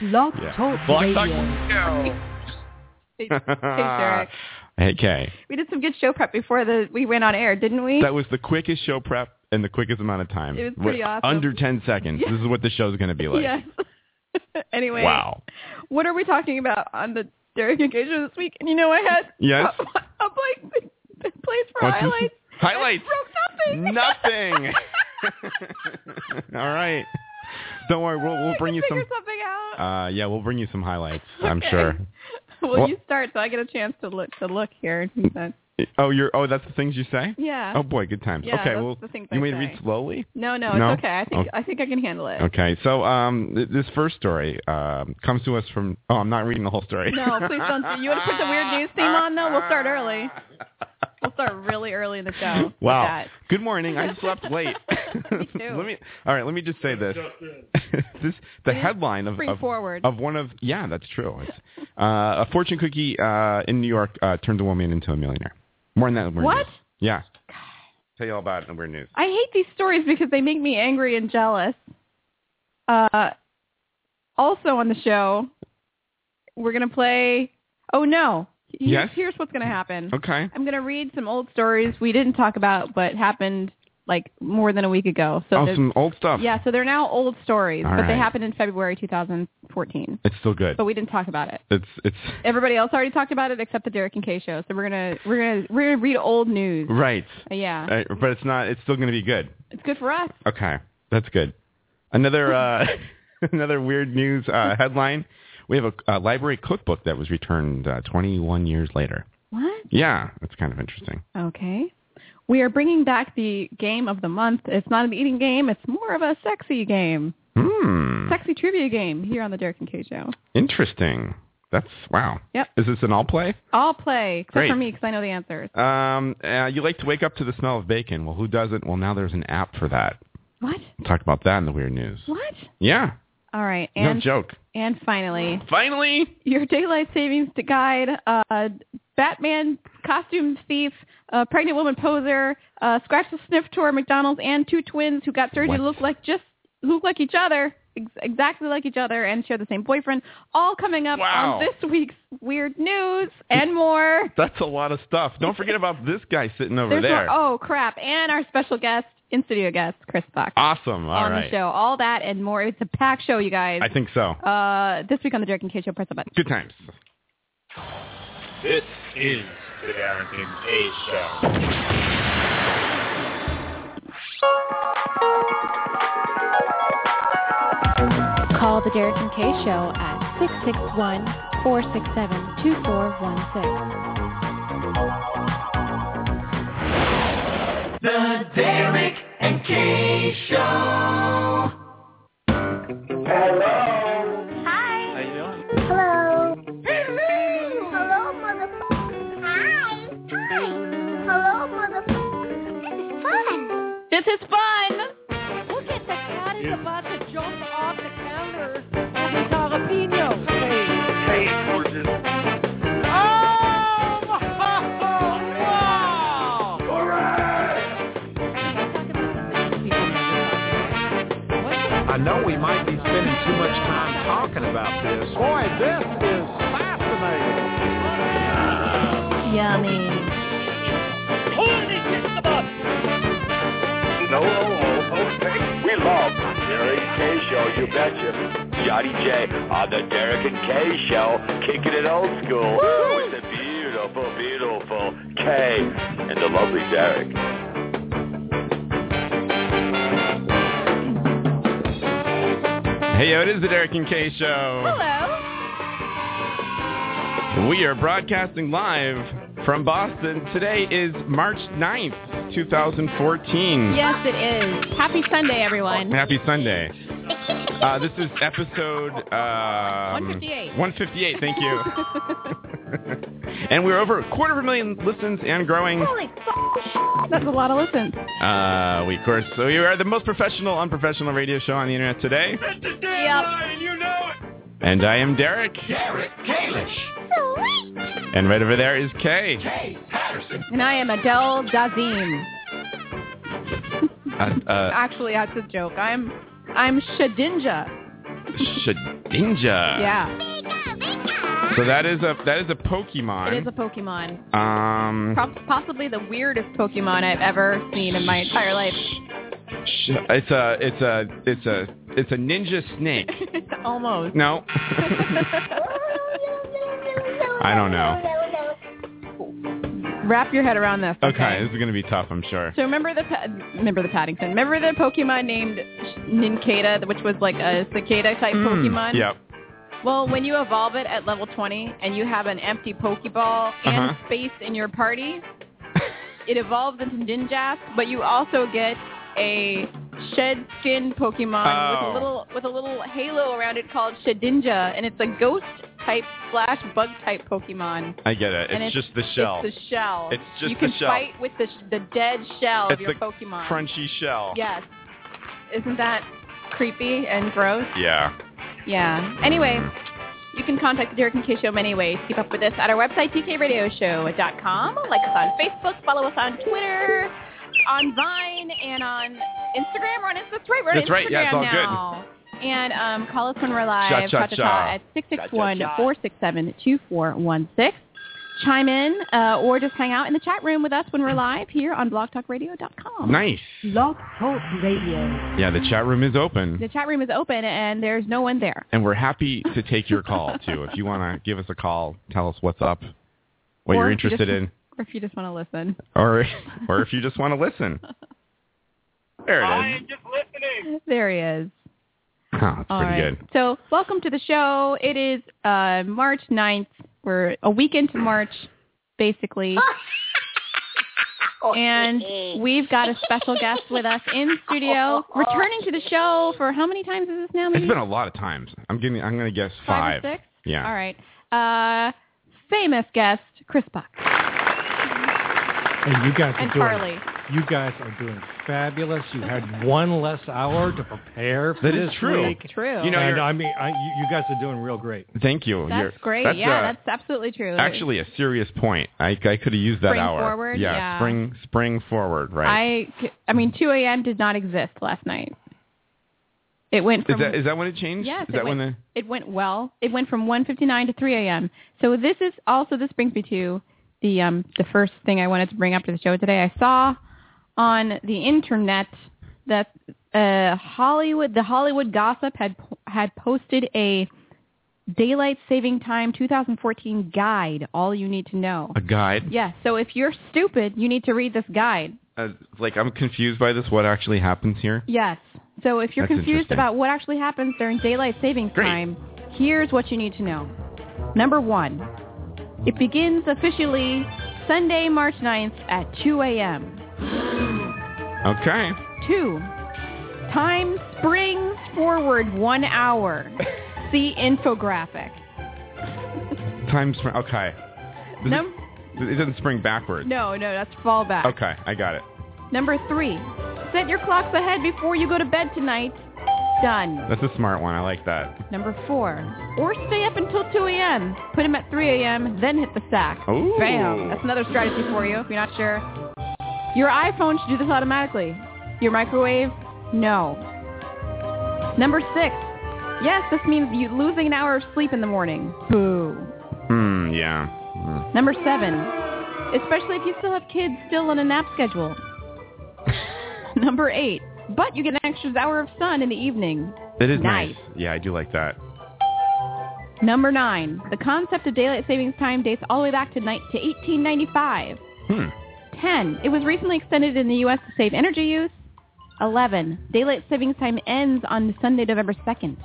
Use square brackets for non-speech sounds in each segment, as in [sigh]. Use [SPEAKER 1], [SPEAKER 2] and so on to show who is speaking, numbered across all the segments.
[SPEAKER 1] Blog
[SPEAKER 2] Yeah.
[SPEAKER 1] Talk
[SPEAKER 2] Blog
[SPEAKER 1] Radio.
[SPEAKER 2] Talk-
[SPEAKER 3] Thanks, thanks, Eric.
[SPEAKER 2] Okay.
[SPEAKER 3] We did some good show prep before the we went on air, didn't we?
[SPEAKER 2] That was the quickest show prep in the quickest amount of time.
[SPEAKER 3] It was pretty
[SPEAKER 2] What-
[SPEAKER 3] awesome.
[SPEAKER 2] Under 10 seconds. This is what the show's going to be like.
[SPEAKER 3] yes. [laughs] anyway, [laughs]
[SPEAKER 2] Wow.
[SPEAKER 3] what are we talking about on the Derek and Gager this week? And you know, I had
[SPEAKER 2] Yes.
[SPEAKER 3] a, [laughs] a blank place for
[SPEAKER 2] What's this?
[SPEAKER 3] highlights.
[SPEAKER 2] Highlights.
[SPEAKER 3] I broke nothing.
[SPEAKER 2] Nothing. All right. Don't worry. We'll,
[SPEAKER 3] I
[SPEAKER 2] we'll
[SPEAKER 3] can
[SPEAKER 2] bring you some.
[SPEAKER 3] figure something out.
[SPEAKER 2] Uh, yeah, we'll bring you some highlights. I'm
[SPEAKER 3] Okay.
[SPEAKER 2] sure.
[SPEAKER 3] well,
[SPEAKER 2] Well-
[SPEAKER 3] you start, so I get a chance to look to look here.
[SPEAKER 2] Oh, you're. Oh, that's the things you say.
[SPEAKER 3] Yeah.
[SPEAKER 2] Oh boy, good times.
[SPEAKER 3] Yeah,
[SPEAKER 2] okay.
[SPEAKER 3] that's
[SPEAKER 2] well,
[SPEAKER 3] the things
[SPEAKER 2] you
[SPEAKER 3] I
[SPEAKER 2] mean read
[SPEAKER 3] say.
[SPEAKER 2] slowly?
[SPEAKER 3] No, no, it's
[SPEAKER 2] No?
[SPEAKER 3] okay. I think
[SPEAKER 2] Okay.
[SPEAKER 3] I think I can handle it.
[SPEAKER 2] Okay. So um, th- this first story um comes to us from. Oh, I'm not reading the whole story.
[SPEAKER 3] No, please don't. do- You want to put the weird news theme on though? We'll start early. We'll start really early in the show. with
[SPEAKER 2] [laughs] Wow.
[SPEAKER 3] that.
[SPEAKER 2] Good morning.
[SPEAKER 3] [laughs]
[SPEAKER 2] I slept late. [laughs]
[SPEAKER 3] Me too.
[SPEAKER 2] let me. All right. Let me just say this. [laughs] this the headline of,
[SPEAKER 3] Spring
[SPEAKER 2] of
[SPEAKER 3] forward.
[SPEAKER 2] of one of yeah, that's true. It's, uh, a fortune cookie uh, in New York uh, turned a woman into a millionaire. More than that. in Weird
[SPEAKER 3] What?
[SPEAKER 2] News. Yeah. Tell you all about it in weird news.
[SPEAKER 3] I hate these stories because they make me angry and jealous. Uh, also on the show, we're gonna play. Oh no! Here's,
[SPEAKER 2] Yes?
[SPEAKER 3] Here's what's gonna happen.
[SPEAKER 2] Okay.
[SPEAKER 3] I'm gonna read some old stories we didn't talk about, but happened like more than a week ago. So
[SPEAKER 2] oh,
[SPEAKER 3] there's-
[SPEAKER 2] some old stuff.
[SPEAKER 3] yeah, so they're now old stories,
[SPEAKER 2] All
[SPEAKER 3] but
[SPEAKER 2] right.
[SPEAKER 3] they happened in February 2014.
[SPEAKER 2] It's still good.
[SPEAKER 3] But we didn't talk about it.
[SPEAKER 2] It's it's [laughs]
[SPEAKER 3] Everybody else already talked about it except the Derek and Kay show. So we're gonna we're gonna we're gonna read old news.
[SPEAKER 2] right,
[SPEAKER 3] Yeah,
[SPEAKER 2] Uh, but it's not. It's still going to be good.
[SPEAKER 3] it's good for us.
[SPEAKER 2] Okay, that's good. Another uh, [laughs] another weird news
[SPEAKER 3] [laughs]
[SPEAKER 2] uh, headline. We have a, a library cookbook that was returned uh, 21 years later.
[SPEAKER 3] What?
[SPEAKER 2] Yeah, that's kind of interesting.
[SPEAKER 3] Okay. We are bringing back the game of the month. It's not an eating game. It's more of a sexy game,
[SPEAKER 2] Hmm,
[SPEAKER 3] sexy trivia game here on the Derek and Kay show.
[SPEAKER 2] interesting. That's wow.
[SPEAKER 3] Yep.
[SPEAKER 2] Is this an all play?
[SPEAKER 3] I'll play except
[SPEAKER 2] Great.
[SPEAKER 3] for me because I know the answers.
[SPEAKER 2] Um, uh, you like to wake up to the smell of bacon. Well, who doesn't? Well, now there's an app for that.
[SPEAKER 3] What?
[SPEAKER 2] We'll talk about that in the weird news.
[SPEAKER 3] What?
[SPEAKER 2] Yeah,
[SPEAKER 3] All right.
[SPEAKER 2] no
[SPEAKER 3] And
[SPEAKER 2] joke.
[SPEAKER 3] and finally,
[SPEAKER 2] Finally,
[SPEAKER 3] your daylight savings to guide, uh, Batman costume thief, uh, pregnant woman poser, uh, scratch the sniff tour, McDonald's, and two twins who got surgery
[SPEAKER 2] What?
[SPEAKER 3] to look like just look like each other, ex- exactly like each other, and share the same boyfriend. All coming up
[SPEAKER 2] Wow.
[SPEAKER 3] on this week's weird news and more.
[SPEAKER 2] That's a lot of stuff. Don't forget about this guy sitting over
[SPEAKER 3] There's
[SPEAKER 2] there.
[SPEAKER 3] more- oh crap! And our special guest, in studio guest, Chris Fox,
[SPEAKER 2] awesome. All
[SPEAKER 3] on the
[SPEAKER 2] right.
[SPEAKER 3] show. All that and more. It's a packed show, you guys.
[SPEAKER 2] I think so.
[SPEAKER 3] uh, this week on the Derek and Kate Show, press the button.
[SPEAKER 2] Good times.
[SPEAKER 4] This is the Derek and Kay Show.
[SPEAKER 5] Call the Derek and Kay Show at 661 467 2416.
[SPEAKER 2] [laughs]
[SPEAKER 6] Hi.
[SPEAKER 7] you doing?
[SPEAKER 6] Hello. Hello, motherfucker. Hi. Hi. Hello, motherfucker. This is fun.
[SPEAKER 3] This is fun. Look at the cat is about to jump off the counter with jalapeno.
[SPEAKER 7] Hey, gorgeous.
[SPEAKER 3] Oh, wow!
[SPEAKER 8] I know we might be spending too much time talking about this. Boy, this is fascinating.
[SPEAKER 3] Yummy.
[SPEAKER 4] No, okay. We love the Derek and Kay Show, you betcha. Johnny J on the Derek and Kay Show, kicking it old school with the beautiful, beautiful Kay and the lovely Derek.
[SPEAKER 2] Hey, yo, it is the Derek and Kay Show.
[SPEAKER 3] Hello.
[SPEAKER 2] We are broadcasting live from Boston. Today is March 9th, 2014.
[SPEAKER 3] Yes, it is. Happy Sunday, everyone.
[SPEAKER 2] Happy Sunday. Uh, this is episode um,
[SPEAKER 3] 158.
[SPEAKER 2] 158, thank
[SPEAKER 3] [laughs]
[SPEAKER 2] you. [laughs] and we're over a quarter of a million listens and growing.
[SPEAKER 3] Holy f- That's a lot of listens.
[SPEAKER 2] Uh, we, of course, so we are the most professional, unprofessional radio show on the internet today.
[SPEAKER 3] Yep.
[SPEAKER 2] And I am Derek. And right over there is Kay.
[SPEAKER 3] And I am Adele Dazim.
[SPEAKER 2] Uh, uh,
[SPEAKER 3] Actually, that's a joke. I'm I'm Shadinja.
[SPEAKER 2] Shedinja.
[SPEAKER 3] Yeah,
[SPEAKER 2] So that is a that is a Pokemon.
[SPEAKER 3] it is a Pokemon.
[SPEAKER 2] um.
[SPEAKER 3] Pro- possibly the weirdest Pokemon I've ever seen in my entire life.
[SPEAKER 2] sh- It's a it's a it's a it's a ninja snake.
[SPEAKER 3] [laughs] Almost.
[SPEAKER 2] No. [laughs] I don't
[SPEAKER 6] know.
[SPEAKER 3] Wrap your head around this.
[SPEAKER 2] Okay, this is gonna be tough, I'm sure.
[SPEAKER 3] So remember the pa- remember the Paddington. Remember the Pokemon named Nincada, which was like a cicada type
[SPEAKER 4] Hmm.
[SPEAKER 3] Pokemon.
[SPEAKER 2] Yep.
[SPEAKER 3] Well, when you evolve it at level 20 and you have an empty Pokeball and
[SPEAKER 2] Uh-huh.
[SPEAKER 3] space in your party, [laughs] it evolves into Ninjask, but you also get a shed skin Pokemon with
[SPEAKER 2] Oh.
[SPEAKER 3] a little with a little halo around it called Shedinja, and it's a ghost type slash bug type Pokemon.
[SPEAKER 2] I get it.
[SPEAKER 3] And
[SPEAKER 2] It's, just the shell.
[SPEAKER 3] It's the shell.
[SPEAKER 2] It's just
[SPEAKER 3] you
[SPEAKER 2] the
[SPEAKER 3] can
[SPEAKER 2] shell.
[SPEAKER 3] fight with the sh- the dead shell of
[SPEAKER 2] It's
[SPEAKER 3] your
[SPEAKER 2] the
[SPEAKER 3] Pokemon.
[SPEAKER 2] crunchy shell.
[SPEAKER 3] Yes. Isn't that creepy and gross?
[SPEAKER 2] Yeah.
[SPEAKER 3] Yeah. Anyway, you can contact the Derek and Kay Show many ways. Keep up with us at our website, tkradioshow.com. Like us on Facebook. Follow us on Twitter, on Vine, and on Instagram. We're on, Insta- that's right, we're on
[SPEAKER 2] That's
[SPEAKER 3] Instagram
[SPEAKER 2] right. Yeah, it's all good.
[SPEAKER 3] now. And um, call us when we're live.
[SPEAKER 2] Cha, cha,
[SPEAKER 3] Ta-ta-ta
[SPEAKER 2] cha.
[SPEAKER 3] At 661-467-2416. Chime in uh, or just hang out in the chat room with us when we're live here on blogtalkradio.com.
[SPEAKER 2] Nice.
[SPEAKER 1] Blog Talk Radio.
[SPEAKER 2] Yeah, the chat room is open.
[SPEAKER 3] The chat room is open and there's no one there.
[SPEAKER 2] And we're happy to take your call too. If you want to give us a call, tell us what's up, what
[SPEAKER 3] Or
[SPEAKER 2] you're
[SPEAKER 3] if you just-
[SPEAKER 2] interested in,
[SPEAKER 3] [laughs] Or if you just want to listen.
[SPEAKER 2] or or if you just want to
[SPEAKER 3] [laughs]
[SPEAKER 2] listen. There
[SPEAKER 7] I
[SPEAKER 2] it is.
[SPEAKER 7] am just listening.
[SPEAKER 3] There he is.
[SPEAKER 2] Oh, that's
[SPEAKER 3] All
[SPEAKER 2] pretty
[SPEAKER 3] right.
[SPEAKER 2] good.
[SPEAKER 3] So welcome to the show. It is uh, March 9th. We're a week into March,
[SPEAKER 7] [laughs]
[SPEAKER 3] basically. [laughs] and we've got a special guest with us in studio, returning to the show for how many times is this now?
[SPEAKER 2] It's
[SPEAKER 3] Maybe
[SPEAKER 2] been a lot of times. I'm giving. I'm going to guess
[SPEAKER 3] five,
[SPEAKER 2] five.
[SPEAKER 3] or six?
[SPEAKER 2] Yeah.
[SPEAKER 3] All right. Uh, famous guest, Chris Buck
[SPEAKER 9] Hey, you guys are
[SPEAKER 3] and
[SPEAKER 9] doing.
[SPEAKER 3] Carly.
[SPEAKER 9] You guys are doing fabulous. You had one less hour to prepare for
[SPEAKER 2] That is
[SPEAKER 9] this
[SPEAKER 2] true.
[SPEAKER 9] week.
[SPEAKER 3] True.
[SPEAKER 2] You know,
[SPEAKER 9] and
[SPEAKER 2] you're-
[SPEAKER 9] I mean, I, you, you guys are doing real great.
[SPEAKER 2] Thank you.
[SPEAKER 3] that's
[SPEAKER 2] You're-
[SPEAKER 3] great.
[SPEAKER 2] that's,
[SPEAKER 3] yeah,
[SPEAKER 2] uh,
[SPEAKER 3] that's absolutely true.
[SPEAKER 2] actually a serious point. I, I could have used that
[SPEAKER 3] Spring
[SPEAKER 2] hour.
[SPEAKER 3] forward,
[SPEAKER 2] Yeah,
[SPEAKER 3] yeah.
[SPEAKER 2] spring spring forward.
[SPEAKER 3] I,
[SPEAKER 2] Right.
[SPEAKER 3] c- I mean, 2 a.m. did not exist last night. It went
[SPEAKER 2] is
[SPEAKER 3] from
[SPEAKER 2] that is that when it changed?
[SPEAKER 3] Yes,
[SPEAKER 2] Is that
[SPEAKER 3] it
[SPEAKER 2] when
[SPEAKER 3] went,
[SPEAKER 2] the
[SPEAKER 3] it went well. It went from 1:59 to 3 a.m. So this is also this brings me to the um the first thing I wanted to bring up to the show today. I saw on the internet that uh Hollywood the Hollywood Gossip had po- had posted a daylight saving time 2014 guide. All you need to know.
[SPEAKER 2] a guide?
[SPEAKER 3] Yeah. So if you're stupid, you need to read this guide.
[SPEAKER 2] Uh, like I'm confused by this. What actually happens here?
[SPEAKER 3] Yes. So if you're
[SPEAKER 2] That's
[SPEAKER 3] confused
[SPEAKER 2] interesting.
[SPEAKER 3] about what actually happens during daylight savings
[SPEAKER 2] Great.
[SPEAKER 3] time, here's what you need to know. Number one, it begins officially Sunday, March 9th at 2 a.m.
[SPEAKER 2] Okay.
[SPEAKER 3] Two, time springs forward one
[SPEAKER 2] [laughs]
[SPEAKER 3] hour. See infographic.
[SPEAKER 2] Time spring. Okay. Does
[SPEAKER 3] Num-
[SPEAKER 2] it, it doesn't spring backwards.
[SPEAKER 3] no, no, that's fall back.
[SPEAKER 2] Okay, I got it.
[SPEAKER 3] Number three, set your clocks ahead before you go to bed tonight. Done.
[SPEAKER 2] That's a smart one. I like that.
[SPEAKER 3] Number four, or stay up until 2 a.m. Put him at 3 a.m., then hit the sack.
[SPEAKER 2] Ooh.
[SPEAKER 3] Bam. That's another strategy for you if you're not sure. Your iPhone should do this automatically. Your microwave, no. Number six, yes, this means you losing an hour of sleep in the morning. Boo.
[SPEAKER 2] Hmm. Yeah. Hmm.
[SPEAKER 3] Number seven, especially if you still have kids still on a nap schedule. [laughs] Number eight, but you get an extra hour of sun in the evening.
[SPEAKER 2] It is
[SPEAKER 3] Nice.
[SPEAKER 2] Yeah, I do like that.
[SPEAKER 3] Number nine, the concept of daylight savings time dates all the way back to, ni- to 1895.
[SPEAKER 2] Hmm.
[SPEAKER 3] 10, it was recently extended in the U.S. to save energy use. 11, daylight savings time ends on Sunday, November 2nd.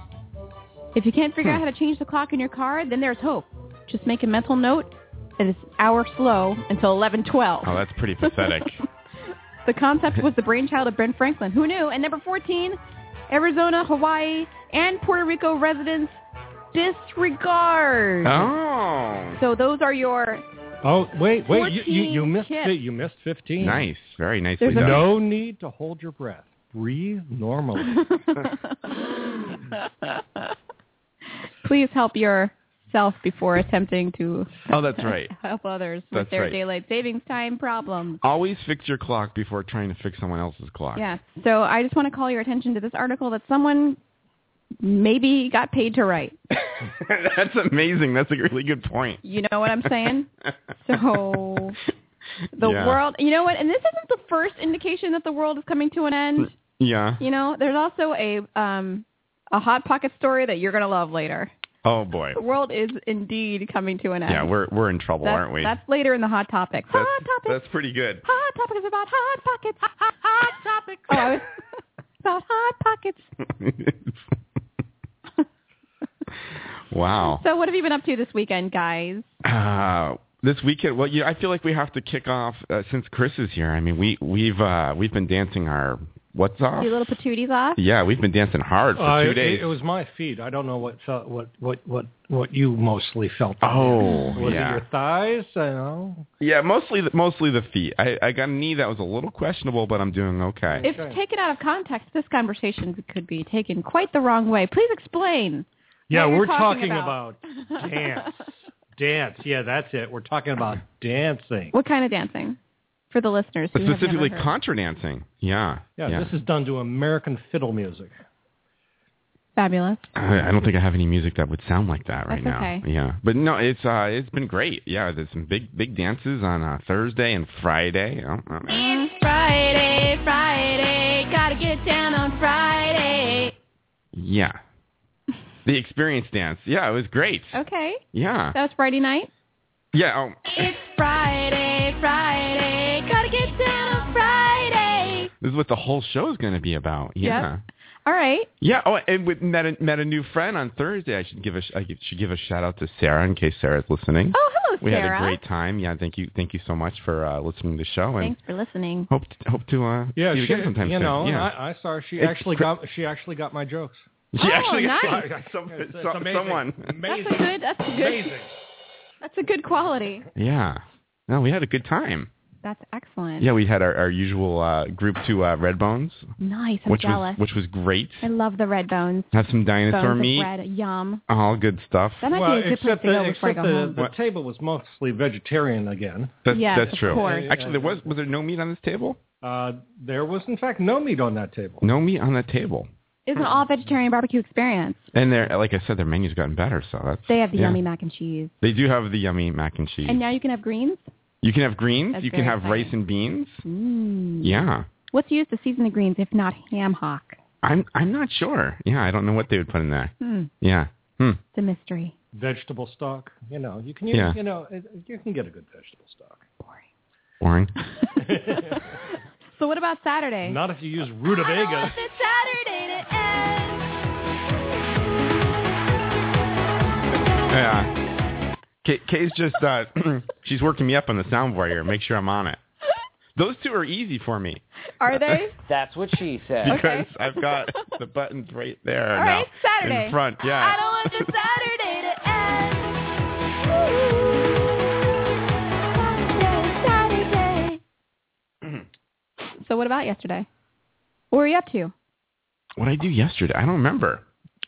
[SPEAKER 3] If you can't figure out how to change the clock in your car, then there's hope. Just make a mental note that it's hour slow until 1112.
[SPEAKER 2] Oh, that's
[SPEAKER 3] [laughs]
[SPEAKER 2] pretty pathetic.
[SPEAKER 3] The concept was the brainchild of Ben Franklin. Who knew? And number 14, Arizona, Hawaii, and Puerto Rico residents disregard.
[SPEAKER 2] oh.
[SPEAKER 3] So those are your
[SPEAKER 2] [laughs]
[SPEAKER 9] Oh, wait, wait. You, you,
[SPEAKER 3] 14
[SPEAKER 9] you missed
[SPEAKER 3] tips.
[SPEAKER 9] fi- you missed 15.
[SPEAKER 2] Nice. Very nicely
[SPEAKER 3] There's a-
[SPEAKER 2] done.
[SPEAKER 9] No need to hold your breath. Breathe normally.
[SPEAKER 3] [laughs] Please help yourself before attempting to
[SPEAKER 2] Oh, that's right.
[SPEAKER 3] help others with
[SPEAKER 2] That's
[SPEAKER 3] their
[SPEAKER 2] right.
[SPEAKER 3] daylight savings time problems.
[SPEAKER 2] Always fix your clock before trying to fix someone else's clock.
[SPEAKER 3] Yeah. So I just want to call your attention to this article that someone maybe got paid to write.
[SPEAKER 2] [laughs] That's amazing. That's a really good point.
[SPEAKER 3] You know what I'm
[SPEAKER 2] [laughs]
[SPEAKER 3] saying? So, The
[SPEAKER 2] Yeah.
[SPEAKER 3] world, you know what? And this isn't the first indication that the world is coming to an end.
[SPEAKER 2] Yeah.
[SPEAKER 3] You know, there's also a um a hot pocket story that you're gonna love later.
[SPEAKER 2] Oh boy.
[SPEAKER 3] The world is indeed coming to an end.
[SPEAKER 2] Yeah, we're we're in trouble,
[SPEAKER 3] that's,
[SPEAKER 2] aren't we?
[SPEAKER 3] That's later in the hot topics.
[SPEAKER 2] that's,
[SPEAKER 3] hot topics.
[SPEAKER 2] that's pretty good.
[SPEAKER 3] Hot topics about hot pockets. Hot, hot, hot topics. Oh, I
[SPEAKER 2] [laughs]
[SPEAKER 3] was about hot pockets.
[SPEAKER 2] [laughs] wow.
[SPEAKER 3] So, what have you been up to this weekend, guys?
[SPEAKER 2] Uh, this weekend, well, yeah, I feel like we have to kick off uh, since Chris is here. I mean, we we've uh, we've been dancing our what's off.
[SPEAKER 3] You little patooties off?
[SPEAKER 2] Yeah, we've been dancing hard for
[SPEAKER 9] Uh,
[SPEAKER 2] two
[SPEAKER 9] it-
[SPEAKER 2] days.
[SPEAKER 9] It, was my feet. I don't know what felt, what what what what you mostly felt.
[SPEAKER 2] Oh,
[SPEAKER 9] was
[SPEAKER 2] yeah.
[SPEAKER 9] it your thighs? I know.
[SPEAKER 2] yeah, mostly the, mostly the feet. I, I got a knee that was a little questionable, but I'm doing okay.
[SPEAKER 3] If taken out of context, this conversation could be taken quite the wrong way. Please explain.
[SPEAKER 9] Yeah,
[SPEAKER 3] you're
[SPEAKER 9] we're
[SPEAKER 3] talking
[SPEAKER 9] talking, about,
[SPEAKER 3] [laughs]
[SPEAKER 9] dance, dance. Yeah, that's it. We're talking about dancing.
[SPEAKER 3] What kind of dancing? For the listeners who
[SPEAKER 2] But
[SPEAKER 3] have never
[SPEAKER 2] specifically
[SPEAKER 3] heard.
[SPEAKER 2] contra dancing. Yeah.
[SPEAKER 9] Yeah, this is done to American fiddle music.
[SPEAKER 3] Fabulous.
[SPEAKER 2] I I don't think I have any music that would sound like that right
[SPEAKER 3] That's
[SPEAKER 2] now.
[SPEAKER 3] okay.
[SPEAKER 2] Yeah, but no, it's uh, it's been great. Yeah, there's some big big dances on uh, Thursday and Friday. Oh, oh, man.
[SPEAKER 3] It's Friday, Friday, gotta get down on Friday. [laughs]
[SPEAKER 2] yeah, the experience dance. Yeah, it was great.
[SPEAKER 3] Okay,
[SPEAKER 2] Yeah,
[SPEAKER 3] that was Friday night.
[SPEAKER 2] yeah. Oh,
[SPEAKER 3] It's Friday, Friday, gotta get down on Friday.
[SPEAKER 2] this is what the whole show is going to be about. Yeah,
[SPEAKER 3] All right,
[SPEAKER 2] yeah. Oh, and we met a, met a new friend on Thursday. I should give a sh- I should give a shout out to Sarah in case Sarah's listening.
[SPEAKER 3] Oh, hello,
[SPEAKER 2] we
[SPEAKER 3] Sarah.
[SPEAKER 2] had a great time. Yeah, thank you thank you so much for uh, listening to the show and.
[SPEAKER 3] Thanks for listening.
[SPEAKER 2] Hope to, hope to uh,
[SPEAKER 9] Yeah,
[SPEAKER 2] see you
[SPEAKER 9] she,
[SPEAKER 2] again sometime
[SPEAKER 9] you
[SPEAKER 2] soon.
[SPEAKER 9] know,
[SPEAKER 2] yeah.
[SPEAKER 9] I, I saw her. she
[SPEAKER 2] It's
[SPEAKER 9] actually
[SPEAKER 2] cr-
[SPEAKER 9] got she actually got my jokes.
[SPEAKER 2] She
[SPEAKER 3] Oh,
[SPEAKER 2] actually got-
[SPEAKER 3] nice.
[SPEAKER 2] got some-
[SPEAKER 9] It's- it's
[SPEAKER 2] some-
[SPEAKER 9] amazing.
[SPEAKER 2] someone.
[SPEAKER 9] Amazing.
[SPEAKER 3] That's a good. That's a good.
[SPEAKER 9] Amazing.
[SPEAKER 3] That's a good quality.
[SPEAKER 2] Yeah. No, we had a good time.
[SPEAKER 3] That's excellent.
[SPEAKER 2] Yeah, we had our, our usual uh, group to uh, Red Bones,
[SPEAKER 3] Nice. I'm
[SPEAKER 2] which
[SPEAKER 3] jealous.
[SPEAKER 2] was which was great.
[SPEAKER 3] I love the red bones.
[SPEAKER 2] Have some
[SPEAKER 3] Bones
[SPEAKER 2] dinosaur
[SPEAKER 3] of
[SPEAKER 2] meat,
[SPEAKER 3] bread. Yum.
[SPEAKER 2] all good stuff.
[SPEAKER 3] That might
[SPEAKER 9] well,
[SPEAKER 3] be a good
[SPEAKER 9] except
[SPEAKER 3] place to go
[SPEAKER 9] the,
[SPEAKER 3] before I
[SPEAKER 9] except
[SPEAKER 3] go
[SPEAKER 9] the,
[SPEAKER 3] home.
[SPEAKER 9] the table was mostly vegetarian again.
[SPEAKER 2] That's,
[SPEAKER 3] Yes,
[SPEAKER 2] that's
[SPEAKER 3] of
[SPEAKER 2] true.
[SPEAKER 3] course.
[SPEAKER 2] Actually, there was was there no meat on this table?
[SPEAKER 9] Uh, there was, in fact, no meat on that table.
[SPEAKER 2] No meat on that table.
[SPEAKER 3] It's an all vegetarian barbecue experience.
[SPEAKER 2] And they're like I said, their menu's gotten better, so that's
[SPEAKER 3] They have the
[SPEAKER 2] yeah.
[SPEAKER 3] yummy mac and cheese,
[SPEAKER 2] They do have the yummy mac and cheese.
[SPEAKER 3] and now you can have greens.
[SPEAKER 2] you can have greens.
[SPEAKER 3] That's
[SPEAKER 2] You can
[SPEAKER 3] very
[SPEAKER 2] have
[SPEAKER 3] exciting.
[SPEAKER 2] rice and beans.
[SPEAKER 3] Mm.
[SPEAKER 2] Yeah,
[SPEAKER 3] What's used to season the greens if not ham hock?
[SPEAKER 2] I'm I'm not sure. Yeah, I don't know what they would put in there.
[SPEAKER 3] Hmm.
[SPEAKER 2] Yeah. Hmm.
[SPEAKER 3] It's a mystery.
[SPEAKER 9] Vegetable stock, you know, you can, you,
[SPEAKER 2] Yeah.
[SPEAKER 9] you know, it- you can get a good vegetable stock.
[SPEAKER 2] Boring.
[SPEAKER 3] [laughs] So what about Saturday?
[SPEAKER 9] Not if you use
[SPEAKER 3] [laughs]
[SPEAKER 9] rutabaga.
[SPEAKER 3] It's Saturday to end.
[SPEAKER 2] Yeah. Kay, Kay's just uh, [clears throat] she's working me up on the soundboard here. Make sure I'm on it. Those two are easy for me
[SPEAKER 3] Are they?
[SPEAKER 10] That's what she said.
[SPEAKER 2] because
[SPEAKER 3] Okay.
[SPEAKER 2] I've got the buttons right there
[SPEAKER 3] All
[SPEAKER 2] now
[SPEAKER 3] right, Saturday.
[SPEAKER 2] in front. Yeah.
[SPEAKER 3] I don't want the
[SPEAKER 2] [laughs]
[SPEAKER 3] Saturday to end. So what about yesterday? What were you up to?
[SPEAKER 2] what did I do yesterday? I don't remember.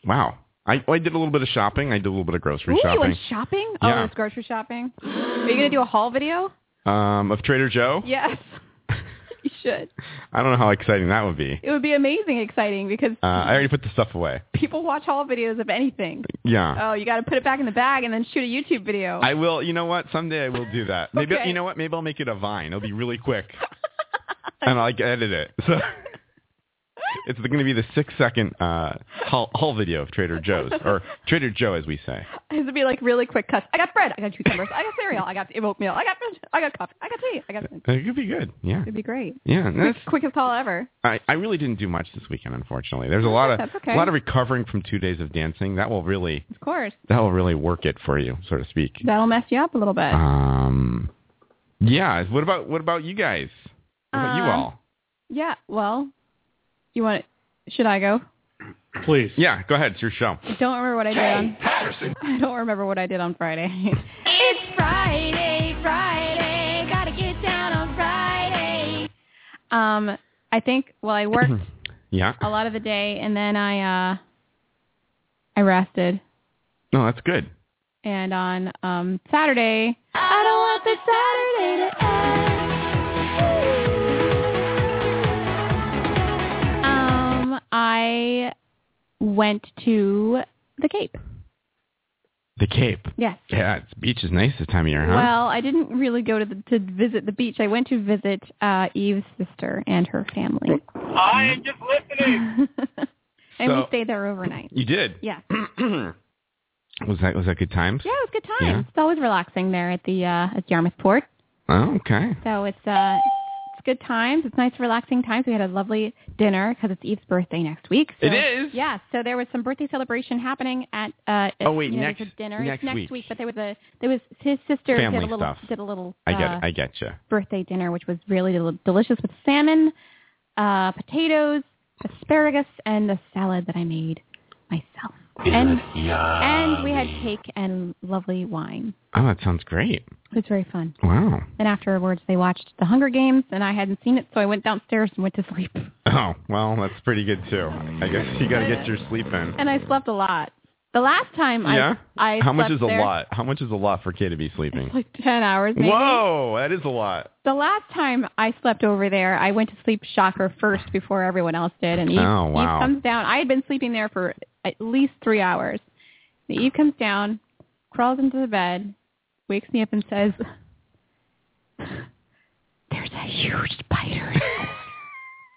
[SPEAKER 2] Wow. I oh, I did a little bit of shopping. I did a little bit of grocery
[SPEAKER 3] Ooh, you
[SPEAKER 2] shopping
[SPEAKER 3] went shopping?
[SPEAKER 2] Yeah.
[SPEAKER 3] Oh, it's grocery shopping. Are you gonna do a haul video?
[SPEAKER 2] um, of Trader Joe. [laughs]
[SPEAKER 3] Yes. you should.
[SPEAKER 2] I don't know how exciting that would be.
[SPEAKER 3] It would be amazing, exciting because
[SPEAKER 2] Uh, I already put the stuff away.
[SPEAKER 3] people watch haul videos of anything.
[SPEAKER 2] Yeah.
[SPEAKER 3] Oh, you got to put it back in the bag and then shoot a YouTube video. [laughs]
[SPEAKER 2] I will. You know what? Someday I will do that. Maybe
[SPEAKER 3] Oh. Okay.
[SPEAKER 2] you know what? Maybe I'll make it a vine. It'll be really quick,
[SPEAKER 3] [laughs]
[SPEAKER 2] and I'll like, edit it. So [laughs] it's going to be the six-second uh, haul, haul video of Trader Joe's or Trader Joe, as we say.
[SPEAKER 3] It would be like really quick cuts. I got bread. I got cucumbers. I got cereal. I got oatmeal. I got bread. I got coffee. I got tea. I got. It'd
[SPEAKER 2] It could be good. Yeah,
[SPEAKER 3] be great.
[SPEAKER 2] yeah. and That's,
[SPEAKER 3] Quickest haul ever.
[SPEAKER 2] I, I really didn't do much this weekend, unfortunately. There's a lot of
[SPEAKER 3] That's okay.
[SPEAKER 2] a lot of recovering from two days of dancing. That will really
[SPEAKER 3] Of course.
[SPEAKER 2] that will really work it for you, so to speak.
[SPEAKER 3] That'll mess you up a little bit.
[SPEAKER 2] Um, yeah. What about what about you guys? What about you
[SPEAKER 3] Um,
[SPEAKER 2] all?
[SPEAKER 3] yeah. Well, you want? Should I go?
[SPEAKER 9] Please.
[SPEAKER 2] Yeah, go ahead. It's your show.
[SPEAKER 3] I don't remember what I did on. [laughs] I don't remember what I did on Friday. [laughs] it's Friday, Friday. Gotta get down on Friday. Um, I think. Well, I worked
[SPEAKER 2] Yeah.
[SPEAKER 3] a lot of the day, and then I uh, I rested.
[SPEAKER 2] No, that's good.
[SPEAKER 3] and on um, Saturday. I don't want the Saturday to end. Um, I went to the Cape.
[SPEAKER 2] The Cape.
[SPEAKER 3] Yes.
[SPEAKER 2] Yeah, it's, beach is nice this time of year, huh?
[SPEAKER 3] Well, I didn't really go to the, to visit the beach. I went to visit uh, Eve's sister and her family,
[SPEAKER 7] I am just listening.
[SPEAKER 3] [laughs] and we
[SPEAKER 2] So-
[SPEAKER 3] stayed there
[SPEAKER 2] [clears throat]
[SPEAKER 3] overnight.
[SPEAKER 2] you did.
[SPEAKER 3] Yeah.
[SPEAKER 2] was that was that good times?
[SPEAKER 3] Yeah, it was a good time.
[SPEAKER 2] Yeah.
[SPEAKER 3] It's always relaxing there at the uh, at Yarmouth Port.
[SPEAKER 2] Oh, okay.
[SPEAKER 3] So it's uh, it's good times. It's nice, relaxing times. We had a lovely dinner because it's Eve's birthday next week. So,
[SPEAKER 2] It is?
[SPEAKER 3] Yeah. So there was some birthday celebration happening at. Uh,
[SPEAKER 2] Oh, wait,
[SPEAKER 3] you know,
[SPEAKER 2] next-
[SPEAKER 3] there's a dinner
[SPEAKER 2] next
[SPEAKER 3] it's next
[SPEAKER 2] week.
[SPEAKER 3] But there was a there was his sister
[SPEAKER 2] Family
[SPEAKER 3] did a little
[SPEAKER 2] stuff.
[SPEAKER 3] did a little
[SPEAKER 2] I get
[SPEAKER 3] uh,
[SPEAKER 2] it. I get you.
[SPEAKER 3] birthday dinner, which was really del- delicious with salmon, uh, potatoes, asparagus, and a salad that I made myself. And and we had cake and lovely wine.
[SPEAKER 2] Oh, that sounds great.
[SPEAKER 3] It was very fun.
[SPEAKER 2] Wow.
[SPEAKER 3] And afterwards, they watched The Hunger Games, and I hadn't seen it, so I went downstairs and went to sleep. [laughs]
[SPEAKER 2] Oh, well, that's pretty good too. I guess you got to get your sleep in.
[SPEAKER 3] And I slept a lot. The last time I
[SPEAKER 2] yeah.
[SPEAKER 3] I
[SPEAKER 2] How much
[SPEAKER 3] slept
[SPEAKER 2] is a
[SPEAKER 3] there-
[SPEAKER 2] lot? How much is a lot for Kay to be sleeping?
[SPEAKER 3] Like [laughs] ten hours. Maybe.
[SPEAKER 2] Whoa, that is a lot. [laughs]
[SPEAKER 3] The last time I slept over there, I went to sleep shocker first before everyone else did, and Eve,
[SPEAKER 2] Oh, wow.
[SPEAKER 3] Eve comes down. I had been sleeping there for at least three hours. And Eve comes down, crawls into the bed, wakes me up, and says, "There's a huge spider." in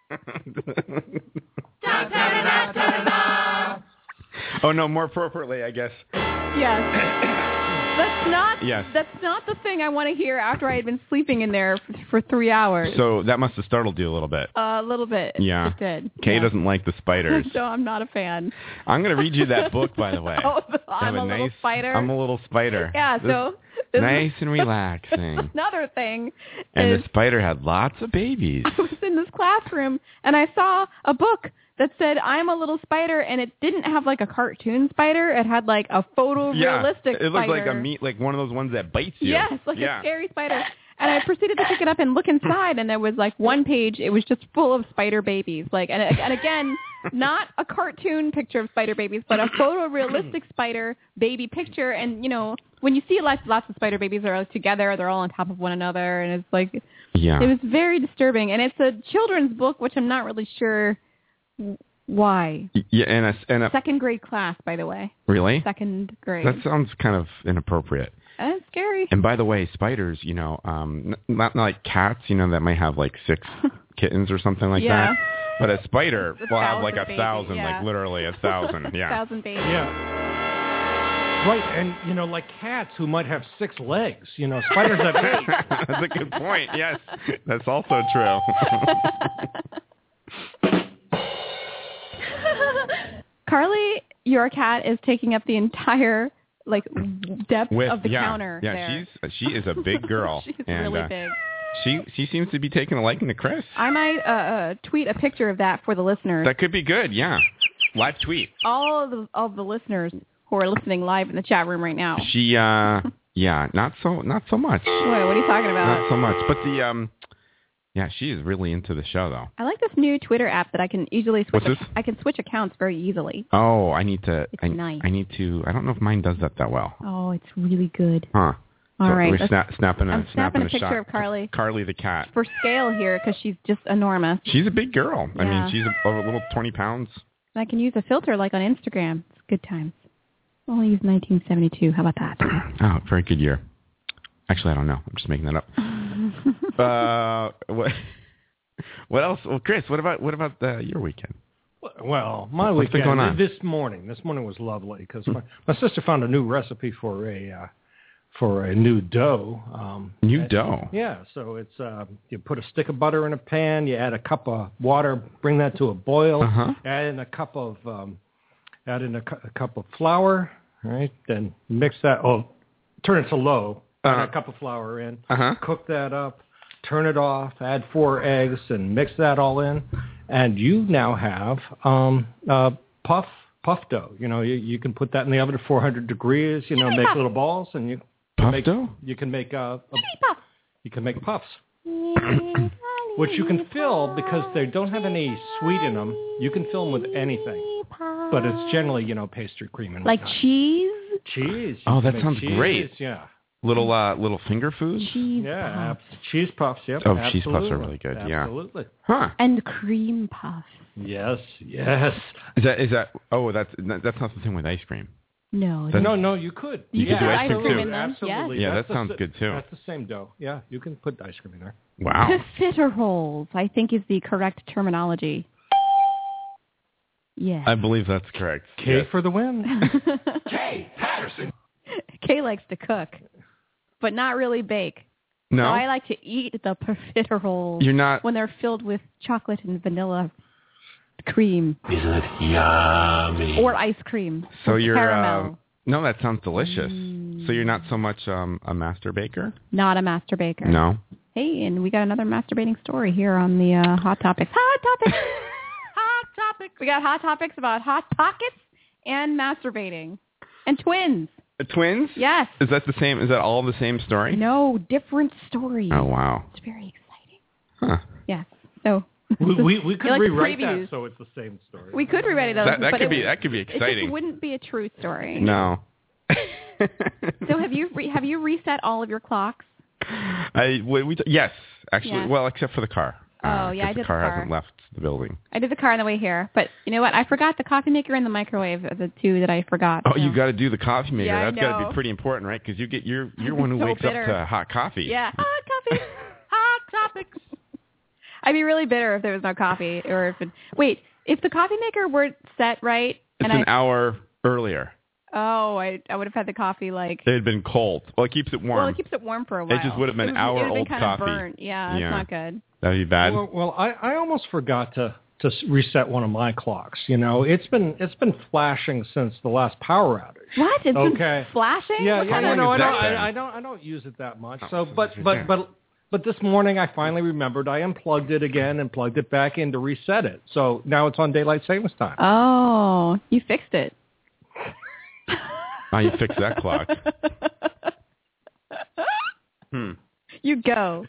[SPEAKER 3] there."
[SPEAKER 2] oh no, more appropriately, I guess.
[SPEAKER 3] Yes. That's not.
[SPEAKER 2] Yes.
[SPEAKER 3] That's not the thing I want to hear after I had been sleeping in there f- for three hours.
[SPEAKER 2] So that must have startled you a little bit.
[SPEAKER 3] a little bit.
[SPEAKER 2] Yeah.
[SPEAKER 3] Oh, It did.
[SPEAKER 2] Kay
[SPEAKER 3] Yeah.
[SPEAKER 2] doesn't like the
[SPEAKER 3] [laughs]
[SPEAKER 2] spiders.
[SPEAKER 3] so I'm not a fan.
[SPEAKER 2] I'm going to read you that book, by
[SPEAKER 3] [laughs]
[SPEAKER 2] the way.
[SPEAKER 3] Oh,
[SPEAKER 2] I
[SPEAKER 3] I'm
[SPEAKER 2] have
[SPEAKER 3] a, little
[SPEAKER 2] nice,
[SPEAKER 3] fighter.
[SPEAKER 2] I'm a little spider.
[SPEAKER 3] yeah.
[SPEAKER 2] This-
[SPEAKER 3] So this is
[SPEAKER 2] nice
[SPEAKER 3] [laughs]
[SPEAKER 2] and relaxing.
[SPEAKER 3] Another thing
[SPEAKER 2] and
[SPEAKER 3] is
[SPEAKER 2] the spider had lots of babies.
[SPEAKER 3] [laughs] I was in this classroom and I saw a book that said I'm a little spider, and it didn't have like a cartoon spider. It had like a photorealistic
[SPEAKER 2] it looked
[SPEAKER 3] spider.
[SPEAKER 2] like a meat, like one of those ones that bites you.
[SPEAKER 3] Yes, like
[SPEAKER 2] yeah.
[SPEAKER 3] a scary spider. And I proceeded to pick it up and look inside, and there was like one page. It was just full of spider babies. Like, and, and again, not a cartoon picture of spider babies, but a photorealistic spider baby picture. And you know, when you see lots, lots of spider babies are like together, they're all on top of one another, and it's like
[SPEAKER 2] Yeah.
[SPEAKER 3] it was very disturbing. And it's a children's book, which I'm not really sure w- why.
[SPEAKER 2] yeah, and a, and a
[SPEAKER 3] Second grade class, by the way.
[SPEAKER 2] really.
[SPEAKER 3] Second grade.
[SPEAKER 2] That sounds kind of inappropriate.
[SPEAKER 3] That's scary.
[SPEAKER 2] And by the way, spiders, you know, um, n- not, not like cats, you know, that might have like six
[SPEAKER 3] [laughs]
[SPEAKER 2] kittens or something like
[SPEAKER 3] Yeah.
[SPEAKER 2] that. But a spider
[SPEAKER 3] A
[SPEAKER 2] will have like
[SPEAKER 3] thousand
[SPEAKER 2] a
[SPEAKER 3] babies,
[SPEAKER 2] thousand,
[SPEAKER 3] yeah.
[SPEAKER 2] like literally a thousand. Yeah.
[SPEAKER 3] Thousand babies. [laughs]
[SPEAKER 9] Yeah. Right, and you know, like cats who might have six legs, you know, spiders
[SPEAKER 3] [laughs]
[SPEAKER 9] have eight.
[SPEAKER 2] [laughs] That's a good point. Yes, that's also true.
[SPEAKER 3] Carly, your cat is taking up the entire like depth
[SPEAKER 2] With
[SPEAKER 3] of the
[SPEAKER 2] yeah,
[SPEAKER 3] counter.
[SPEAKER 2] yeah,
[SPEAKER 3] there.
[SPEAKER 2] she's she is a big girl,
[SPEAKER 3] [laughs] she's
[SPEAKER 2] and
[SPEAKER 3] really
[SPEAKER 2] uh,
[SPEAKER 3] big.
[SPEAKER 2] she she seems to be taking a liking to Chris.
[SPEAKER 3] I might uh, uh, tweet a picture of that for the listeners.
[SPEAKER 2] That could be good. Yeah, live tweet.
[SPEAKER 3] All of the, of the listeners who are listening live in the chat room right now. [laughs]
[SPEAKER 2] She uh, yeah, not so not so much,
[SPEAKER 3] Boy, what are you talking about?
[SPEAKER 2] not so much. But the um, yeah, she is really into the show though.
[SPEAKER 3] I like this new Twitter app that I can easily switch.
[SPEAKER 2] What's this?
[SPEAKER 3] I can switch accounts very easily.
[SPEAKER 2] Oh, I need to.
[SPEAKER 3] It's
[SPEAKER 2] I,
[SPEAKER 3] nice.
[SPEAKER 2] I need to. I don't know if mine does that that well.
[SPEAKER 3] Oh, it's really good.
[SPEAKER 2] Huh.
[SPEAKER 3] All
[SPEAKER 2] so
[SPEAKER 3] right,
[SPEAKER 2] We're
[SPEAKER 3] let's-
[SPEAKER 2] sna- snapping a,
[SPEAKER 3] I'm snapping
[SPEAKER 2] snapping
[SPEAKER 3] a picture
[SPEAKER 2] shot.
[SPEAKER 3] of Carly.
[SPEAKER 2] Carly the cat.
[SPEAKER 3] For scale here, because she's just [laughs] enormous.
[SPEAKER 2] She's a big girl. I
[SPEAKER 3] Yeah.
[SPEAKER 2] mean, she's a, a little 20 pounds.
[SPEAKER 3] And I can use a filter like on Instagram. It's good times. I'll use 1972. How about that?
[SPEAKER 2] Oh, very good year. Actually, I don't know. I'm just making
[SPEAKER 3] [laughs]
[SPEAKER 2] that up. uh, what? What else? Well, Chris, what about what about uh, your weekend?
[SPEAKER 9] Well, my
[SPEAKER 2] What's been
[SPEAKER 9] weekend
[SPEAKER 2] going on?
[SPEAKER 9] this morning. This morning was lovely because my, my sister found a new recipe for a uh, for a new dough. Um,
[SPEAKER 2] New
[SPEAKER 9] that-
[SPEAKER 2] dough.
[SPEAKER 9] Yeah, so it's uh, you put a stick of butter in a pan, you add a cup of water, bring that to a boil,
[SPEAKER 2] Uh-huh.
[SPEAKER 9] add in a cup of um, add in a, cu- a cup of flour, all right? Then mix that. Oh, turn it to low.
[SPEAKER 2] Uh-huh.
[SPEAKER 9] Add a cup of flour in.
[SPEAKER 2] Uh-huh.
[SPEAKER 9] Cook that up. Turn it off. Add four eggs and mix that all in, and you now have um, uh, puff puff dough. You know, you, you can put that in the oven at 400 degrees. You know, make little balls, and you
[SPEAKER 2] Puff
[SPEAKER 9] make,
[SPEAKER 2] dough?
[SPEAKER 9] You can make uh, a
[SPEAKER 3] puff.
[SPEAKER 9] you can make puffs, which you can fill because they don't have any sweet in them. You can fill them with anything, but it's generally you know pastry cream and
[SPEAKER 3] Like
[SPEAKER 9] whatnot.
[SPEAKER 3] cheese?
[SPEAKER 9] cheese. You
[SPEAKER 2] Oh, that
[SPEAKER 9] can make
[SPEAKER 2] sounds
[SPEAKER 9] cheese,
[SPEAKER 2] great.
[SPEAKER 9] Yeah,
[SPEAKER 2] Little uh, little finger foods.
[SPEAKER 5] Cheese
[SPEAKER 9] Yeah,
[SPEAKER 5] puffs
[SPEAKER 9] ab- cheese puffs. Yep.
[SPEAKER 2] Oh, cheese puffs are
[SPEAKER 9] absolutely.
[SPEAKER 2] really good, yeah.
[SPEAKER 9] Absolutely.
[SPEAKER 2] Huh?
[SPEAKER 5] and cream puffs.
[SPEAKER 9] Yes. Yes.
[SPEAKER 2] Is that is that? Oh, that's that's not the thing with ice cream.
[SPEAKER 5] No,
[SPEAKER 2] That's-
[SPEAKER 9] No, no, you could.
[SPEAKER 5] You
[SPEAKER 2] could do
[SPEAKER 9] yeah,
[SPEAKER 2] ice cream
[SPEAKER 9] absolutely,
[SPEAKER 2] too.
[SPEAKER 9] Absolutely.
[SPEAKER 2] Yeah,
[SPEAKER 9] That's
[SPEAKER 2] that
[SPEAKER 9] the
[SPEAKER 2] sounds
[SPEAKER 9] sa-
[SPEAKER 2] good too.
[SPEAKER 9] That's the same dough. Yeah, you can put ice cream in there. [laughs]
[SPEAKER 2] Wow.
[SPEAKER 5] Pifitter rolls, I think, is the correct
[SPEAKER 2] [laughs]
[SPEAKER 5] terminology. Yeah.
[SPEAKER 2] I believe that's correct.
[SPEAKER 9] K
[SPEAKER 2] Yes.
[SPEAKER 9] for the win. [laughs]
[SPEAKER 3] Kay likes to cook, but not really bake.
[SPEAKER 9] [laughs]
[SPEAKER 2] No,
[SPEAKER 3] So I like to eat the profiteroles
[SPEAKER 2] you're not.
[SPEAKER 3] when they're filled with chocolate and vanilla cream. Isn't it yummy? Or ice cream.
[SPEAKER 2] So
[SPEAKER 3] or
[SPEAKER 2] you're.
[SPEAKER 3] caramel.
[SPEAKER 2] um, no, that sounds delicious. So you're not so much um, a master baker.
[SPEAKER 3] not a master baker.
[SPEAKER 2] No.
[SPEAKER 3] Hey, and we got another masturbating story here on the uh, hot topics. Hot
[SPEAKER 2] [laughs]
[SPEAKER 3] topics. hot topics. We got hot topics about hot pockets and masturbating and twins.
[SPEAKER 2] Uh, twins?
[SPEAKER 3] Yes.
[SPEAKER 2] Is that the same? Is that all the same story?
[SPEAKER 3] No, different stories.
[SPEAKER 2] Oh wow.
[SPEAKER 3] It's very exciting.
[SPEAKER 2] Huh.
[SPEAKER 3] Yes. So
[SPEAKER 9] we, we, we
[SPEAKER 3] You
[SPEAKER 9] could
[SPEAKER 3] like
[SPEAKER 9] rewrite
[SPEAKER 3] previews.
[SPEAKER 9] that so it's the same story.
[SPEAKER 3] we could rewrite it.
[SPEAKER 2] That, that
[SPEAKER 3] but
[SPEAKER 2] could
[SPEAKER 3] it,
[SPEAKER 2] be that could be
[SPEAKER 3] It just
[SPEAKER 2] exciting.
[SPEAKER 3] wouldn't be a true story.
[SPEAKER 2] No.
[SPEAKER 3] So have you re- have you reset all of your
[SPEAKER 2] [laughs]
[SPEAKER 3] clocks?
[SPEAKER 2] I we, we yes actually
[SPEAKER 3] Yes.
[SPEAKER 2] well except for the car.
[SPEAKER 3] Oh,
[SPEAKER 2] Uh,
[SPEAKER 3] yeah,
[SPEAKER 2] 'cause
[SPEAKER 3] I did the
[SPEAKER 2] car
[SPEAKER 3] car.
[SPEAKER 2] hasn't left the building.
[SPEAKER 3] I did the car on the way here, but you know what? I forgot the coffee maker and the microwave are the two that I forgot.
[SPEAKER 2] Oh,
[SPEAKER 3] so-
[SPEAKER 2] you got to do the coffee maker.
[SPEAKER 3] Yeah, I
[SPEAKER 2] That's got to
[SPEAKER 3] know.
[SPEAKER 2] be pretty important, right? Because you
[SPEAKER 3] [laughs]
[SPEAKER 2] get you're you're one who
[SPEAKER 3] So
[SPEAKER 2] wakes
[SPEAKER 3] bitter.
[SPEAKER 2] up to hot coffee.
[SPEAKER 3] Yeah, hot coffee, hot topics. [laughs] I'd be really bitter if there was no coffee, or if it, wait, if the coffee maker were set right,
[SPEAKER 2] It's
[SPEAKER 3] and
[SPEAKER 2] an
[SPEAKER 3] I
[SPEAKER 2] hour earlier.
[SPEAKER 3] oh, I I would have had the coffee like
[SPEAKER 2] It had been cold. Well, it keeps it warm.
[SPEAKER 3] well, it keeps it warm for a while.
[SPEAKER 2] just would have been
[SPEAKER 3] It was- it
[SPEAKER 2] hour
[SPEAKER 3] would have been
[SPEAKER 2] old
[SPEAKER 3] kind of
[SPEAKER 2] coffee.
[SPEAKER 3] burnt. Yeah, that's
[SPEAKER 2] Yeah.
[SPEAKER 3] not good.
[SPEAKER 2] That'd be bad.
[SPEAKER 9] Well, well I, I almost forgot to to s- reset one of my clocks. You know, it's been it's been flashing since the last power outage.
[SPEAKER 3] What? It's been
[SPEAKER 9] Okay.
[SPEAKER 3] flashing.
[SPEAKER 9] Yeah,
[SPEAKER 3] What
[SPEAKER 9] yeah,
[SPEAKER 3] kind
[SPEAKER 9] you
[SPEAKER 3] of-
[SPEAKER 9] know, I
[SPEAKER 2] is
[SPEAKER 9] don't,
[SPEAKER 2] that then?
[SPEAKER 9] I, I don't, I don't use it that much.
[SPEAKER 2] Oh,
[SPEAKER 9] So,
[SPEAKER 2] so
[SPEAKER 9] but,
[SPEAKER 2] it's
[SPEAKER 9] but,
[SPEAKER 2] reset.
[SPEAKER 9] but, but this morning I finally remembered I unplugged it again and plugged it back in to reset it. So now it's on daylight savings time.
[SPEAKER 3] Oh, you fixed it.
[SPEAKER 2] Now you fix
[SPEAKER 3] [laughs]
[SPEAKER 2] that clock. Hmm.
[SPEAKER 3] You go.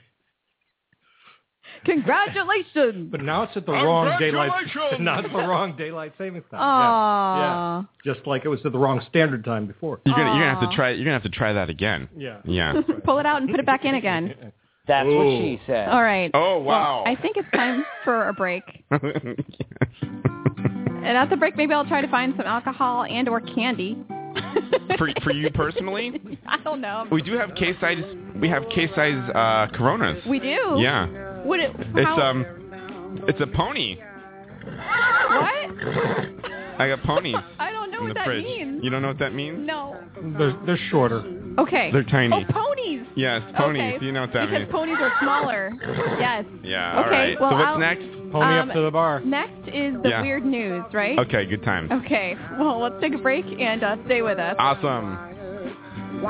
[SPEAKER 3] Congratulations.
[SPEAKER 9] but
[SPEAKER 3] [laughs]
[SPEAKER 9] now it's at the wrong daylight, [laughs] not the wrong daylight savings time.
[SPEAKER 3] Aw.
[SPEAKER 9] Yeah. Just like it was at the wrong standard time before.
[SPEAKER 2] You're gonna you're gonna have
[SPEAKER 3] Aw.
[SPEAKER 2] to try you're gonna have to try that again.
[SPEAKER 9] Yeah.
[SPEAKER 2] Yeah.
[SPEAKER 3] Pull it out and put it back in again.
[SPEAKER 10] That's what she said.
[SPEAKER 3] All right.
[SPEAKER 2] Oh
[SPEAKER 3] Well, I think it's time for a break.
[SPEAKER 2] Yes.
[SPEAKER 3] And at the break, maybe I'll try to find some alcohol and or candy.
[SPEAKER 2] [laughs] For for you personally,
[SPEAKER 3] [laughs] I don't know.
[SPEAKER 2] we do have case size we have case size uh, Coronas.
[SPEAKER 3] We do.
[SPEAKER 2] Yeah.
[SPEAKER 3] Would it?
[SPEAKER 2] It's
[SPEAKER 3] how-
[SPEAKER 2] um it's a pony.
[SPEAKER 3] What?
[SPEAKER 2] I got ponies
[SPEAKER 3] [laughs] I don't know
[SPEAKER 2] in
[SPEAKER 3] what
[SPEAKER 2] the
[SPEAKER 3] that
[SPEAKER 2] fridge.
[SPEAKER 3] means.
[SPEAKER 2] You don't know what that means?
[SPEAKER 3] No.
[SPEAKER 9] They're, they're shorter.
[SPEAKER 3] Okay.
[SPEAKER 2] They're tiny.
[SPEAKER 3] Oh, ponies.
[SPEAKER 2] Yes, ponies.
[SPEAKER 3] Okay.
[SPEAKER 2] You know what that
[SPEAKER 3] because
[SPEAKER 2] means.
[SPEAKER 3] ponies are
[SPEAKER 2] [laughs]
[SPEAKER 3] smaller. Yes.
[SPEAKER 2] yeah, all
[SPEAKER 3] Okay,
[SPEAKER 2] right.
[SPEAKER 3] well,
[SPEAKER 2] so what's
[SPEAKER 3] I'll-
[SPEAKER 2] next?
[SPEAKER 9] Pony
[SPEAKER 3] Um,
[SPEAKER 9] up to the bar.
[SPEAKER 3] Next is the
[SPEAKER 2] Yeah.
[SPEAKER 3] weird news, right?
[SPEAKER 2] Okay, good times.
[SPEAKER 3] Okay. Well, let's take a break and uh, stay with us.
[SPEAKER 2] Awesome.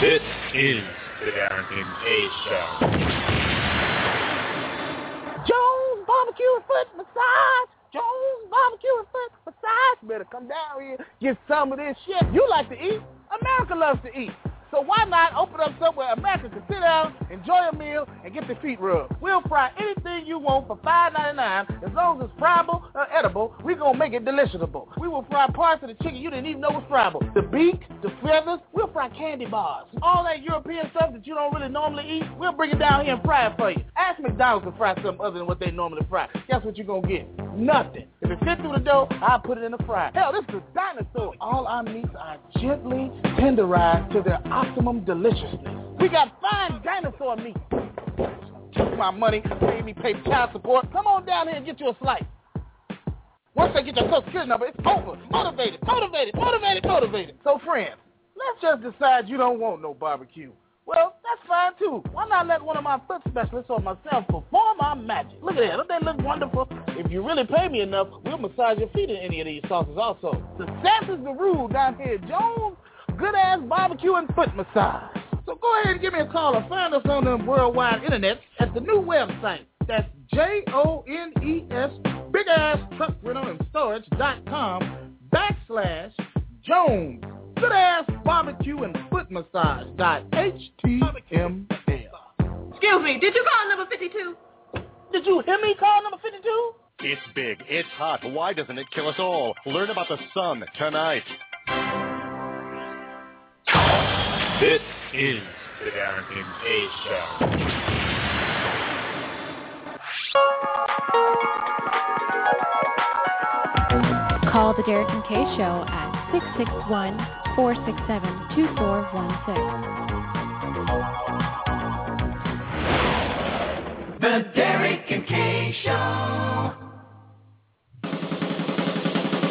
[SPEAKER 7] This is the Darrington K Show.
[SPEAKER 4] Jones Barbecue and Foot Massage. Jones Barbecue and Foot Massage. Better come down here, get some of this shit. You like to eat. America loves to eat. So why not open up somewhere America can sit down, enjoy a meal, and get their feet rubbed? We'll fry anything you want for $5.99. As long as it's friable or edible, we're going to make it deliciousable. We will fry parts of the chicken you didn't even know was friable. The beak, the feathers, we'll fry candy bars. All that European stuff that you don't really normally eat, we'll bring it down here and fry it for you. Ask McDonald's to fry something other than what they normally fry. Guess what you're going to get? Nothing. If it fits through the dough, I'll put it in the fryer. Hell, this is dinosaur. All our meats are gently tenderized to their optimum deliciousness. We got fine dinosaur meat. Took my money, made me pay child support. Come on down here and get you a slice. Once they get your social security number, it's over. Motivated, motivated, motivated, motivated. So friends, let's just decide you don't want no barbecue. Well, that's fine too. Why not let one of my foot specialists or myself perform our magic? Look at that. Don't they look wonderful? If you really pay me enough, we'll massage your feet in any of these sauces also. Success is the rule down here, at Jones. Good ass barbecue and foot massage. So go ahead and give me a call or find us on the worldwide internet at the E new website. That's J-O-N-E-S, big ass truck rental and storage
[SPEAKER 11] DoorDash.com backslash Jones. Good ass barbecue and foot massage dot HTML.
[SPEAKER 12] Excuse me, did you call number 52?
[SPEAKER 11] Did you hear me call number 52?
[SPEAKER 13] It's big, it's hot. Why doesn't it kill us all? Learn about the sun tonight.
[SPEAKER 7] This is the Darren Kim K Show.
[SPEAKER 5] Call the Derek and K Show at 661 467 2416.
[SPEAKER 14] The Derek and Kay Show.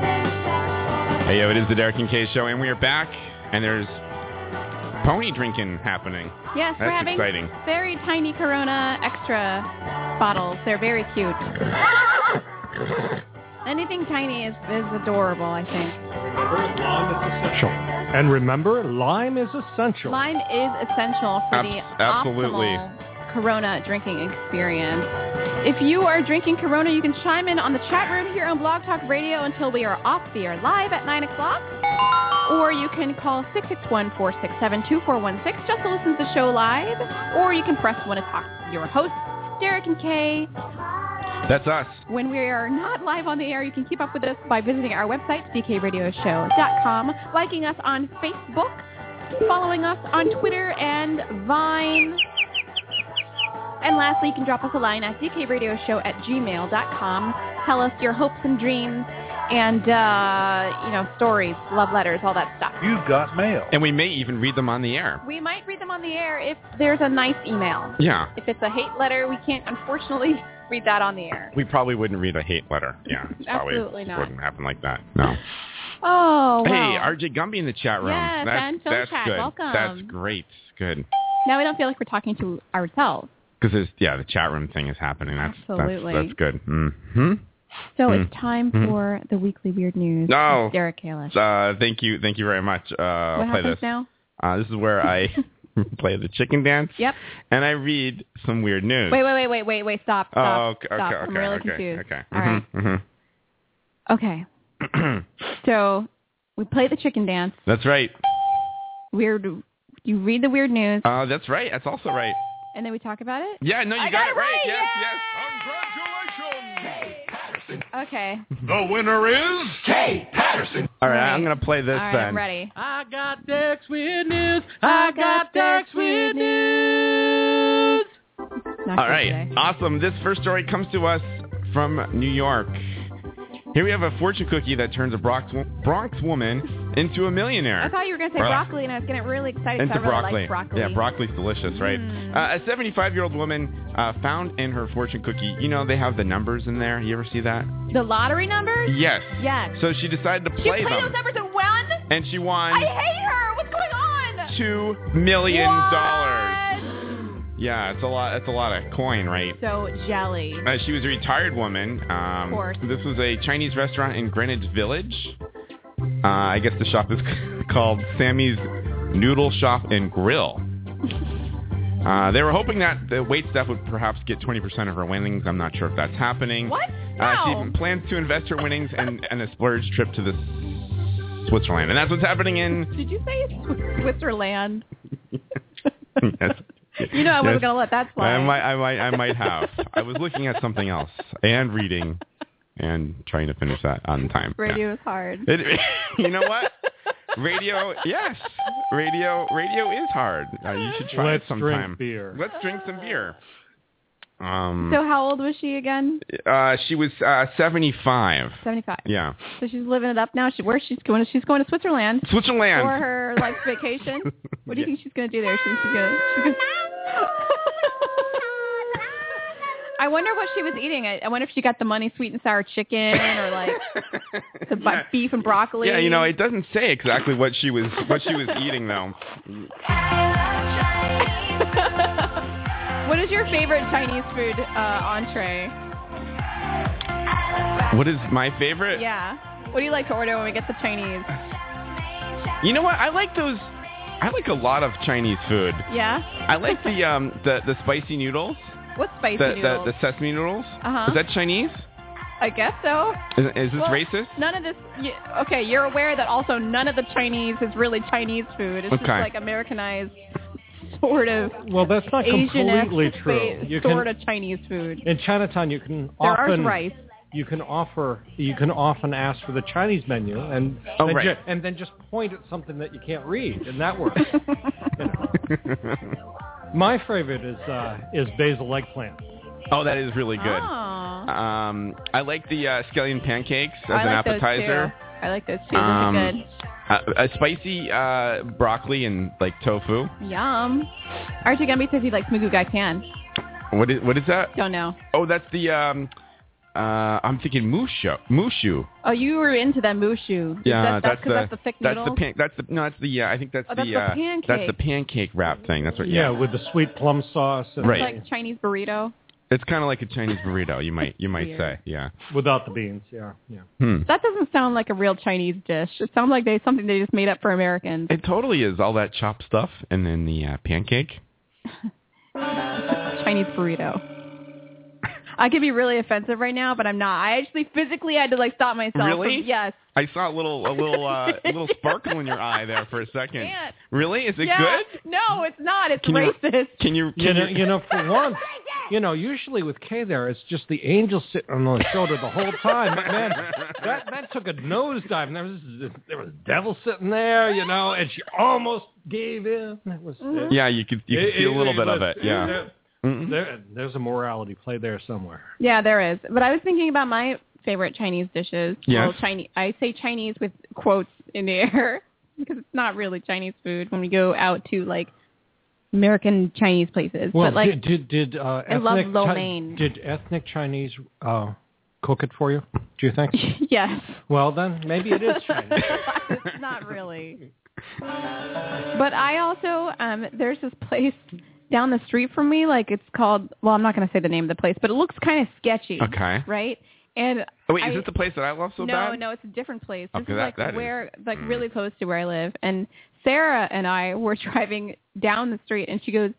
[SPEAKER 2] Hey, yo, it is The Derek and Kay Show, and we are back, and there's pony drinking happening.
[SPEAKER 3] Yes,
[SPEAKER 2] That's
[SPEAKER 3] we're having
[SPEAKER 2] exciting.
[SPEAKER 3] very tiny Corona extra bottles. They're very cute. Anything tiny is, is adorable, I think.
[SPEAKER 9] And remember, lime is essential.
[SPEAKER 3] Lime is essential for the
[SPEAKER 9] absolutely.
[SPEAKER 3] optimal Corona drinking experience. If you are drinking Corona, you can chime in on the chat room here on Blog Talk Radio until we are off the air live at 9 o'clock. Or you can call 661-467-2416 just to listen to the show live. Or you can press 1 to talk to your hosts, Derek and Kay.
[SPEAKER 2] That's us.
[SPEAKER 3] When we are not live on the air, you can keep up with us by visiting our website, ckradioshow.com, liking us on Facebook, following us on Twitter and Vine. And lastly, you can drop us a line at dkradioshow at gmail.com. Tell us your hopes and dreams and, uh, you know, stories, love letters, all that stuff.
[SPEAKER 2] You've got mail. And we may even read them on the air.
[SPEAKER 3] We might read them on the air if there's a nice email.
[SPEAKER 2] Yeah.
[SPEAKER 3] If it's a hate letter, we can't, unfortunately, [laughs] read that on the air.
[SPEAKER 2] We probably wouldn't read a hate letter. Yeah. it's probably
[SPEAKER 3] Absolutely not.
[SPEAKER 2] Wouldn't happen like that. No.
[SPEAKER 3] Oh,
[SPEAKER 2] hey,
[SPEAKER 3] wow.
[SPEAKER 2] RJ Gumby in the chat room.
[SPEAKER 3] Yes,
[SPEAKER 2] that's
[SPEAKER 3] and Phil
[SPEAKER 2] that's
[SPEAKER 3] Chat,
[SPEAKER 2] good.
[SPEAKER 3] welcome.
[SPEAKER 2] That's great. Good.
[SPEAKER 3] Now we don't feel like we're talking to ourselves.
[SPEAKER 2] Because yeah, the chat room thing is happening. That's
[SPEAKER 3] Absolutely.
[SPEAKER 2] That's, that's good. Mm-hmm.
[SPEAKER 3] So
[SPEAKER 2] Hmm.
[SPEAKER 3] it's time
[SPEAKER 2] Hmm.
[SPEAKER 3] for the weekly weird news.
[SPEAKER 2] No.
[SPEAKER 3] with Derek Kalish.
[SPEAKER 2] Uh, thank you, thank you very much. Uh, I'll
[SPEAKER 3] what
[SPEAKER 2] play
[SPEAKER 3] happens
[SPEAKER 2] this.
[SPEAKER 3] now?
[SPEAKER 2] Uh, this is where
[SPEAKER 3] [laughs]
[SPEAKER 2] I [laughs] play the chicken dance.
[SPEAKER 3] Yep.
[SPEAKER 2] And I read some weird news.
[SPEAKER 3] Wait, wait, wait, wait, wait, wait. Stop.
[SPEAKER 2] Hmm. Oh,
[SPEAKER 3] Stop.
[SPEAKER 2] okay,
[SPEAKER 3] stop.
[SPEAKER 2] okay,
[SPEAKER 3] I'm really
[SPEAKER 2] okay,
[SPEAKER 3] confused.
[SPEAKER 2] okay. Mm-hmm.
[SPEAKER 3] All right.
[SPEAKER 2] Mhm,
[SPEAKER 3] Okay.
[SPEAKER 2] mhm.
[SPEAKER 3] So we play the chicken dance.
[SPEAKER 2] [clears throat] that's right.
[SPEAKER 3] Weird. You read the weird news,
[SPEAKER 2] Uh, that's right. That's also right.
[SPEAKER 3] and then we talk about it.
[SPEAKER 2] Yeah, no, you
[SPEAKER 3] I
[SPEAKER 2] got,
[SPEAKER 3] got it right,
[SPEAKER 2] Yes,
[SPEAKER 3] yay!
[SPEAKER 2] yes.
[SPEAKER 3] Okay.
[SPEAKER 2] The winner is Jay Patterson. All right, I'm gonna play this
[SPEAKER 3] All right,
[SPEAKER 2] then.
[SPEAKER 3] I'm ready.
[SPEAKER 15] I got Dex with news. I got Dex with news.
[SPEAKER 2] All right. Awesome. This first story comes to us from New York. Here we have a fortune cookie that turns a Bronx, Bronx woman into a millionaire.
[SPEAKER 3] I thought you were gonna say
[SPEAKER 2] Bro-
[SPEAKER 3] broccoli, and I was getting really excited
[SPEAKER 2] Into
[SPEAKER 3] because I really
[SPEAKER 2] broccoli.
[SPEAKER 3] like broccoli. Hmm.
[SPEAKER 2] Yeah, broccoli's delicious, right? Uh, a 75-year-old woman uh, found in her fortune cookie, you know, they have the numbers in there. You ever see that?
[SPEAKER 3] The lottery numbers.
[SPEAKER 2] Yes.
[SPEAKER 3] Yes.
[SPEAKER 2] So she decided to
[SPEAKER 3] She
[SPEAKER 2] play
[SPEAKER 3] played
[SPEAKER 2] them.
[SPEAKER 3] those numbers and won.
[SPEAKER 2] And she won
[SPEAKER 3] I hate her. What's going on?
[SPEAKER 2] two million
[SPEAKER 3] What?
[SPEAKER 2] dollars. Yeah, it's a lot. That's a lot of coin, right?
[SPEAKER 3] So jelly.
[SPEAKER 2] Uh, she was a retired woman. Um,
[SPEAKER 3] Of course.
[SPEAKER 2] This was a Chinese restaurant in Greenwich Village. Uh, I guess the shop is [laughs] called Sammy's Noodle Shop
[SPEAKER 3] [laughs]
[SPEAKER 2] and Grill. Uh, they were hoping that the wait staff would perhaps get 20% of her winnings. I'm not sure if that's happening.
[SPEAKER 3] What?
[SPEAKER 2] Uh, she
[SPEAKER 3] No.
[SPEAKER 2] even plans to invest her winnings in, in a [laughs] splurge trip to the Switzerland. And that's what's happening in...
[SPEAKER 3] Did you say
[SPEAKER 2] Mm.
[SPEAKER 3] Swi- Switzerland?
[SPEAKER 2] [laughs] Yes.
[SPEAKER 3] You know I wasn't
[SPEAKER 2] Yes.
[SPEAKER 3] gonna let that slide.
[SPEAKER 2] I might, I might, I might have. I was looking at something else and reading and trying to finish that on time. Yeah.
[SPEAKER 3] Radio is hard.
[SPEAKER 2] It, [laughs] you know what? radio, yes, radio, radio is hard. Uh, you should try
[SPEAKER 9] Let's
[SPEAKER 2] it
[SPEAKER 9] drink
[SPEAKER 2] sometime.
[SPEAKER 9] beer.
[SPEAKER 2] Let's drink some beer. Um,
[SPEAKER 3] So how old was she again?
[SPEAKER 2] uh, she was uh, seventy-five.
[SPEAKER 3] Seventy-five.
[SPEAKER 2] Yeah,
[SPEAKER 3] So she's living it up now. She where she's going? She's going to Switzerland.
[SPEAKER 2] Switzerland.
[SPEAKER 3] for her
[SPEAKER 2] [laughs]
[SPEAKER 3] like vacation. What do you
[SPEAKER 2] Yeah.
[SPEAKER 3] think she's going to do there? She's, she's going. She's gonna... [laughs] I wonder what she was eating. I, I wonder if she got the money sweet and sour chicken or like
[SPEAKER 2] [laughs]
[SPEAKER 3] the bu- beef and broccoli.
[SPEAKER 2] Yeah, you know, it doesn't say exactly what she was what she was eating though.
[SPEAKER 3] What is your favorite Chinese food uh, entree?
[SPEAKER 2] What is my favorite?
[SPEAKER 3] Yeah. What do you like to order when we get the Chinese?
[SPEAKER 2] You know what? I like those. I like a lot of Chinese food.
[SPEAKER 3] Yeah.
[SPEAKER 2] I like the um the the spicy noodles.
[SPEAKER 3] [laughs] What's spicy
[SPEAKER 2] the,
[SPEAKER 3] noodles?
[SPEAKER 2] The, the sesame noodles.
[SPEAKER 3] Uh-huh.
[SPEAKER 2] Is that Chinese?
[SPEAKER 3] I guess so.
[SPEAKER 2] Is, is this
[SPEAKER 3] Well,
[SPEAKER 2] racist?
[SPEAKER 3] None of this. You, okay, you're aware that also none of the Chinese is really Chinese food. It's just
[SPEAKER 9] Okay.
[SPEAKER 3] like Americanized sort of
[SPEAKER 9] Well, that's not
[SPEAKER 3] Asian-esque
[SPEAKER 9] completely
[SPEAKER 3] fa-
[SPEAKER 9] true. You
[SPEAKER 3] sort
[SPEAKER 9] can
[SPEAKER 3] of Chinese food.
[SPEAKER 9] in Chinatown you can
[SPEAKER 3] There are
[SPEAKER 9] often
[SPEAKER 3] rice.
[SPEAKER 9] you can offer you can often ask for the Chinese menu and
[SPEAKER 2] Oh,
[SPEAKER 9] and,
[SPEAKER 2] right.
[SPEAKER 9] ju- and then just point at something
[SPEAKER 2] [laughs]
[SPEAKER 9] that you can't read and that
[SPEAKER 3] [laughs]
[SPEAKER 9] works. You know. My favorite is uh, is basil eggplant.
[SPEAKER 2] Oh, that is really good.
[SPEAKER 3] Aw.
[SPEAKER 2] Um, I like the uh, scallion pancakes
[SPEAKER 3] Ah.
[SPEAKER 2] as
[SPEAKER 3] Oh. I
[SPEAKER 2] an
[SPEAKER 3] like
[SPEAKER 2] appetizer.
[SPEAKER 3] Those too. I like those too. Those
[SPEAKER 2] Um,
[SPEAKER 3] are good.
[SPEAKER 2] A, a spicy uh, broccoli and like tofu.
[SPEAKER 3] Yum. Archie Gumby says he likes Mugu Gai Pan.
[SPEAKER 2] What is what is that?
[SPEAKER 3] Don't know.
[SPEAKER 2] Oh, that's the um. Uh, I'm thinking mushu. Mushu.
[SPEAKER 3] Oh, you were into that mushu.
[SPEAKER 2] Yeah,
[SPEAKER 3] That- that's 'cause
[SPEAKER 2] the
[SPEAKER 3] that's the thick
[SPEAKER 2] that's
[SPEAKER 3] noodles?
[SPEAKER 2] the pan, that's the no that's the yeah I think that's
[SPEAKER 3] Oh,
[SPEAKER 2] the
[SPEAKER 3] that's the
[SPEAKER 2] uh, that's the
[SPEAKER 3] pancake.
[SPEAKER 2] pancake wrap thing. That's what
[SPEAKER 9] Yeah, with the sweet plum sauce. And
[SPEAKER 2] Right.
[SPEAKER 3] Like Chinese burrito.
[SPEAKER 2] It's kind of like a Chinese burrito. You might you might
[SPEAKER 3] Weird.
[SPEAKER 2] say yeah.
[SPEAKER 9] Without the beans, yeah, yeah.
[SPEAKER 2] Hmm.
[SPEAKER 3] That doesn't sound like a real Chinese dish. It sounds like they something they just made up for Americans.
[SPEAKER 2] It totally is all that chopped stuff and then the uh, pancake.
[SPEAKER 3] Chinese burrito. I could be really offensive right now, but I'm not. I actually physically had to like stop myself.
[SPEAKER 2] Really?
[SPEAKER 3] From, yes.
[SPEAKER 2] I saw a little a
[SPEAKER 3] [laughs]
[SPEAKER 2] little uh, a little sparkle in your eye there for a second.
[SPEAKER 3] Can't.
[SPEAKER 2] Really? Is it
[SPEAKER 3] yeah.
[SPEAKER 2] good?
[SPEAKER 3] No, it's not. It's
[SPEAKER 2] Can you-
[SPEAKER 3] racist.
[SPEAKER 2] Can you
[SPEAKER 9] You
[SPEAKER 2] can
[SPEAKER 9] know, you know,
[SPEAKER 3] [laughs]
[SPEAKER 9] for once, you know, usually with Kay there, it's just the angel sitting on the shoulder the whole
[SPEAKER 3] [laughs]
[SPEAKER 9] time. But man, that that took a nosedive. And there was there was a devil sitting there, you know, and she almost gave in. That was
[SPEAKER 3] Mm-hmm.
[SPEAKER 9] it.
[SPEAKER 2] Yeah, you could you could
[SPEAKER 9] It-
[SPEAKER 2] feel a little bit of
[SPEAKER 9] was-
[SPEAKER 2] it. Yeah. Mm-hmm.
[SPEAKER 9] there- there- there's a morality play there somewhere.
[SPEAKER 3] Yeah, there is. But I was thinking about my favorite Chinese dishes.
[SPEAKER 9] Yes.
[SPEAKER 3] Well, Chinese. I say Chinese with quotes in the air [laughs] because it's not really Chinese food when we go out to like [laughs] American Chinese places.
[SPEAKER 9] Well,
[SPEAKER 3] but like
[SPEAKER 9] did did, did uh,
[SPEAKER 3] I love
[SPEAKER 9] ethnic
[SPEAKER 3] lo
[SPEAKER 9] Chi-
[SPEAKER 3] mein.
[SPEAKER 9] did ethnic Chinese uh, cook it for you? Do you think?
[SPEAKER 3] [laughs] yes.
[SPEAKER 9] well, then maybe it is Chinese.
[SPEAKER 3] [laughs] it's not really. But I also um there's this place down the street from me, like it's called well, I'm not gonna say the name of the place, but it looks kinda sketchy.
[SPEAKER 2] Okay.
[SPEAKER 3] Right? And
[SPEAKER 2] Oh, wait,
[SPEAKER 3] I-
[SPEAKER 2] is this the place that I love so
[SPEAKER 3] no,
[SPEAKER 2] bad?
[SPEAKER 3] no, it's a different place. This
[SPEAKER 2] Okay,
[SPEAKER 3] is
[SPEAKER 2] that-
[SPEAKER 3] like
[SPEAKER 2] that is- Mm.
[SPEAKER 3] where, like really close to where I live. And Sarah and I were [laughs] driving down the street, and she goes,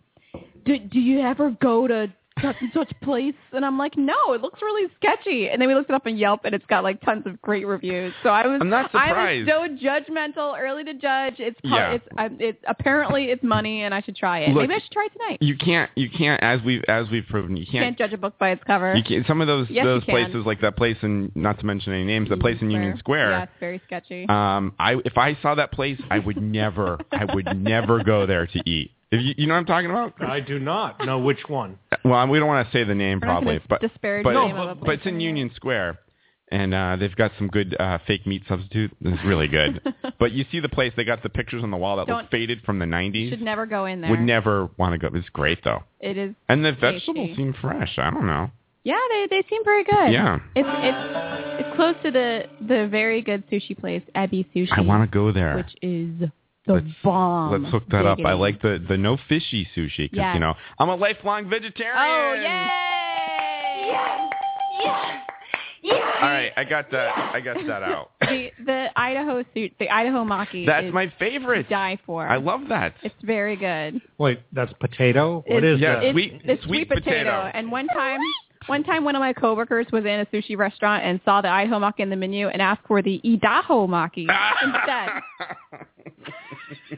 [SPEAKER 3] "Do, do you ever go to such and such place?" And I'm like, "No, it looks really sketchy." And then we looked it up on Yelp, and it's got like tons of great reviews. So I was,
[SPEAKER 2] I'm not surprised.
[SPEAKER 3] I was so judgmental, early to judge. It's, pro-
[SPEAKER 2] Yeah.
[SPEAKER 3] it's, I, it's apparently it's money, and I should try it.
[SPEAKER 2] Look,
[SPEAKER 3] Maybe I should try it tonight.
[SPEAKER 2] You can't you can't as we've as we've proven you
[SPEAKER 3] can't
[SPEAKER 2] can't
[SPEAKER 3] judge a book by its cover.
[SPEAKER 2] you can't, some of those
[SPEAKER 3] Yes, you
[SPEAKER 2] those
[SPEAKER 3] can.
[SPEAKER 2] places like that place in not to mention any names that place in Union
[SPEAKER 3] Yeah,
[SPEAKER 2] Square.
[SPEAKER 3] it's very sketchy.
[SPEAKER 2] Um, I if I saw that place, I would never I would never go there to eat. If you you know what I'm talking about?
[SPEAKER 9] I do not know which one.
[SPEAKER 2] Well, we don't want to say the name
[SPEAKER 9] We're not
[SPEAKER 2] probably,
[SPEAKER 9] gonna
[SPEAKER 2] but
[SPEAKER 9] disparage
[SPEAKER 2] but,
[SPEAKER 9] the name of a
[SPEAKER 2] but it's in Union Square, and uh, they've got some good uh, fake meat substitute. It's
[SPEAKER 9] [laughs]
[SPEAKER 2] really good. but you see the place; they got the pictures on the wall that look
[SPEAKER 3] Don't-
[SPEAKER 2] faded from the '90s.
[SPEAKER 3] should never go in there.
[SPEAKER 2] Would never want to go. It's great though,
[SPEAKER 3] It is.
[SPEAKER 2] and the
[SPEAKER 3] tasty.
[SPEAKER 2] vegetables seem fresh. I don't know.
[SPEAKER 3] Yeah, they they seem pretty good.
[SPEAKER 2] Yeah.
[SPEAKER 3] It's it's it's close to the the very good sushi place, Abby Sushi.
[SPEAKER 2] I want to go there.
[SPEAKER 3] Which is the bomb.
[SPEAKER 2] Let's hook that up.
[SPEAKER 3] Diggity.
[SPEAKER 2] I like the the no fishy sushi because
[SPEAKER 3] Yes.
[SPEAKER 2] you know I'm a lifelong vegetarian.
[SPEAKER 3] Oh yay!
[SPEAKER 2] All right, I got that. I got that out.
[SPEAKER 3] the the Idaho suit, the Idaho maki.
[SPEAKER 2] That's
[SPEAKER 3] is
[SPEAKER 2] my favorite.
[SPEAKER 3] to die for.
[SPEAKER 2] I love that.
[SPEAKER 3] It's very good.
[SPEAKER 9] Wait, that's potato. What
[SPEAKER 3] It's-
[SPEAKER 9] is
[SPEAKER 2] Yeah,
[SPEAKER 9] that?
[SPEAKER 3] It's,
[SPEAKER 2] sweet-
[SPEAKER 3] it's
[SPEAKER 2] sweet potato.
[SPEAKER 3] And one time. One time, one of my coworkers was in a sushi restaurant and saw the Idaho maki in the menu and asked for the Idaho maki
[SPEAKER 2] Ah!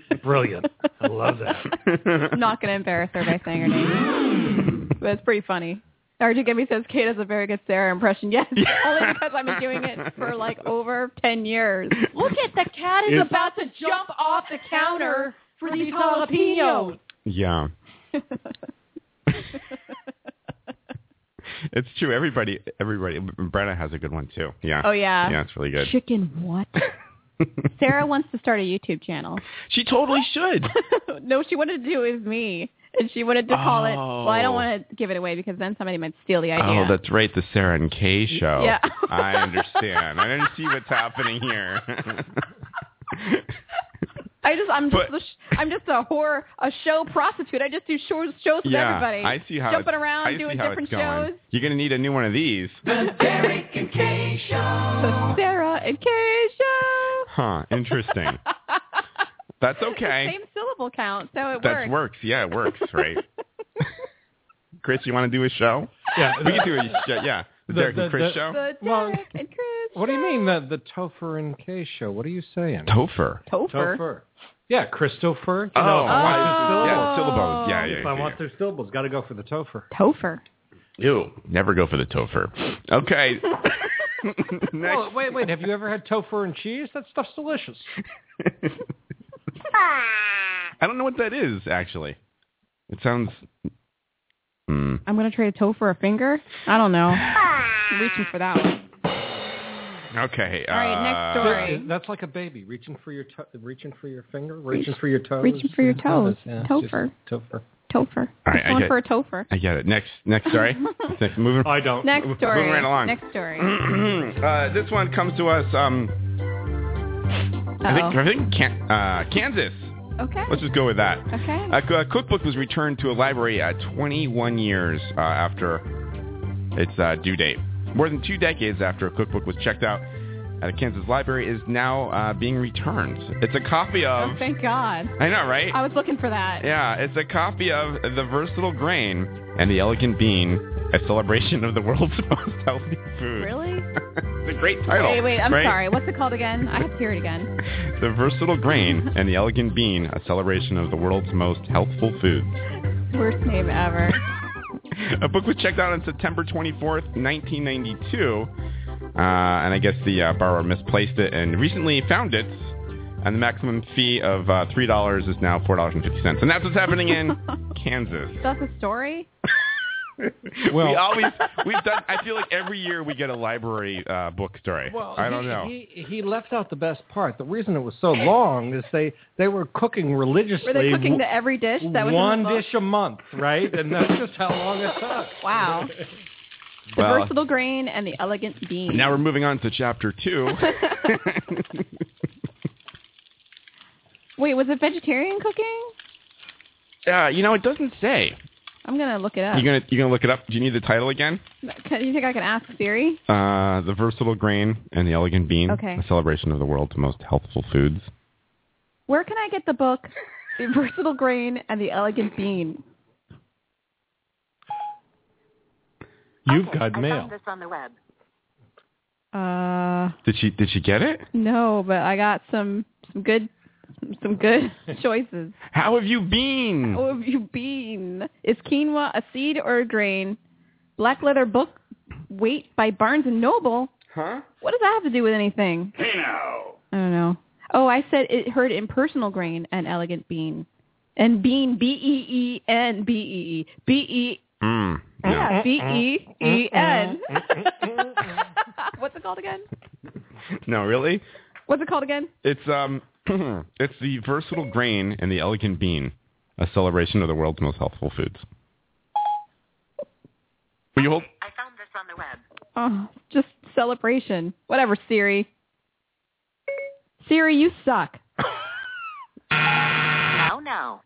[SPEAKER 3] instead.
[SPEAKER 9] [laughs] Brilliant. I love that.
[SPEAKER 3] I'm [laughs] not going to embarrass her by saying her name. But it's pretty funny. RJ Gibby says Kate has a very good Sarah impression. [laughs] Yes, only because I've been doing it
[SPEAKER 8] [laughs]
[SPEAKER 3] for like over 10 years. Look at the cat
[SPEAKER 9] is It's-
[SPEAKER 3] about to jump off the counter for these jalapenos.
[SPEAKER 2] Yeah. It's true. Everybody, everybody. Brenna has a good one too. Yeah.
[SPEAKER 3] Oh, yeah.
[SPEAKER 2] Yeah, it's really good.
[SPEAKER 3] [laughs] Chicken what? Sarah wants to start a YouTube channel. [laughs]
[SPEAKER 2] She totally should.
[SPEAKER 3] no, she wanted to do it with me. and she wanted to call it.
[SPEAKER 2] Oh.
[SPEAKER 3] Well, I don't want to give it away because then somebody might steal the idea.
[SPEAKER 2] Oh, that's right, the Sarah and Kay show.
[SPEAKER 3] Yeah.
[SPEAKER 2] [laughs] I understand. I didn't see what's happening here.
[SPEAKER 3] I just I'm just
[SPEAKER 2] But-
[SPEAKER 3] a sh- I'm just a whore, a show prostitute. I just do shows shows with
[SPEAKER 2] yeah,
[SPEAKER 3] everybody.
[SPEAKER 2] I see how
[SPEAKER 3] jumping
[SPEAKER 2] it's,
[SPEAKER 3] around
[SPEAKER 2] I see
[SPEAKER 3] doing
[SPEAKER 2] how
[SPEAKER 3] different
[SPEAKER 2] it's going.
[SPEAKER 3] shows.
[SPEAKER 2] You're gonna need a new one of these,
[SPEAKER 14] The Derek and Kay
[SPEAKER 3] The
[SPEAKER 14] Show.
[SPEAKER 3] Sarah and Kay show.
[SPEAKER 2] huh?
[SPEAKER 3] [laughs]
[SPEAKER 2] Interesting. That's okay.
[SPEAKER 3] Same syllable count, so it works.
[SPEAKER 2] That works. Yeah, it works.
[SPEAKER 3] [laughs]
[SPEAKER 2] Right. Chris, you want to do a show?
[SPEAKER 9] Yeah.
[SPEAKER 2] we can do a show. Yeah, the, Derek and Chris show.
[SPEAKER 3] The
[SPEAKER 9] Well,
[SPEAKER 3] Derek and Chris.
[SPEAKER 9] What do you mean the the Topher and Kay show? What are you saying?
[SPEAKER 2] Topher.
[SPEAKER 3] Topher.
[SPEAKER 9] Topher. Yeah, Christopher. You
[SPEAKER 2] Oh,
[SPEAKER 9] know, if I want
[SPEAKER 2] I-
[SPEAKER 9] their syllables.
[SPEAKER 2] yeah, syllables. Yeah, yeah,
[SPEAKER 9] If I
[SPEAKER 2] yeah,
[SPEAKER 9] want their syllables, got to go for the Topher. [laughs]
[SPEAKER 3] Topher.
[SPEAKER 2] Ew. Never go for the Topher. Okay. Next.
[SPEAKER 9] Oh, wait, wait. Have you ever had Topher and cheese? That stuff's
[SPEAKER 2] [laughs]
[SPEAKER 9] delicious.
[SPEAKER 2] I don't know what that is actually. It sounds. Hmm.
[SPEAKER 3] I'm gonna trade a toe for a finger. I don't know. I'm reaching for that one.
[SPEAKER 2] Okay.
[SPEAKER 3] All right, next
[SPEAKER 2] uh,
[SPEAKER 3] story.
[SPEAKER 9] That- That's like a baby reaching for your to- reaching for your finger, reaching for your toes, Oh,
[SPEAKER 3] Reaching for your toes.
[SPEAKER 9] Yeah, it's just
[SPEAKER 3] Topher.
[SPEAKER 9] Topher.
[SPEAKER 3] Topher.
[SPEAKER 2] All right,
[SPEAKER 3] Just
[SPEAKER 2] I
[SPEAKER 3] going
[SPEAKER 2] get-
[SPEAKER 3] for a topher.
[SPEAKER 2] I get it. Next,
[SPEAKER 3] [laughs]
[SPEAKER 2] next story. next, moving.
[SPEAKER 9] I don't.
[SPEAKER 3] Next story.
[SPEAKER 2] Moving right along.
[SPEAKER 3] Next story.
[SPEAKER 2] [clears throat] uh, this one comes to us. Um, I think,
[SPEAKER 3] Uh-oh.
[SPEAKER 2] I think Can- uh, Kansas.
[SPEAKER 3] Okay.
[SPEAKER 2] Let's just go with that.
[SPEAKER 3] Okay.
[SPEAKER 2] A, co- a cookbook was returned to a library at 21 years uh, after its uh, due date. More than two decades after a cookbook was checked out at a Kansas library is now uh, being returned. It's a copy of.
[SPEAKER 3] Oh, thank God.
[SPEAKER 2] I know, right?
[SPEAKER 3] I was looking for that.
[SPEAKER 2] Yeah, it's a copy of The Versatile Grain and the Elegant Bean, a celebration of the world's [laughs] most healthy food.
[SPEAKER 3] Really?
[SPEAKER 2] It's a great title.
[SPEAKER 3] Wait, wait. I'm
[SPEAKER 2] right?
[SPEAKER 3] sorry. What's it called again? I have to hear it again.
[SPEAKER 2] The Versatile Grain and the Elegant Bean, a celebration of the world's most healthful foods.
[SPEAKER 3] Worst name ever.
[SPEAKER 2] [laughs] A book was checked out on September 24th, 1992, uh, and I guess the uh, borrower misplaced it and recently found it. And the maximum fee of uh, three dollars is now four dollars and fifty cents, and that's what's happening in Kansas.
[SPEAKER 3] That's a story.
[SPEAKER 2] we
[SPEAKER 9] Well- [laughs]
[SPEAKER 2] always [laughs] we've done. I feel like every year we get a library uh, book story. I don't
[SPEAKER 9] he,
[SPEAKER 2] know.
[SPEAKER 9] He, he left out the best part. The reason it was so long is they they were cooking religiously.
[SPEAKER 3] Were they cooking
[SPEAKER 9] w-
[SPEAKER 3] the every dish that was in the
[SPEAKER 9] one
[SPEAKER 3] book?
[SPEAKER 9] dish a month, right? And
[SPEAKER 3] [laughs]
[SPEAKER 9] that's just how long it took. [laughs]
[SPEAKER 3] Wow. The
[SPEAKER 2] Well-
[SPEAKER 3] versatile grain and the elegant bean.
[SPEAKER 2] now we're moving on to chapter two.
[SPEAKER 3] [laughs]
[SPEAKER 9] [laughs]
[SPEAKER 3] Wait, was it vegetarian cooking?
[SPEAKER 2] uh, you know, it doesn't say.
[SPEAKER 3] I'm gonna look it up.
[SPEAKER 2] You gonna you gonna look it up? Do you need the title again?
[SPEAKER 3] Can- Do you think I can ask Siri?
[SPEAKER 2] Uh, the versatile grain and the elegant bean.
[SPEAKER 3] Okay.
[SPEAKER 2] A celebration of the world's most healthful foods.
[SPEAKER 3] Where can I get the book, The Versatile Grain and the Elegant Bean?
[SPEAKER 9] You've got mail.
[SPEAKER 12] this on the web.
[SPEAKER 3] Uh,
[SPEAKER 2] Did she did she get it?
[SPEAKER 3] no, but I got some some good some
[SPEAKER 2] [laughs]
[SPEAKER 3] good choices.
[SPEAKER 2] How have you been?
[SPEAKER 3] What have you been? Is quinoa a seed or a grain? Black leather book, Weight by Barnes and Noble.
[SPEAKER 2] Huh?
[SPEAKER 3] What does that have to do with anything?
[SPEAKER 4] Hey now.
[SPEAKER 3] I don't know. Oh, I said it heard impersonal grain and elegant bean, and bean B E E N B E E B E
[SPEAKER 2] Mm.
[SPEAKER 3] Yeah,
[SPEAKER 2] No.
[SPEAKER 3] B E E N. [laughs] What's it called again?
[SPEAKER 2] [laughs] no, really?
[SPEAKER 3] What's it called again?
[SPEAKER 2] It's um [clears throat] it's the versatile grain and the elegant bean, a celebration of the world's most healthful foods. Will you hold
[SPEAKER 12] I found this on the web.
[SPEAKER 3] Oh, just celebration. Whatever, Siri. Siri, you suck.
[SPEAKER 12] Now, now.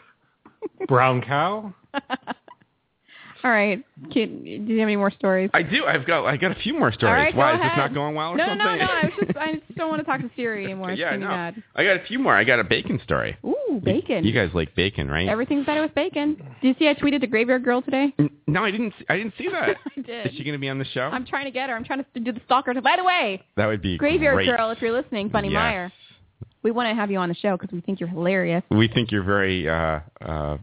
[SPEAKER 9] [laughs] Brown cow.
[SPEAKER 3] [laughs] All right. Can, do you have any more stories?
[SPEAKER 2] I do. I've got I got a few more stories.
[SPEAKER 3] All right,
[SPEAKER 2] Why
[SPEAKER 3] go
[SPEAKER 2] is this
[SPEAKER 3] ahead.
[SPEAKER 2] not going well or
[SPEAKER 3] no,
[SPEAKER 2] something?
[SPEAKER 3] No, no, no. I was just I just don't want to talk to Siri anymore. It's
[SPEAKER 2] yeah, I
[SPEAKER 3] making me
[SPEAKER 2] know.
[SPEAKER 3] mad.
[SPEAKER 2] [laughs] I got a few more. I got a bacon story.
[SPEAKER 3] Ooh, bacon.
[SPEAKER 2] You guys like bacon, right?
[SPEAKER 3] Everything's better with bacon. Do you see I tweeted the Graveyard Girl today?
[SPEAKER 2] N- no, I didn't. I didn't see
[SPEAKER 3] [laughs]
[SPEAKER 2] that.
[SPEAKER 3] I did.
[SPEAKER 2] Is she going to be on the show?
[SPEAKER 3] I'm trying to get her. I'm trying to do the stalker. By the way,
[SPEAKER 2] that would be
[SPEAKER 3] Graveyard
[SPEAKER 2] great.
[SPEAKER 3] Girl, if you're listening, Bunny
[SPEAKER 2] Yes.
[SPEAKER 3] Meyer, we want to have you on the show because we think you're hilarious.
[SPEAKER 2] We think you're very, uh, uh,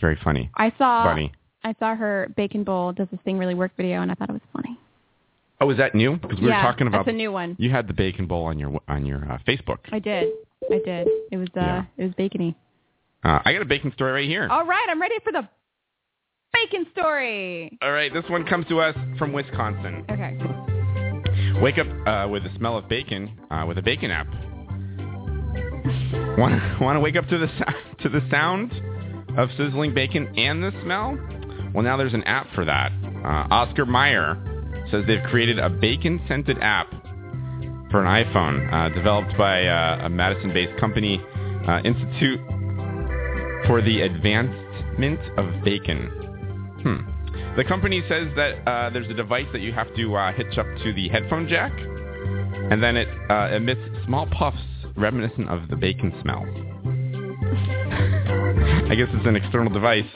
[SPEAKER 2] very funny.
[SPEAKER 3] I saw
[SPEAKER 2] funny.
[SPEAKER 3] I saw her bacon bowl does this thing really work video and I thought it was funny.
[SPEAKER 2] Oh, is that new? Because we
[SPEAKER 3] yeah,
[SPEAKER 2] were talking about
[SPEAKER 3] that's a new one.
[SPEAKER 2] you had the bacon bowl on your on your uh, Facebook.
[SPEAKER 3] I did. I did. It was uh
[SPEAKER 2] Yeah.
[SPEAKER 3] it was bacony.
[SPEAKER 2] Uh, I got a bacon story right here.
[SPEAKER 3] All right, I'm ready for the bacon story.
[SPEAKER 2] All right, this one comes to us from Wisconsin.
[SPEAKER 3] Okay.
[SPEAKER 2] Wake up uh, with the smell of bacon uh, with a bacon app. Want to wake up to the sou- to the sound of sizzling bacon and the smell? Well, now there's an app for that. Uh, Oscar Meyer says they've created a bacon-scented app for an iPhone uh, developed by uh, a Madison-based company, uh, Institute for the Advancement of Bacon. Hmm. The company says that uh, there's a device that you have to uh, hitch up to the headphone jack, and then it uh, emits small puffs reminiscent of the bacon smell. I guess it's an external device.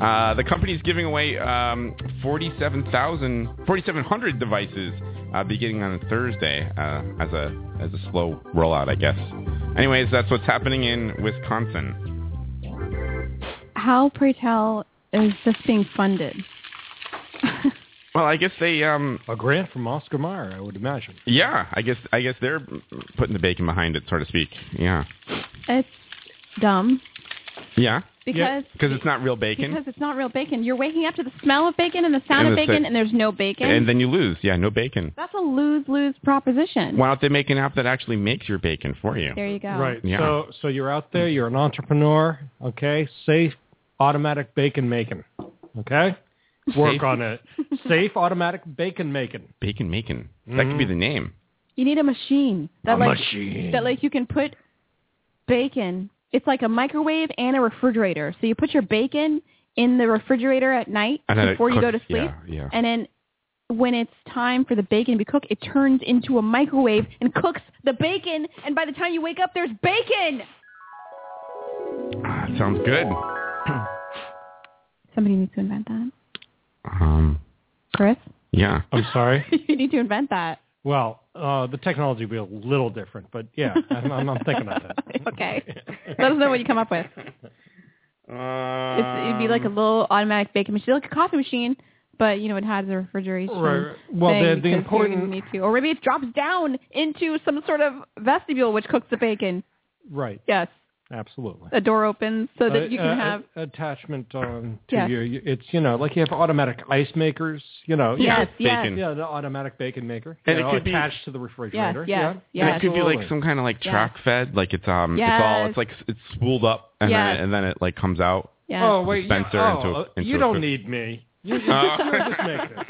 [SPEAKER 2] Uh, the company's giving away um, 47,000 4,700 devices uh, beginning on Thursday uh, as a as a slow rollout, I guess. Anyways, that's what's happening in Wisconsin.
[SPEAKER 3] How, pray tell, is this being funded?
[SPEAKER 2] Well, I guess they um
[SPEAKER 9] a grant from Oscar Mayer, I would imagine.
[SPEAKER 2] Yeah, I guess I guess they're putting the bacon behind it, so to speak. Yeah,
[SPEAKER 3] It's dumb
[SPEAKER 2] yeah,
[SPEAKER 3] because
[SPEAKER 2] because it's not real bacon.
[SPEAKER 3] because it's not real bacon. You're waking up to the smell of bacon and the sound of
[SPEAKER 2] And the
[SPEAKER 3] bacon,
[SPEAKER 2] sa-
[SPEAKER 3] and there's no bacon.
[SPEAKER 2] And then you lose. Yeah, no bacon.
[SPEAKER 3] That's a lose lose proposition.
[SPEAKER 2] Why don't they make an app that actually makes your bacon for you?
[SPEAKER 3] There you go.
[SPEAKER 9] Right.
[SPEAKER 2] Yeah.
[SPEAKER 9] So so you're out there, you're an entrepreneur, okay? Safe automatic bacon making. Okay? Work
[SPEAKER 2] Safe-
[SPEAKER 9] on it. Safe automatic bacon making.
[SPEAKER 2] Bacon making. That
[SPEAKER 9] Mm.
[SPEAKER 2] could be the name.
[SPEAKER 3] You need a machine that
[SPEAKER 2] A
[SPEAKER 3] like
[SPEAKER 2] machine.
[SPEAKER 3] that like you can put bacon. It's like a microwave and a refrigerator. So you put your bacon in the refrigerator at night
[SPEAKER 2] And then it
[SPEAKER 3] before you go to
[SPEAKER 2] cooks-
[SPEAKER 3] sleep,
[SPEAKER 2] yeah, yeah.
[SPEAKER 3] and then when it's time for the bacon to be cooked, it turns into a microwave and cooks the bacon. And by the time you wake up, there's bacon.
[SPEAKER 2] Ah, sounds good.
[SPEAKER 3] Somebody needs to invent that.
[SPEAKER 2] Um,
[SPEAKER 3] Chris, [laughs]
[SPEAKER 2] yeah.
[SPEAKER 9] I'm sorry.
[SPEAKER 3] you need to invent that. [laughs]
[SPEAKER 9] Well, uh, the technology will be a little different, but yeah, I'm, I'm, I'm thinking about
[SPEAKER 3] [laughs]
[SPEAKER 9] that.
[SPEAKER 3] okay. Let us know what you come up with. It's, it'd be like a
[SPEAKER 9] Um,
[SPEAKER 3] little automatic baking machine, like a coffee machine, but you know it has a refrigeration.
[SPEAKER 9] Right, right. Well,
[SPEAKER 3] thing
[SPEAKER 9] the- the
[SPEAKER 3] because you
[SPEAKER 9] important-
[SPEAKER 3] need to, or maybe it drops down into some sort of vestibule which cooks the bacon.
[SPEAKER 9] Right.
[SPEAKER 3] Yes,
[SPEAKER 9] Absolutely.
[SPEAKER 3] a door opens so that
[SPEAKER 9] Uh,
[SPEAKER 3] you can
[SPEAKER 9] uh,
[SPEAKER 3] have.
[SPEAKER 9] attachment um, to
[SPEAKER 3] Yes.
[SPEAKER 9] your. It's you know like you have automatic ice makers. You know.
[SPEAKER 3] Yes,
[SPEAKER 9] yeah,
[SPEAKER 3] yes. Bacon.
[SPEAKER 9] Yeah, the automatic bacon maker.
[SPEAKER 2] And
[SPEAKER 9] you
[SPEAKER 2] it
[SPEAKER 9] know,
[SPEAKER 2] could be-
[SPEAKER 9] attached to the refrigerator.
[SPEAKER 3] yes,
[SPEAKER 9] yeah.
[SPEAKER 3] yes.
[SPEAKER 2] And it could be
[SPEAKER 9] Absolutely.
[SPEAKER 2] like some kind of like
[SPEAKER 3] Yeah.
[SPEAKER 2] track fed, like it's um, it's all
[SPEAKER 3] Yes.
[SPEAKER 2] it's like it's spooled up and
[SPEAKER 3] Yes.
[SPEAKER 2] then and then it like comes out.
[SPEAKER 3] Yes.
[SPEAKER 9] Oh wait, yeah.
[SPEAKER 2] Dispenser
[SPEAKER 9] oh,
[SPEAKER 2] into a-
[SPEAKER 9] uh,
[SPEAKER 2] into
[SPEAKER 9] you
[SPEAKER 2] a
[SPEAKER 9] don't
[SPEAKER 2] food.
[SPEAKER 9] need me.
[SPEAKER 2] [laughs]
[SPEAKER 9] You, you
[SPEAKER 2] Oh.
[SPEAKER 9] you're just making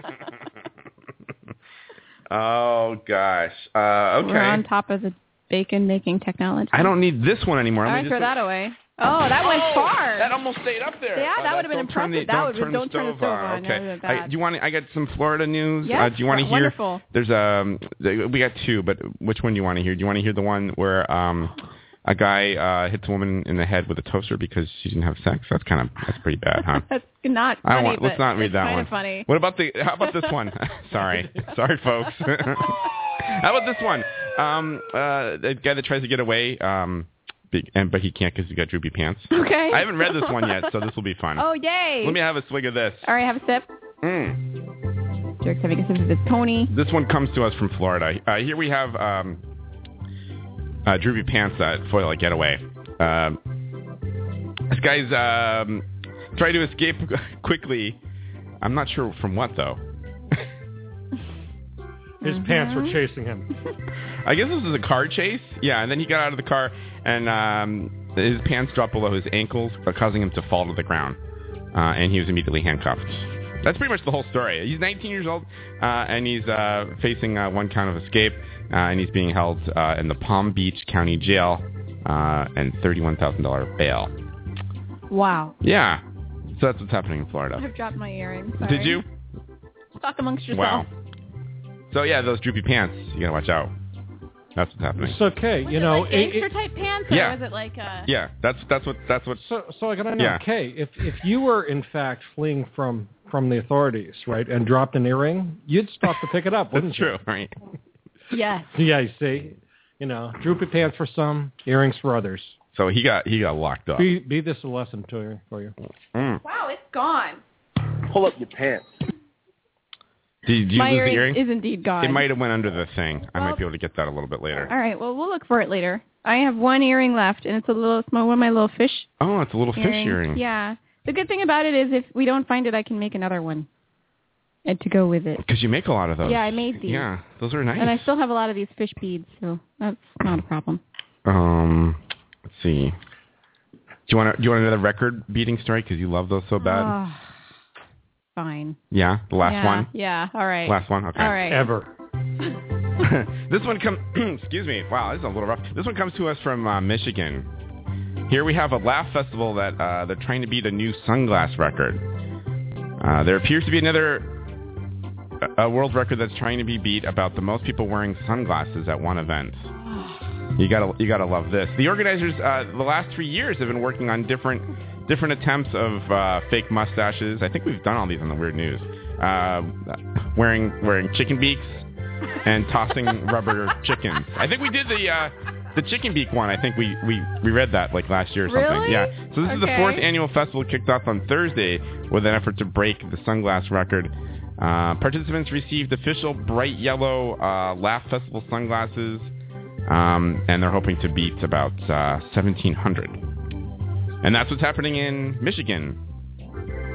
[SPEAKER 9] it.
[SPEAKER 2] [laughs] Oh gosh. Uh,
[SPEAKER 3] We're on top of the bacon making technology.
[SPEAKER 2] I don't need this one anymore.
[SPEAKER 3] All
[SPEAKER 2] I'm
[SPEAKER 3] right, throw
[SPEAKER 2] gonna
[SPEAKER 3] that away. Oh, that went
[SPEAKER 2] Oh,
[SPEAKER 3] far.
[SPEAKER 2] That almost stayed up there.
[SPEAKER 3] Yeah,
[SPEAKER 2] Uh,
[SPEAKER 3] that would have been
[SPEAKER 2] don't turn
[SPEAKER 3] impressive.
[SPEAKER 2] the-
[SPEAKER 3] that would have been- don't turn the stove on. That
[SPEAKER 2] Okay.
[SPEAKER 3] would've been
[SPEAKER 2] I,
[SPEAKER 3] bad.
[SPEAKER 2] do you want? I got some Florida news.
[SPEAKER 3] Yes,
[SPEAKER 2] uh, do you want to
[SPEAKER 3] w-
[SPEAKER 2] hear?
[SPEAKER 3] wonderful.
[SPEAKER 2] There's um. th- We got two, but which one do you want to hear? Do you want to hear the one where um, a guy uh, hits a woman in the head with a toaster because she didn't have sex? That's kind of that's pretty bad,
[SPEAKER 3] [laughs]
[SPEAKER 2] huh?
[SPEAKER 3] That's not
[SPEAKER 2] I
[SPEAKER 3] funny.
[SPEAKER 2] don't want.
[SPEAKER 3] but
[SPEAKER 2] Let's not read
[SPEAKER 3] it's
[SPEAKER 2] that
[SPEAKER 3] kinda
[SPEAKER 2] one.
[SPEAKER 3] Funny.
[SPEAKER 2] What about the? How about this
[SPEAKER 3] [laughs]
[SPEAKER 2] one? [laughs] Sorry, sorry, folks. how about this one? Um, uh, the guy that tries to get away, um, be- and but he can't because he's got droopy pants.
[SPEAKER 3] Okay.
[SPEAKER 2] I haven't read this one yet, so this will be
[SPEAKER 3] [laughs]
[SPEAKER 2] fun.
[SPEAKER 3] Oh yay!
[SPEAKER 2] Let me have a swig of this.
[SPEAKER 3] All right, have a sip.
[SPEAKER 2] Mm.
[SPEAKER 3] Derek's having a sip of his Tony.
[SPEAKER 2] This one comes to us from Florida. Uh, here we have um, uh, Droopy Pants at Foil Getaway. Um, this guy's um, trying to escape [laughs] quickly. I'm not sure from what though.
[SPEAKER 3] [laughs]
[SPEAKER 9] His
[SPEAKER 3] Mm-hmm.
[SPEAKER 9] pants were chasing him.
[SPEAKER 2] I guess this is a car chase. Yeah, and then he got out of the car and um, his pants dropped below his ankles, uh, causing him to fall to the ground. Uh, and he was immediately handcuffed. That's pretty much the whole story. He's 19 years old, uh, and he's uh, facing uh, one count of escape, uh, and he's being held uh, in the Palm Beach County Jail uh, and $31,000 bail.
[SPEAKER 3] Wow.
[SPEAKER 2] Yeah, so that's what's happening in Florida.
[SPEAKER 3] I've dropped my earring.
[SPEAKER 2] Did you?
[SPEAKER 3] Talk amongst
[SPEAKER 2] Wow.
[SPEAKER 3] yourself.
[SPEAKER 2] So yeah, those droopy pants. You gotta watch out. That's what's happening.
[SPEAKER 9] It's okay. you know.
[SPEAKER 3] Like
[SPEAKER 9] it-
[SPEAKER 3] gangster
[SPEAKER 9] it-
[SPEAKER 3] type pants, or
[SPEAKER 2] Yeah.
[SPEAKER 3] was it like a?
[SPEAKER 2] Yeah, that's that's what that's what.
[SPEAKER 9] So, so
[SPEAKER 3] Oh,
[SPEAKER 9] I gotta know,
[SPEAKER 2] Yeah.
[SPEAKER 9] okay, if if you were in fact fleeing from from the authorities, right, and dropped an earring, you'd stop to pick it
[SPEAKER 2] [laughs]
[SPEAKER 9] up, wouldn't
[SPEAKER 2] That's true, right?
[SPEAKER 3] Yes.
[SPEAKER 9] you? Yeah, you see, you know, droopy pants for some, earrings for others.
[SPEAKER 2] So he got he got locked up.
[SPEAKER 9] Be be this a lesson to you, for you.
[SPEAKER 2] Mm.
[SPEAKER 3] Wow, it's gone.
[SPEAKER 11] Pull up your pants.
[SPEAKER 2] Did, did you
[SPEAKER 3] my
[SPEAKER 2] lose the
[SPEAKER 3] earring,
[SPEAKER 2] earring?
[SPEAKER 3] is indeed gone. Oh.
[SPEAKER 2] It might have went under the thing. I
[SPEAKER 3] Well-
[SPEAKER 2] might be able to get that a little bit later.
[SPEAKER 3] All right. Well, we'll look for it later. I have one earring left, and it's a little. It's my one of my little fish
[SPEAKER 2] Oh, it's a little fish
[SPEAKER 3] earrings.
[SPEAKER 2] earring.
[SPEAKER 3] Yeah. The good thing about it is, if we don't find it, I can make another one, and to go with it.
[SPEAKER 2] Because you make a lot of those.
[SPEAKER 3] Yeah, I made these.
[SPEAKER 2] Yeah, those are nice.
[SPEAKER 3] And I still have a lot of these fish beads, so that's not a problem.
[SPEAKER 2] um, let's see. Do you want to, do you want another record beating story because you love those so bad?
[SPEAKER 3] Ah, fine.
[SPEAKER 2] yeah, the Uh, last
[SPEAKER 3] yeah,
[SPEAKER 2] one.
[SPEAKER 3] Yeah. All right.
[SPEAKER 2] Last one. Okay.
[SPEAKER 3] All right.
[SPEAKER 9] Ever.
[SPEAKER 2] [laughs] this one comes. [clears throat] excuse me. Wow, this is a little rough. This one comes to us from uh, Michigan. Here we have a laugh festival that uh, they're trying to beat a new sunglass record. Uh, there appears to be another a- a world record that's trying to be beat about the most people wearing sunglasses at one event. You gotta you gotta love this. The organizers uh, the last three years have been working on different different attempts of uh, fake mustaches. I think we've done all these on the weird news. Uh, wearing wearing chicken beaks and
[SPEAKER 16] [laughs]
[SPEAKER 2] tossing rubber chickens. I think we did the uh, the chicken beak one. I think we, we, we read that like last year or something.
[SPEAKER 16] Really?
[SPEAKER 2] Yeah. So this is the
[SPEAKER 16] Okay.
[SPEAKER 2] fourth annual festival kicked off on Thursday with an effort to break the sunglass record. Uh, participants received official bright yellow uh, Laugh Festival sunglasses, um, and they're hoping to beat about uh, 1,700. And that's what's happening in Michigan.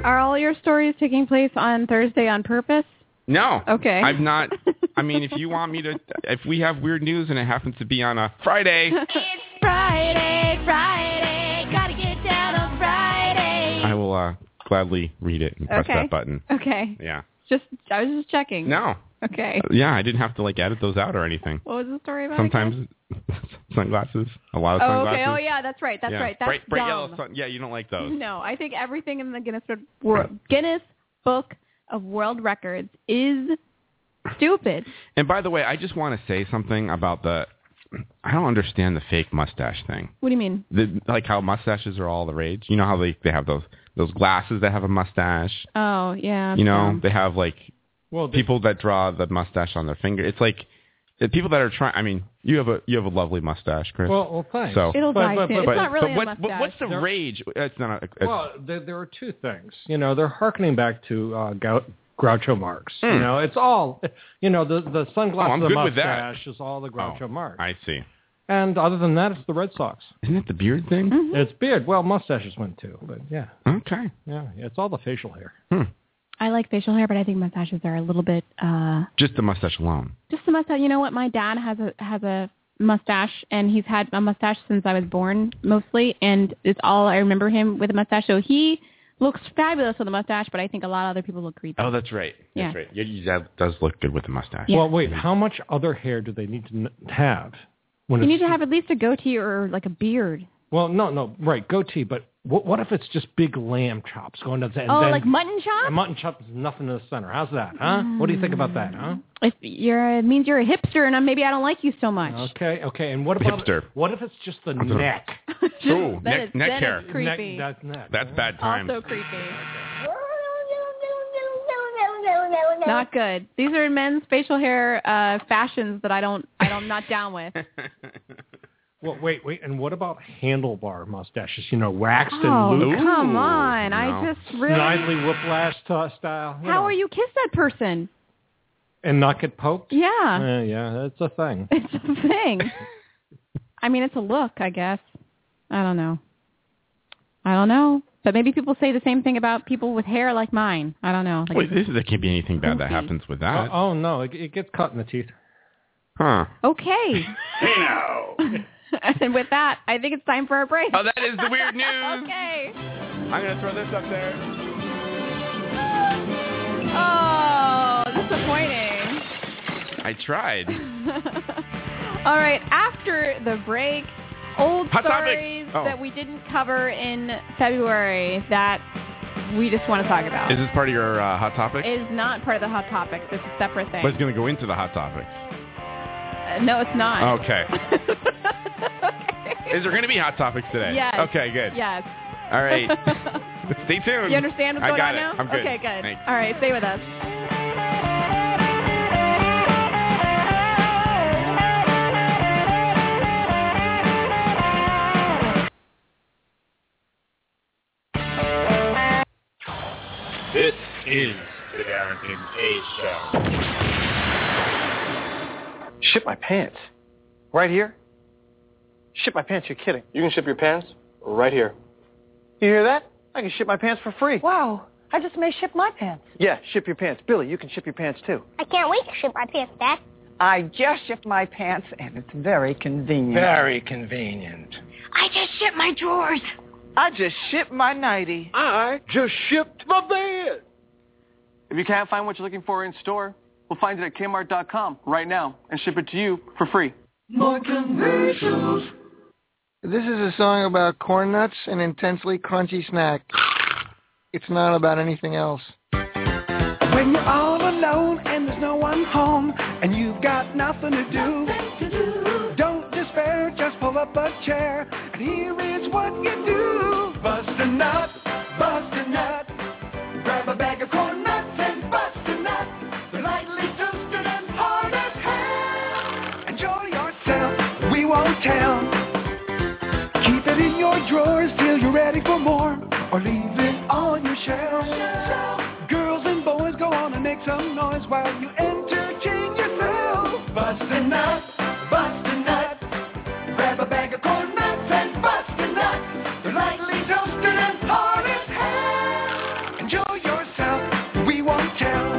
[SPEAKER 3] Are all your stories taking place on Thursday on purpose?
[SPEAKER 2] No.
[SPEAKER 3] Okay. [laughs]
[SPEAKER 2] I've not. I mean, if you want me to, if we have weird news and it happens to be on a
[SPEAKER 3] [laughs]
[SPEAKER 2] Friday,
[SPEAKER 3] it's Friday, Friday. Gotta get down on Friday.
[SPEAKER 2] I will uh, gladly read it and press
[SPEAKER 3] Okay.
[SPEAKER 2] that button.
[SPEAKER 3] Okay.
[SPEAKER 2] Yeah.
[SPEAKER 3] Just I was just checking.
[SPEAKER 2] No. Uh,
[SPEAKER 3] Okay.
[SPEAKER 2] Yeah, I didn't have to like edit those out or anything.
[SPEAKER 3] What was the story about?
[SPEAKER 2] Sometimes [laughs] sunglasses, a lot of
[SPEAKER 3] Oh,
[SPEAKER 2] sunglasses.
[SPEAKER 3] okay. Oh, yeah. That's right. That's
[SPEAKER 2] Yeah.
[SPEAKER 3] right. That's
[SPEAKER 2] bright, bright
[SPEAKER 3] dumb.
[SPEAKER 2] yellow sun. Yeah, you don't like those.
[SPEAKER 3] No, I think everything in the Guinness World- World Guinness Book of World Records is stupid.
[SPEAKER 2] And by the way, I just want to say something about the. [clears throat] I don't understand the fake mustache thing.
[SPEAKER 3] What do you mean?
[SPEAKER 2] The, like how mustaches are all the rage. You know how they they have those those glasses that have a mustache.
[SPEAKER 3] Oh, yeah.
[SPEAKER 2] you know
[SPEAKER 3] dumb.
[SPEAKER 2] they have like
[SPEAKER 9] well
[SPEAKER 2] people that draw the mustache on their finger. It's like the people that are trying. I mean, you have a you have a lovely mustache, Chris.
[SPEAKER 9] Well, well, thanks.
[SPEAKER 2] So
[SPEAKER 9] It'll But- die but- soon. but-
[SPEAKER 2] but-
[SPEAKER 9] It's not really
[SPEAKER 2] but
[SPEAKER 9] a
[SPEAKER 2] what, but
[SPEAKER 9] mustache.
[SPEAKER 2] what's the
[SPEAKER 9] There-
[SPEAKER 2] rage? It's not. A, it's,
[SPEAKER 9] Well, there, there are two things. You know, they're hearkening back to uh, Gau- Groucho Marx. You
[SPEAKER 2] Hmm.
[SPEAKER 9] know, it's all. You know, the the
[SPEAKER 2] Oh,
[SPEAKER 9] sunglasses,
[SPEAKER 2] I'm
[SPEAKER 9] the
[SPEAKER 2] good with that. Oh,
[SPEAKER 9] mustache, is all the Groucho Marx.
[SPEAKER 2] I see.
[SPEAKER 9] And other than that, it's the Red Sox.
[SPEAKER 2] Isn't it the beard thing?
[SPEAKER 3] Mm-hmm.
[SPEAKER 9] It's beard. Well, mustaches went too, but yeah,
[SPEAKER 2] Okay. Hmm.
[SPEAKER 9] yeah, it's all the facial hair.
[SPEAKER 3] I like facial hair, but I think mustaches are a little bit uh
[SPEAKER 2] Just the mustache alone.
[SPEAKER 3] just the mustache. You know what? My dad has a has a mustache, and he's had a mustache since I was born, mostly, and it's all I remember him with a mustache. So he looks fabulous with a mustache, but I think a lot of other people look creepy.
[SPEAKER 2] Oh, that's right.
[SPEAKER 3] Yeah.
[SPEAKER 2] That's right. Yeah, you- that does look good with the mustache.
[SPEAKER 9] Well, wait, how much other hair do they need to n- have? When
[SPEAKER 3] You
[SPEAKER 9] it's,
[SPEAKER 3] need to have at least a goatee or like a beard.
[SPEAKER 9] well, no, no, right, goatee. But what, what if it's just big lamb chops going down? And
[SPEAKER 3] oh,
[SPEAKER 9] then
[SPEAKER 3] like mutton chop?
[SPEAKER 9] and mutton chops, nothing in the center. How's that, huh? What do you think about that, huh?
[SPEAKER 3] If you're, it means you're a hipster, and I- maybe I don't like you so much.
[SPEAKER 9] Okay, okay. And what about
[SPEAKER 2] Hipster.
[SPEAKER 9] What if it's just the
[SPEAKER 2] don't know.
[SPEAKER 9] neck?
[SPEAKER 2] Ooh,
[SPEAKER 3] [laughs] That
[SPEAKER 2] neck,
[SPEAKER 3] is-
[SPEAKER 2] neck
[SPEAKER 3] that
[SPEAKER 2] hair.
[SPEAKER 3] is creepy.
[SPEAKER 9] Neck, that's neck.
[SPEAKER 2] That's bad times.
[SPEAKER 3] also creepy. Not good. These are men's facial hair uh, fashions that I don't, I don't, I'm not down
[SPEAKER 2] [laughs]
[SPEAKER 3] with.
[SPEAKER 9] Well, wait, wait. And what about handlebar mustaches? You know, waxed
[SPEAKER 3] Oh,
[SPEAKER 9] and looped.
[SPEAKER 3] come on. I No. just really-
[SPEAKER 9] Snidely whiplash t- style. you
[SPEAKER 3] How
[SPEAKER 9] know.
[SPEAKER 3] are you kiss that person?
[SPEAKER 9] And not get poked?
[SPEAKER 3] Yeah.
[SPEAKER 9] Yeah, yeah, that's a thing.
[SPEAKER 3] It's a thing. I mean, it's a look, I guess. I don't know. I don't know. But maybe people say the same thing about people with hair like mine. I don't know. Like,
[SPEAKER 2] Wait, this, there can't be anything bad that happens with
[SPEAKER 9] Oh,
[SPEAKER 2] that.
[SPEAKER 9] oh, no, it, it gets cut in the teeth.
[SPEAKER 2] Huh.
[SPEAKER 3] okay.
[SPEAKER 2] Hey now.
[SPEAKER 3] [laughs] and with that, I think it's time for our break.
[SPEAKER 2] Oh, that is the weird news.
[SPEAKER 3] okay.
[SPEAKER 2] I'm going to throw this up there.
[SPEAKER 3] [laughs] Oh, disappointing. [laughs]
[SPEAKER 2] I tried.
[SPEAKER 3] All right, after the break, [laughs] old
[SPEAKER 2] Hot topic.
[SPEAKER 3] stories
[SPEAKER 2] Oh.
[SPEAKER 3] that we didn't cover in February that we just want to talk about.
[SPEAKER 2] Is this part of your uh, hot topic?
[SPEAKER 3] Is not part of the hot topic. This is a separate thing.
[SPEAKER 2] But it's going to go into the hot topic.
[SPEAKER 3] Uh, no, it's not. [laughs]
[SPEAKER 2] Okay. Is there going to be hot topics today?
[SPEAKER 3] Yes.
[SPEAKER 2] Okay, good.
[SPEAKER 3] Yes.
[SPEAKER 2] All right. Stay
[SPEAKER 3] [laughs]
[SPEAKER 2] tuned.
[SPEAKER 3] you understand what's
[SPEAKER 2] I
[SPEAKER 3] going
[SPEAKER 2] got
[SPEAKER 3] on
[SPEAKER 2] it.
[SPEAKER 3] now?
[SPEAKER 2] I'm good.
[SPEAKER 3] Okay, good.
[SPEAKER 2] Thanks.
[SPEAKER 3] All right, stay with us.
[SPEAKER 7] This is the Darren Kim K Show.
[SPEAKER 17] Ship my pants. Right here? Ship my pants, you're kidding. You can ship your pants right here. You hear that? I can ship my pants for free. Wow.
[SPEAKER 18] I just may ship my pants.
[SPEAKER 17] Yeah, ship your pants. Billy, you can ship your pants too.
[SPEAKER 18] I can't wait to ship my pants back. I just shipped my pants, and it's very convenient.
[SPEAKER 17] Very convenient.
[SPEAKER 18] I just shipped my drawers.
[SPEAKER 19] I just shipped my nightie. I just shipped my bed.
[SPEAKER 20] If you can't find what you're looking for in store, we'll find it at Kmart.com right now and ship it to you for free.
[SPEAKER 4] More commercials.
[SPEAKER 21] This is a song about corn nuts, an intensely crunchy snack. It's not about anything else.
[SPEAKER 4] When you're all alone and there's no one home and you've got nothing to do, don't despair, just pull up a chair and here is what you do. Bust a nut, bust a nut, grab a bag of corn nuts and bust a nut. They're lightly toasted and hard as hell. Enjoy yourself, we won't tell. Keep it in your drawers till you're ready for more or leave it on your shelf. Girls and boys, go on and make some noise while you entertain yourself. Bust a nut, bust a nut. Grab a bag of corn nuts and bust a nut. They're lightly toasted and hard as hell. Enjoy yourself, we won't tell.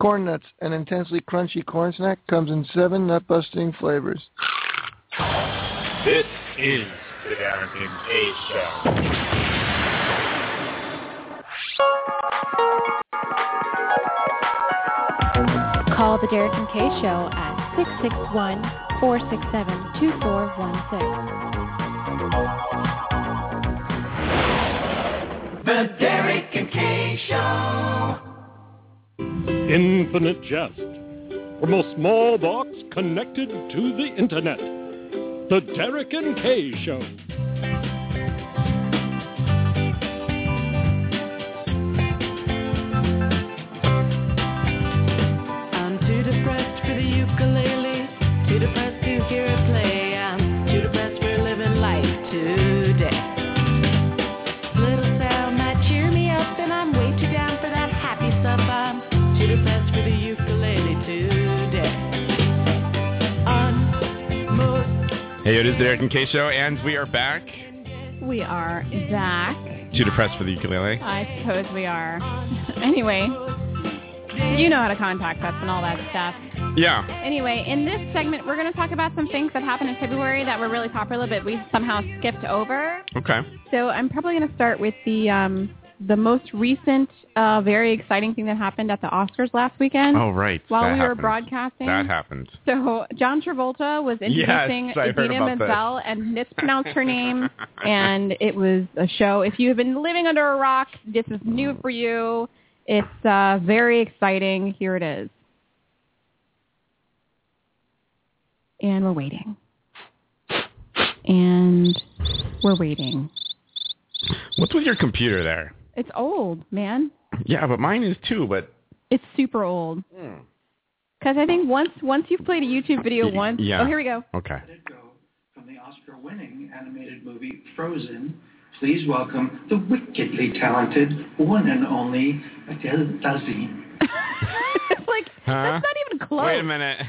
[SPEAKER 21] Corn nuts, an intensely crunchy corn snack, comes in seven nut-busting flavors.
[SPEAKER 7] This is the Darrington K Show.
[SPEAKER 22] Call the Derek and Kay Show at 661 467 2416.
[SPEAKER 4] The Derek and Kay Show.
[SPEAKER 23] Infinite Jest, from a small box connected to the internet. The Derek and Kay Show.
[SPEAKER 5] I'm too depressed for the ukulele, too depressed to hear it play. I'm too depressed for living life today. Little sound might cheer me up, and I'm way too down for that happy stuff. I'm too depressed for the ukulele today. On
[SPEAKER 2] Hey, it is the Derek and K Show, and we are back.
[SPEAKER 3] We are back.
[SPEAKER 2] Too depressed for the ukulele.
[SPEAKER 3] I suppose we are. [laughs] anyway, you know how to contact us and all that stuff.
[SPEAKER 2] Yeah.
[SPEAKER 3] Anyway, in this segment, we're going to talk about some things that happened in February that were really popular, but we somehow skipped over.
[SPEAKER 2] Okay.
[SPEAKER 3] So I'm probably going to start with the um, the most recent, uh, very exciting thing that happened at the Oscars last weekend.
[SPEAKER 2] Oh, right.
[SPEAKER 3] While
[SPEAKER 2] That
[SPEAKER 3] we were
[SPEAKER 2] happened.
[SPEAKER 3] broadcasting.
[SPEAKER 2] That happened.
[SPEAKER 3] So John Travolta was introducing
[SPEAKER 2] Yes, I heard
[SPEAKER 3] Idina
[SPEAKER 2] about this.
[SPEAKER 3] Menzel and mispronounced her
[SPEAKER 2] [laughs]
[SPEAKER 3] name, and it was a show. If you have been living under a rock, this is new for you. It's uh, very exciting. Here it is. And we're waiting. And we're waiting.
[SPEAKER 2] What's with your computer there?
[SPEAKER 3] It's old, man.
[SPEAKER 2] Yeah, but mine is too, but
[SPEAKER 3] It's super old. Because I think once once you've played a YouTube video
[SPEAKER 2] Y-
[SPEAKER 3] once,
[SPEAKER 2] yeah.
[SPEAKER 3] oh here we go.
[SPEAKER 2] Okay.
[SPEAKER 1] From the Oscar-winning animated movie Frozen, please welcome the wickedly talented one and only Adele Dazeem.
[SPEAKER 3] it's [laughs] like
[SPEAKER 2] Huh?
[SPEAKER 3] that's not even close.
[SPEAKER 2] Wait a minute.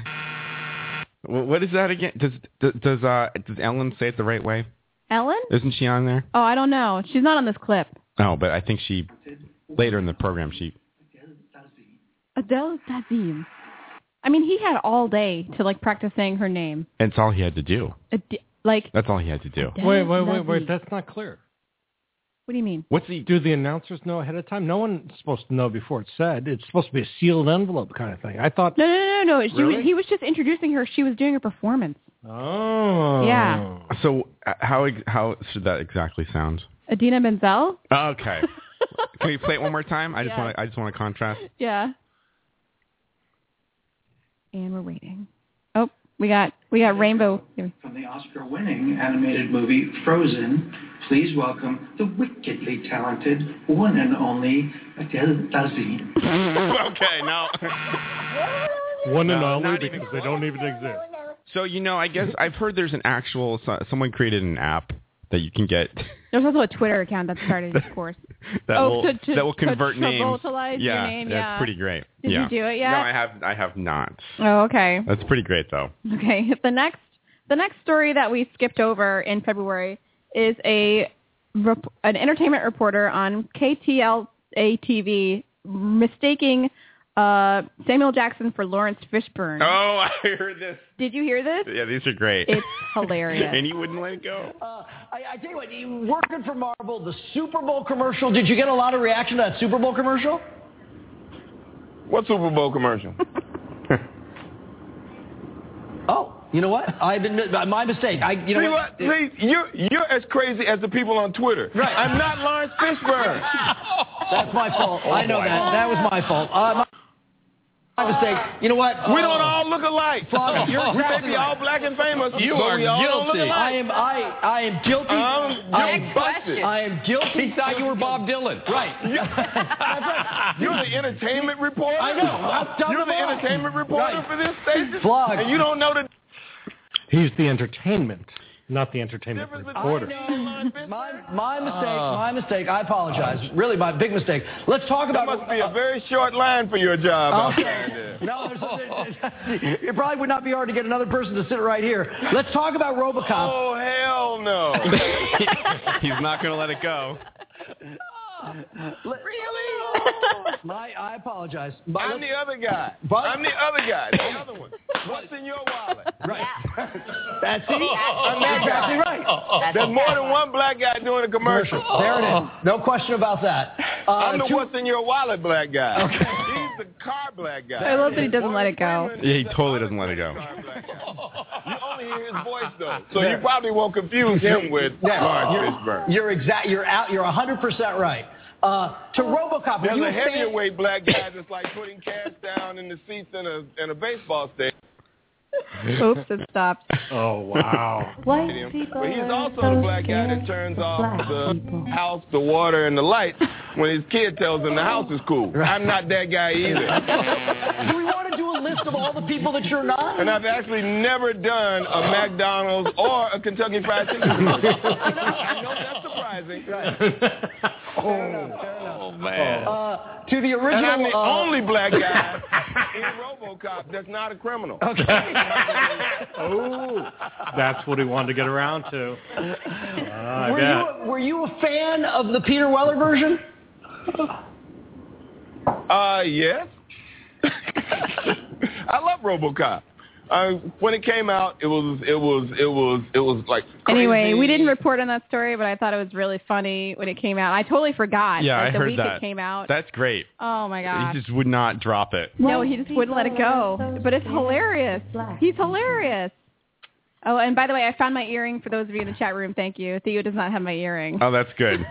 [SPEAKER 2] Wh- What is that again? Does does does, uh, does Ellen say it the right way?
[SPEAKER 3] Ellen?
[SPEAKER 2] Isn't she on there?
[SPEAKER 3] Oh, I don't know. She's not on this clip.
[SPEAKER 2] No, but I think she later in the program she.
[SPEAKER 3] Adele Dazeem. I mean, he had all day to like practice saying her name.
[SPEAKER 2] That's all he had to do.
[SPEAKER 3] Ad- like,
[SPEAKER 2] That's all he had to do.
[SPEAKER 9] Wait, wait, wait, wait. That's not clear.
[SPEAKER 3] what do you mean?
[SPEAKER 2] What's the?
[SPEAKER 9] Do the announcers know ahead of time? No one's supposed to know before it's said. It's supposed to be a sealed envelope kind of thing. I thought.
[SPEAKER 3] No, no, no, no. She
[SPEAKER 9] Really?
[SPEAKER 3] was, he was just introducing her. She was doing a performance.
[SPEAKER 9] Oh.
[SPEAKER 3] Yeah.
[SPEAKER 2] So uh, how ex- how should that exactly sound?
[SPEAKER 3] Adina Menzel.
[SPEAKER 2] Okay. [laughs] Can we play it one more time? I just want to I just want to contrast.
[SPEAKER 3] Yeah. And we're waiting. Oh, we got we got Rainbow.
[SPEAKER 1] From the Oscar-winning animated movie Frozen, please welcome the wickedly talented one and only Adele Dazeem.
[SPEAKER 2] [laughs] okay, no.
[SPEAKER 3] [laughs]
[SPEAKER 9] One and
[SPEAKER 2] No,
[SPEAKER 9] only
[SPEAKER 2] not
[SPEAKER 9] because
[SPEAKER 2] even
[SPEAKER 9] they don't even exist.
[SPEAKER 2] So you know, I guess I've heard there's an actual so- someone created an app that you can get
[SPEAKER 3] There's also a Twitter account that started, of course.
[SPEAKER 2] that
[SPEAKER 3] Oh,
[SPEAKER 2] will
[SPEAKER 3] to- to-
[SPEAKER 2] that will
[SPEAKER 3] to
[SPEAKER 2] convert names.
[SPEAKER 3] Travoltalize your
[SPEAKER 2] yeah,
[SPEAKER 3] name,
[SPEAKER 2] that's
[SPEAKER 3] yeah.
[SPEAKER 2] pretty great.
[SPEAKER 3] Did you
[SPEAKER 2] Yeah.
[SPEAKER 3] do it yet?
[SPEAKER 2] No, I have I have not.
[SPEAKER 3] Oh, okay.
[SPEAKER 2] That's pretty great though.
[SPEAKER 3] Okay, [laughs] the next the next story that we skipped over in February is a rep- an entertainment reporter on KTLA TV mistaking Uh, Samuel Jackson for Lawrence Fishburne.
[SPEAKER 2] Oh, I heard this.
[SPEAKER 3] Did you hear
[SPEAKER 2] [laughs]
[SPEAKER 3] this?
[SPEAKER 2] Yeah, these are great.
[SPEAKER 3] It's hilarious.
[SPEAKER 2] and he wouldn't let it go.
[SPEAKER 4] Uh, I, I tell you what, you working for Marvel, the Super Bowl commercial. Did you get a lot of reaction to that Super Bowl commercial?
[SPEAKER 2] What Super Bowl commercial?
[SPEAKER 4] Oh, you know what? I admit uh, my mistake. I, you know
[SPEAKER 2] see what? See, you're you're as crazy as the people on Twitter.
[SPEAKER 4] Right.
[SPEAKER 2] I'm not Lawrence [laughs] Fishburne.
[SPEAKER 7] [laughs]
[SPEAKER 2] Oh,
[SPEAKER 4] That's my fault. I know that. That was my fault. Uh, my, my mistake. You know what?
[SPEAKER 2] We don't all look alike. [laughs]
[SPEAKER 4] Fuck, you're
[SPEAKER 2] we may
[SPEAKER 4] exactly
[SPEAKER 2] be all
[SPEAKER 4] right.
[SPEAKER 2] black and famous, but we all don't look alike.
[SPEAKER 4] I am. I. I am guilty.
[SPEAKER 2] Um,
[SPEAKER 4] I
[SPEAKER 2] you're
[SPEAKER 4] am
[SPEAKER 2] busted.
[SPEAKER 4] I am guilty.
[SPEAKER 2] He thought you were
[SPEAKER 4] Bob Dylan. [laughs] Right.
[SPEAKER 2] You're the entertainment reporter.
[SPEAKER 4] I know. I've done
[SPEAKER 2] You're
[SPEAKER 4] them
[SPEAKER 2] the
[SPEAKER 4] all.
[SPEAKER 2] entertainment reporter
[SPEAKER 4] Right.
[SPEAKER 2] for this station.
[SPEAKER 9] Vlog.
[SPEAKER 2] And you don't know the
[SPEAKER 9] He's the entertainment, not the entertainment reporter.
[SPEAKER 4] My mistake.
[SPEAKER 2] Ah.
[SPEAKER 4] my mistake. I apologize. Really, my big mistake. Let's talk about. uh,
[SPEAKER 2] That must be a very short line for your job. out
[SPEAKER 4] Okay.
[SPEAKER 2] there.
[SPEAKER 4] [laughs] No,
[SPEAKER 2] [laughs]
[SPEAKER 4] there's [laughs] it probably would not be hard to get another person to sit right here. Let's talk about RoboCop.
[SPEAKER 2] Oh hell no! [laughs] He's not gonna let it go.
[SPEAKER 4] [laughs]
[SPEAKER 2] [laughs]
[SPEAKER 4] really? my, I apologize. My-
[SPEAKER 2] I'm the other guy.
[SPEAKER 4] But-
[SPEAKER 2] I'm the other guy. The other one. What's in your wallet? Oh,
[SPEAKER 4] Right. [laughs] That's it. That's
[SPEAKER 2] I'm that
[SPEAKER 4] exactly
[SPEAKER 2] guy.
[SPEAKER 4] right.
[SPEAKER 2] oh, There's more than one black guy doing a commercial.
[SPEAKER 4] There it is. No question about that. Uh,
[SPEAKER 2] I'm the
[SPEAKER 4] two-
[SPEAKER 2] what's in your wallet black guy.
[SPEAKER 4] Okay.
[SPEAKER 2] He's the car black guy.
[SPEAKER 3] I love that he doesn't let it go.
[SPEAKER 2] Yeah, he totally doesn't let it go. You only hear his voice though, so you probably won't
[SPEAKER 4] [laughs]
[SPEAKER 2] confuse him with
[SPEAKER 4] Yeah.
[SPEAKER 2] Lawrence
[SPEAKER 4] You're-
[SPEAKER 2] Fishburne.
[SPEAKER 4] You're exact. You're out. You're 100 percent right. Uh, to RoboCop, were
[SPEAKER 2] There's
[SPEAKER 4] you
[SPEAKER 2] a
[SPEAKER 4] a fan-
[SPEAKER 2] heavyweight
[SPEAKER 4] [laughs]
[SPEAKER 2] black guy that's like putting cash down in the seats in a in a baseball
[SPEAKER 4] [laughs]
[SPEAKER 2] stadium.
[SPEAKER 3] Oops, it stopped.
[SPEAKER 9] Oh wow!
[SPEAKER 2] But he's also the black guy that turns off the house, the water, and the lights when his kid tells him the house is cool. I'm not that guy
[SPEAKER 4] [laughs]
[SPEAKER 2] either.
[SPEAKER 4] Do we want to do a list of all the people that you're
[SPEAKER 2] [laughs]
[SPEAKER 4] not?
[SPEAKER 2] And I've actually never done a McDonald's or a Kentucky Fried Chicken. [laughs] I know that's surprising.
[SPEAKER 4] Oh man. Uh, to the original.
[SPEAKER 2] And I'm the
[SPEAKER 4] uh,
[SPEAKER 2] only
[SPEAKER 4] [laughs]
[SPEAKER 2] black guy in RoboCop that's not a criminal. [laughs]
[SPEAKER 4] Okay.
[SPEAKER 9] oh, that's what he wanted to get around
[SPEAKER 3] [laughs]
[SPEAKER 9] to. Ah, I
[SPEAKER 4] Were
[SPEAKER 9] bet.
[SPEAKER 4] you, a, were you a fan of the Peter Weller version?
[SPEAKER 2] Uh, yes. [laughs] I love RoboCop. Uh, when it came out, it was it was it was it was like crazy.
[SPEAKER 3] Anyway, we didn't report on that story, but I thought it was really funny when it came out. I totally forgot.
[SPEAKER 2] Yeah,
[SPEAKER 3] like,
[SPEAKER 2] I
[SPEAKER 3] the
[SPEAKER 2] heard
[SPEAKER 3] week
[SPEAKER 2] that.
[SPEAKER 3] it came out.
[SPEAKER 2] That's great.
[SPEAKER 3] oh my gosh.
[SPEAKER 2] just would not drop it.
[SPEAKER 3] No, he just wouldn't let it go. But it's hilarious. He's hilarious. Oh, and by the way, I found my earring for those of you in the chat room. Thank you. Theo does not have my earring.
[SPEAKER 2] Oh, that's
[SPEAKER 3] [laughs]
[SPEAKER 2] good.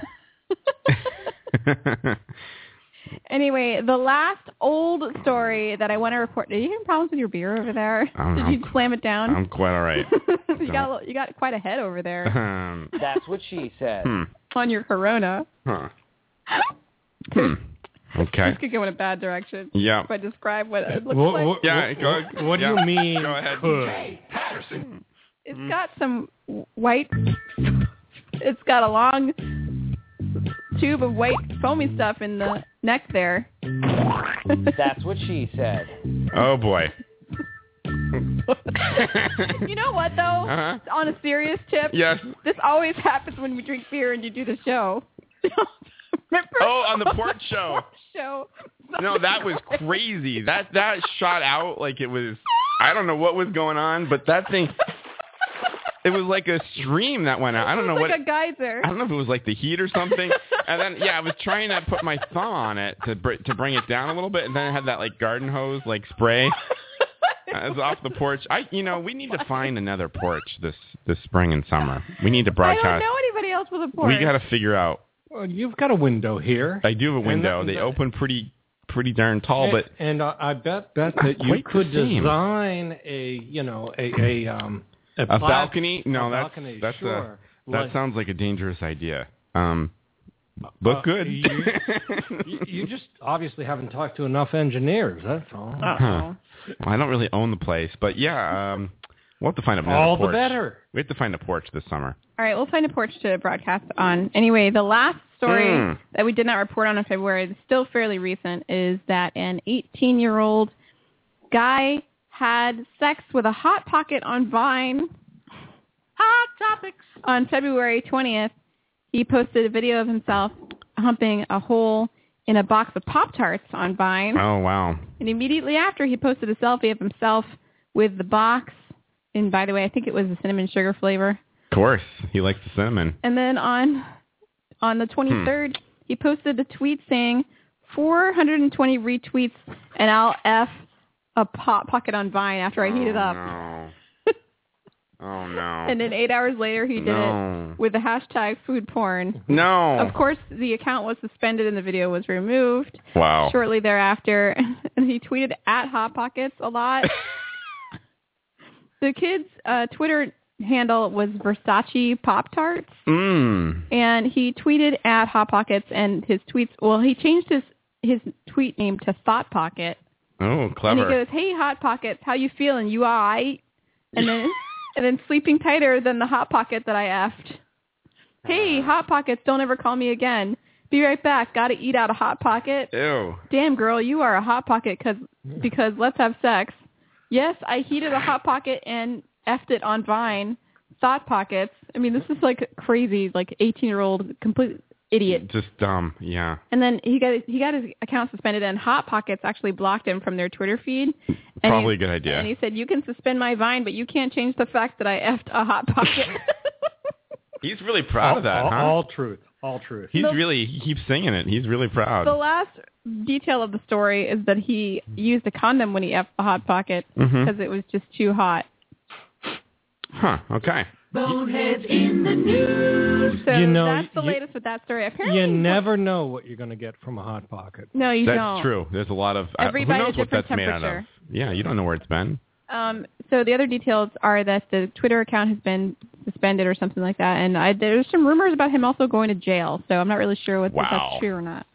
[SPEAKER 3] Anyway, the last old story that I want to report. Are you having problems with your beer over there?
[SPEAKER 2] I'm-
[SPEAKER 3] Did you slam it down?
[SPEAKER 2] I'm quite all right.
[SPEAKER 3] [laughs] you got a little, you got quite a head over
[SPEAKER 2] [laughs]
[SPEAKER 3] there
[SPEAKER 2] Um,
[SPEAKER 24] That's what she said.
[SPEAKER 2] hmm.
[SPEAKER 3] [laughs] on your Corona.
[SPEAKER 2] Huh. Hmm. Okay.
[SPEAKER 3] This could go in a bad direction.
[SPEAKER 2] Yeah.
[SPEAKER 3] If I describe what it looks like,
[SPEAKER 2] yeah, go,
[SPEAKER 9] what do you
[SPEAKER 2] yeah.
[SPEAKER 9] mean,
[SPEAKER 2] Go ahead.
[SPEAKER 9] could?
[SPEAKER 2] Patterson.
[SPEAKER 3] Hmm. it's got some white. [laughs] It's got a long tube of white foamy stuff in the neck there. [laughs]
[SPEAKER 24] That's what she said.
[SPEAKER 3] [laughs]
[SPEAKER 2] Oh boy.
[SPEAKER 3] you know what though?
[SPEAKER 2] Uh-huh.
[SPEAKER 3] On a serious tip,
[SPEAKER 2] Yes.
[SPEAKER 3] this always happens when we drink beer and you do the show. [laughs] Remember?
[SPEAKER 2] Oh, on the port show.
[SPEAKER 3] [laughs] show.
[SPEAKER 2] No, that was crazy. That that shot out like it was. I don't know what was going on, but that thing. It was like a stream that went out. I don't know
[SPEAKER 3] It's
[SPEAKER 2] what.
[SPEAKER 3] like a geyser.
[SPEAKER 2] I don't know if it was like the heat or something. And then yeah, I was trying to put my thumb on it to br- to bring it down a little bit, and then I had that like garden hose like
[SPEAKER 3] [laughs]
[SPEAKER 2] spray. I was off the porch. I you know we need to find another porch this this spring and summer. We need to
[SPEAKER 3] I don't
[SPEAKER 2] broadcast.
[SPEAKER 3] know anybody else with a porch.
[SPEAKER 2] We got to figure out.
[SPEAKER 9] Well, you've got a window here.
[SPEAKER 2] I do have a window.
[SPEAKER 9] And-
[SPEAKER 2] They open pretty pretty darn tall, but
[SPEAKER 9] and uh, I bet bet
[SPEAKER 2] not
[SPEAKER 9] that you
[SPEAKER 2] quite the
[SPEAKER 9] could
[SPEAKER 2] same.
[SPEAKER 9] design a you know a a um a,
[SPEAKER 2] a
[SPEAKER 9] plat-
[SPEAKER 2] balcony? No,
[SPEAKER 9] a
[SPEAKER 2] that's
[SPEAKER 9] balcony,
[SPEAKER 2] that's
[SPEAKER 9] sure.
[SPEAKER 2] a, that
[SPEAKER 9] Like-
[SPEAKER 2] sounds like a dangerous idea. Um, look
[SPEAKER 9] Uh,
[SPEAKER 2] good. [laughs]
[SPEAKER 9] You, you- you just obviously haven't talked to enough engineers. That's all.
[SPEAKER 2] Huh. Well, I don't really own the place, but yeah, um, we'll have to find a another
[SPEAKER 9] All the
[SPEAKER 2] porch.
[SPEAKER 9] better.
[SPEAKER 2] We have to find a porch this summer.
[SPEAKER 3] All right, we'll find a porch to broadcast on. Anyway, the last story
[SPEAKER 2] Mm.
[SPEAKER 3] that we did not report on in February, that's still fairly recent, is that an 18-year-old guy had sex with a hot pocket on Vine. Hot topics. On February 20th, he posted a video of himself humping a hole in a box of Pop Tarts on Vine.
[SPEAKER 2] Oh wow.
[SPEAKER 3] And immediately after, he posted a selfie of himself with the box. And by the way, I think it was the cinnamon sugar flavor.
[SPEAKER 2] Of course, he likes the cinnamon.
[SPEAKER 3] And then on on the
[SPEAKER 2] Hmm.
[SPEAKER 3] 23rd, he posted a tweet saying 420 retweets, and I'll f a pop pocket on Vine after I heat it up.
[SPEAKER 2] No. Oh no.
[SPEAKER 3] And then eight hours later, he did
[SPEAKER 2] No.
[SPEAKER 3] it with the hashtag food porn.
[SPEAKER 2] No.
[SPEAKER 3] Of course, the account was suspended and the video was removed
[SPEAKER 2] Wow.
[SPEAKER 3] shortly thereafter. [laughs] And he tweeted at Hot Pockets a
[SPEAKER 2] [laughs]
[SPEAKER 3] lot. the kid's uh, Twitter handle was Versace Pop Tarts.
[SPEAKER 2] Mmm.
[SPEAKER 3] And he tweeted at Hot Pockets and his tweets, well, he changed his, his tweet name to Thought Pocket.
[SPEAKER 2] Oh,
[SPEAKER 3] And he
[SPEAKER 2] clever.
[SPEAKER 3] goes, "Hey, hot pockets, how you feeling? You all right?" And then, and then sleeping tighter than the hot pocket that I effed. Hey, hot pockets, don't ever call me again. Be right back. Got to eat out a hot pocket.
[SPEAKER 2] Ew.
[SPEAKER 3] Damn girl, you are a hot pocket 'cause because let's have sex. Yes, I heated a hot pocket and effed it on Vine. Thought pockets. I mean, this is like crazy, like eighteen year old complete idiot.
[SPEAKER 2] Just dumb. Yeah.
[SPEAKER 3] And then he got he got his account suspended, and Hot Pockets actually blocked him from their Twitter feed. And
[SPEAKER 2] Probably
[SPEAKER 3] he-
[SPEAKER 2] a good idea.
[SPEAKER 3] And he said, "You can suspend my Vine, but you can't change the fact that I effed a Hot Pocket."
[SPEAKER 2] He's really proud of that,
[SPEAKER 9] all,
[SPEAKER 2] huh?
[SPEAKER 9] all truth. All truth.
[SPEAKER 2] He's really he keeps singing it. He's really proud.
[SPEAKER 3] the last detail of the story is that he used a condom when he effed a Hot Pocket because
[SPEAKER 2] Mhm.
[SPEAKER 3] it was just too hot.
[SPEAKER 2] Huh. Okay.
[SPEAKER 3] Boneheads in the news. So
[SPEAKER 9] You know,
[SPEAKER 3] that's the
[SPEAKER 9] you-
[SPEAKER 3] latest with that story. Apparently,
[SPEAKER 9] You never know what you're going to get from a hot pocket.
[SPEAKER 3] no, you
[SPEAKER 2] that's
[SPEAKER 3] don't.
[SPEAKER 2] true. There's a lot of uh, who
[SPEAKER 3] Everybody
[SPEAKER 2] knows what
[SPEAKER 3] different
[SPEAKER 2] that's made out of.
[SPEAKER 3] temperature.
[SPEAKER 2] Yeah, you don't know where it's been.
[SPEAKER 3] Um, so the other details are that the Twitter account has been suspended or something like that, and I, there's some rumors about him also going to jail. So I'm not really sure whether
[SPEAKER 2] Wow.
[SPEAKER 3] that's true or not.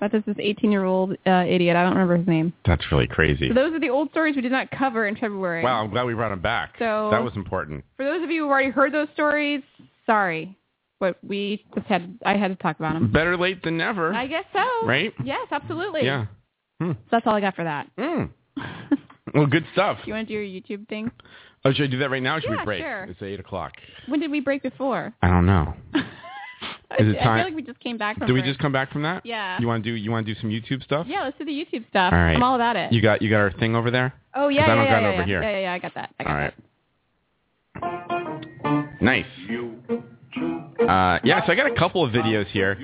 [SPEAKER 3] But this is 18-year-old uh, idiot. I don't remember his name.
[SPEAKER 2] That's really crazy.
[SPEAKER 3] So those are the old stories we did not cover in February.
[SPEAKER 2] Wow, I'm glad we brought him back.
[SPEAKER 3] So-
[SPEAKER 2] that was important.
[SPEAKER 3] For those of you who already heard those stories, sorry, but we just had I had to talk about them.
[SPEAKER 2] Better late than never.
[SPEAKER 3] I guess so.
[SPEAKER 2] Right?
[SPEAKER 3] Yes, absolutely.
[SPEAKER 2] yeah. Hmm.
[SPEAKER 3] So that's all I got for that. [laughs]
[SPEAKER 2] Mm. Well, good stuff.
[SPEAKER 3] Do you want to do your YouTube thing?
[SPEAKER 2] Oh, should I do that right now? Or should
[SPEAKER 3] Yeah,
[SPEAKER 2] we break?
[SPEAKER 3] sure.
[SPEAKER 2] It's eight o'clock.
[SPEAKER 3] When did we break before?
[SPEAKER 2] I don't know. Is it
[SPEAKER 3] I, I
[SPEAKER 2] time-
[SPEAKER 3] feel like we just came back from.
[SPEAKER 2] Did we
[SPEAKER 3] break.
[SPEAKER 2] just come back from that?
[SPEAKER 3] Yeah.
[SPEAKER 2] You want to do you want to do some YouTube stuff?
[SPEAKER 3] Yeah, let's do the YouTube stuff.
[SPEAKER 2] All right.
[SPEAKER 3] I'm all about it.
[SPEAKER 2] You got you got our thing over there.
[SPEAKER 3] oh yeah,
[SPEAKER 2] 'Cause
[SPEAKER 3] yeah,
[SPEAKER 2] I don't
[SPEAKER 3] yeah,
[SPEAKER 2] got it
[SPEAKER 3] yeah,
[SPEAKER 2] over
[SPEAKER 3] yeah.
[SPEAKER 2] here.
[SPEAKER 3] yeah, yeah, yeah. I got that. I got
[SPEAKER 2] All right. Nice. Uh, yeah, so I got a couple of videos here.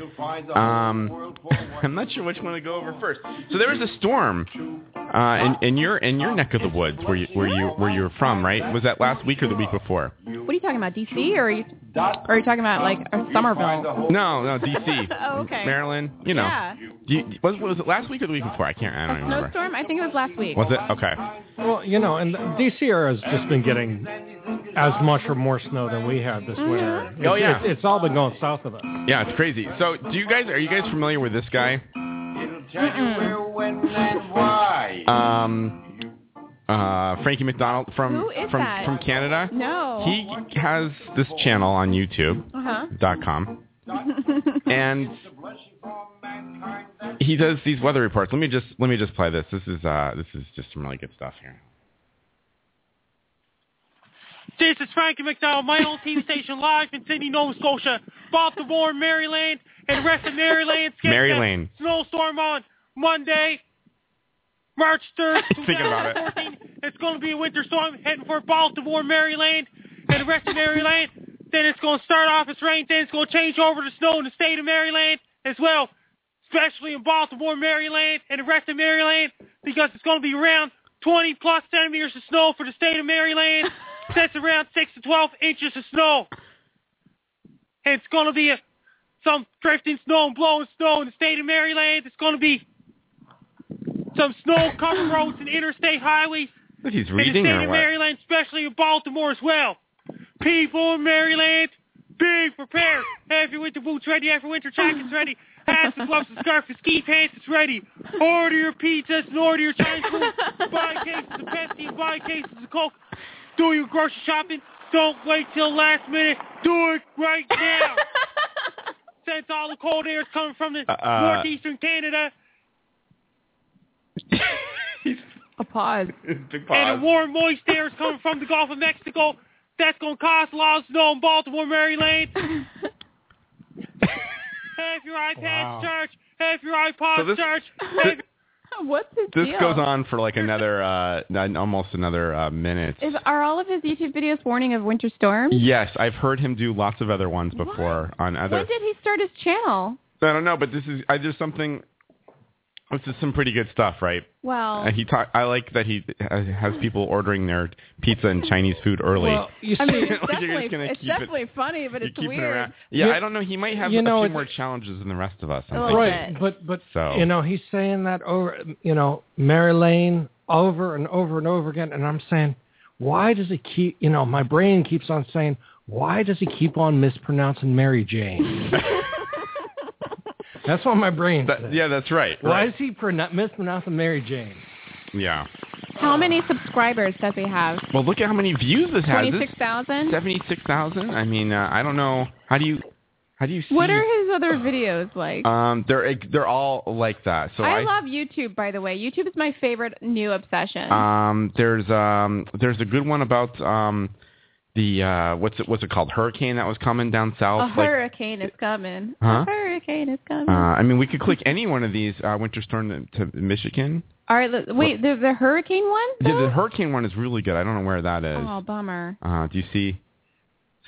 [SPEAKER 2] Um, I'm not sure which one to go over first. So there was a storm uh, in, in your in your neck of the woods where you where you where you're from, right? Was that last week or the week before?
[SPEAKER 3] that. What are you talking about, DC, or are you, or are you talking about like or Somerville?
[SPEAKER 2] No, no, [laughs] D.C.
[SPEAKER 3] Oh, okay.
[SPEAKER 2] Maryland. You know.
[SPEAKER 3] Yeah.
[SPEAKER 2] Do you- was was it last week or the week before? I can't. I don't even remember.
[SPEAKER 3] Snowstorm. I think it was last week.
[SPEAKER 2] Was it okay?
[SPEAKER 9] Well, you know, and DCR has just been getting as much or more snow than we had this winter.
[SPEAKER 2] Oh,
[SPEAKER 9] It's-
[SPEAKER 2] yeah.
[SPEAKER 9] it's, it's all been going south of us.
[SPEAKER 2] Yeah, it's crazy. So do you guys are you guys familiar with this guy? Um, uh, Frankie McDonald from
[SPEAKER 3] Who is
[SPEAKER 2] from
[SPEAKER 3] that?
[SPEAKER 2] from Canada.
[SPEAKER 3] No.
[SPEAKER 2] He has this channel on YouTube.com,
[SPEAKER 3] Uh
[SPEAKER 2] and he does these weather reports. Let me just let me just play this. This is uh this is just some really good stuff here.
[SPEAKER 1] This is Frankie McDowell, my own TV station live in Sydney, Nova Scotia. Bob the Born, Maryland, and rest of Maryland. Skip
[SPEAKER 2] Mary
[SPEAKER 1] that
[SPEAKER 2] Lane.
[SPEAKER 1] Snowstorm on Monday, March 3rd,
[SPEAKER 2] [laughs] Thinking about it.
[SPEAKER 1] 2014. It's going to be a winter storm heading for Baltimore, Maryland, and the rest of Maryland. Then it's going to start off as rain. Then it's going to change over to snow in the state of Maryland as well, especially in Baltimore, Maryland, and the rest of Maryland, because it's going to be around 20 plus centimeters of snow for the state of
[SPEAKER 2] [laughs]
[SPEAKER 1] Maryland. That's around 6 to 12 inches of snow. And it's going to be a, some drifting snow and blowing snow in the state of Maryland. It's going to be some snow-covered roads and interstate highways
[SPEAKER 2] What he's
[SPEAKER 1] in
[SPEAKER 2] reading
[SPEAKER 1] the state
[SPEAKER 2] or
[SPEAKER 1] of
[SPEAKER 2] what?
[SPEAKER 1] Maryland, especially in Baltimore as well. People in Maryland, be
[SPEAKER 2] [laughs]
[SPEAKER 1] prepared. Have your winter boots ready, have your winter jackets ready, hats and gloves and scarf and ski pants is ready. Order your pizzas and order your Chinese food. buy cases of Pepsi and buy cases of Coke. Do your grocery shopping. Don't wait till last minute. Do it right
[SPEAKER 2] [laughs]
[SPEAKER 1] now. Since all the cold air is coming from the
[SPEAKER 2] Uh,
[SPEAKER 1] northeastern
[SPEAKER 2] [laughs]
[SPEAKER 1] Canada,
[SPEAKER 3] A pause.
[SPEAKER 2] Big
[SPEAKER 1] And the warm, moist air is coming from the Gulf of Mexico. That's going to cause a lot of snow
[SPEAKER 2] [laughs]
[SPEAKER 1] in Baltimore, Maryland. Have your iPads
[SPEAKER 2] Wow.
[SPEAKER 1] charged. have your iPod
[SPEAKER 2] So this-
[SPEAKER 1] charged.
[SPEAKER 2] thi-
[SPEAKER 3] [laughs] What's his
[SPEAKER 2] This
[SPEAKER 3] deal?
[SPEAKER 2] goes on for like another, uh, n- almost another uh, minute.
[SPEAKER 3] Is, are all of his YouTube videos warning of winter storms?
[SPEAKER 2] Yes, I've heard him do lots of other ones before on
[SPEAKER 3] When
[SPEAKER 2] other.
[SPEAKER 3] did he start his channel?
[SPEAKER 2] I don't know, but this is I, there's something. This is some pretty good stuff, right?
[SPEAKER 3] Well,
[SPEAKER 2] Uh, he talk, I like that he uh, has people ordering their pizza and Chinese food early.
[SPEAKER 3] Well,
[SPEAKER 2] you
[SPEAKER 3] I mean, it's
[SPEAKER 2] [laughs] Like, you're
[SPEAKER 3] definitely,
[SPEAKER 2] just gonna
[SPEAKER 3] it's
[SPEAKER 2] keep it-
[SPEAKER 3] definitely funny, but
[SPEAKER 2] you
[SPEAKER 3] it's
[SPEAKER 2] keep it
[SPEAKER 3] weird.
[SPEAKER 2] around. Yeah,
[SPEAKER 9] You-
[SPEAKER 2] I don't know. He might have
[SPEAKER 9] you know,
[SPEAKER 2] a
[SPEAKER 9] it's-
[SPEAKER 2] few more challenges than the rest of us. I'm
[SPEAKER 3] A little
[SPEAKER 2] thinking.
[SPEAKER 9] right, but but
[SPEAKER 2] So-
[SPEAKER 9] you know he's saying that over you know Mary Lane over and over and over again, and I'm saying why does he keep you know my brain keeps on saying why does he keep on mispronouncing Mary
[SPEAKER 2] [laughs]
[SPEAKER 9] Jane? That's what my brain. says.
[SPEAKER 2] Yeah, that's right.
[SPEAKER 9] Why
[SPEAKER 2] right.
[SPEAKER 9] is he pronoun mispronouncing Mary Jane?
[SPEAKER 2] Yeah.
[SPEAKER 3] How many subscribers does he have?
[SPEAKER 2] Well, look at how many views this has.
[SPEAKER 3] Twenty-six thousand.
[SPEAKER 2] Seventy-six thousand. I mean, uh, I don't know. How do you? How do you see?
[SPEAKER 3] What are his other videos like?
[SPEAKER 2] um, they're they're all like that. So
[SPEAKER 3] I,
[SPEAKER 2] I
[SPEAKER 3] love YouTube, by the way. YouTube is my favorite new obsession.
[SPEAKER 2] Um, there's um, there's a good one about um, the uh, what's it what's it called hurricane that was coming down
[SPEAKER 3] a
[SPEAKER 2] south. like,
[SPEAKER 3] hurricane is coming.
[SPEAKER 2] Huh?
[SPEAKER 3] A hurricane is coming.
[SPEAKER 2] uh, I mean, we could click any one of these uh, winter storm to, to Michigan.
[SPEAKER 3] All right, look, wait, the, the hurricane one?
[SPEAKER 2] The, the hurricane one is really good. I don't know where that is.
[SPEAKER 3] Oh, bummer.
[SPEAKER 2] Uh, do you see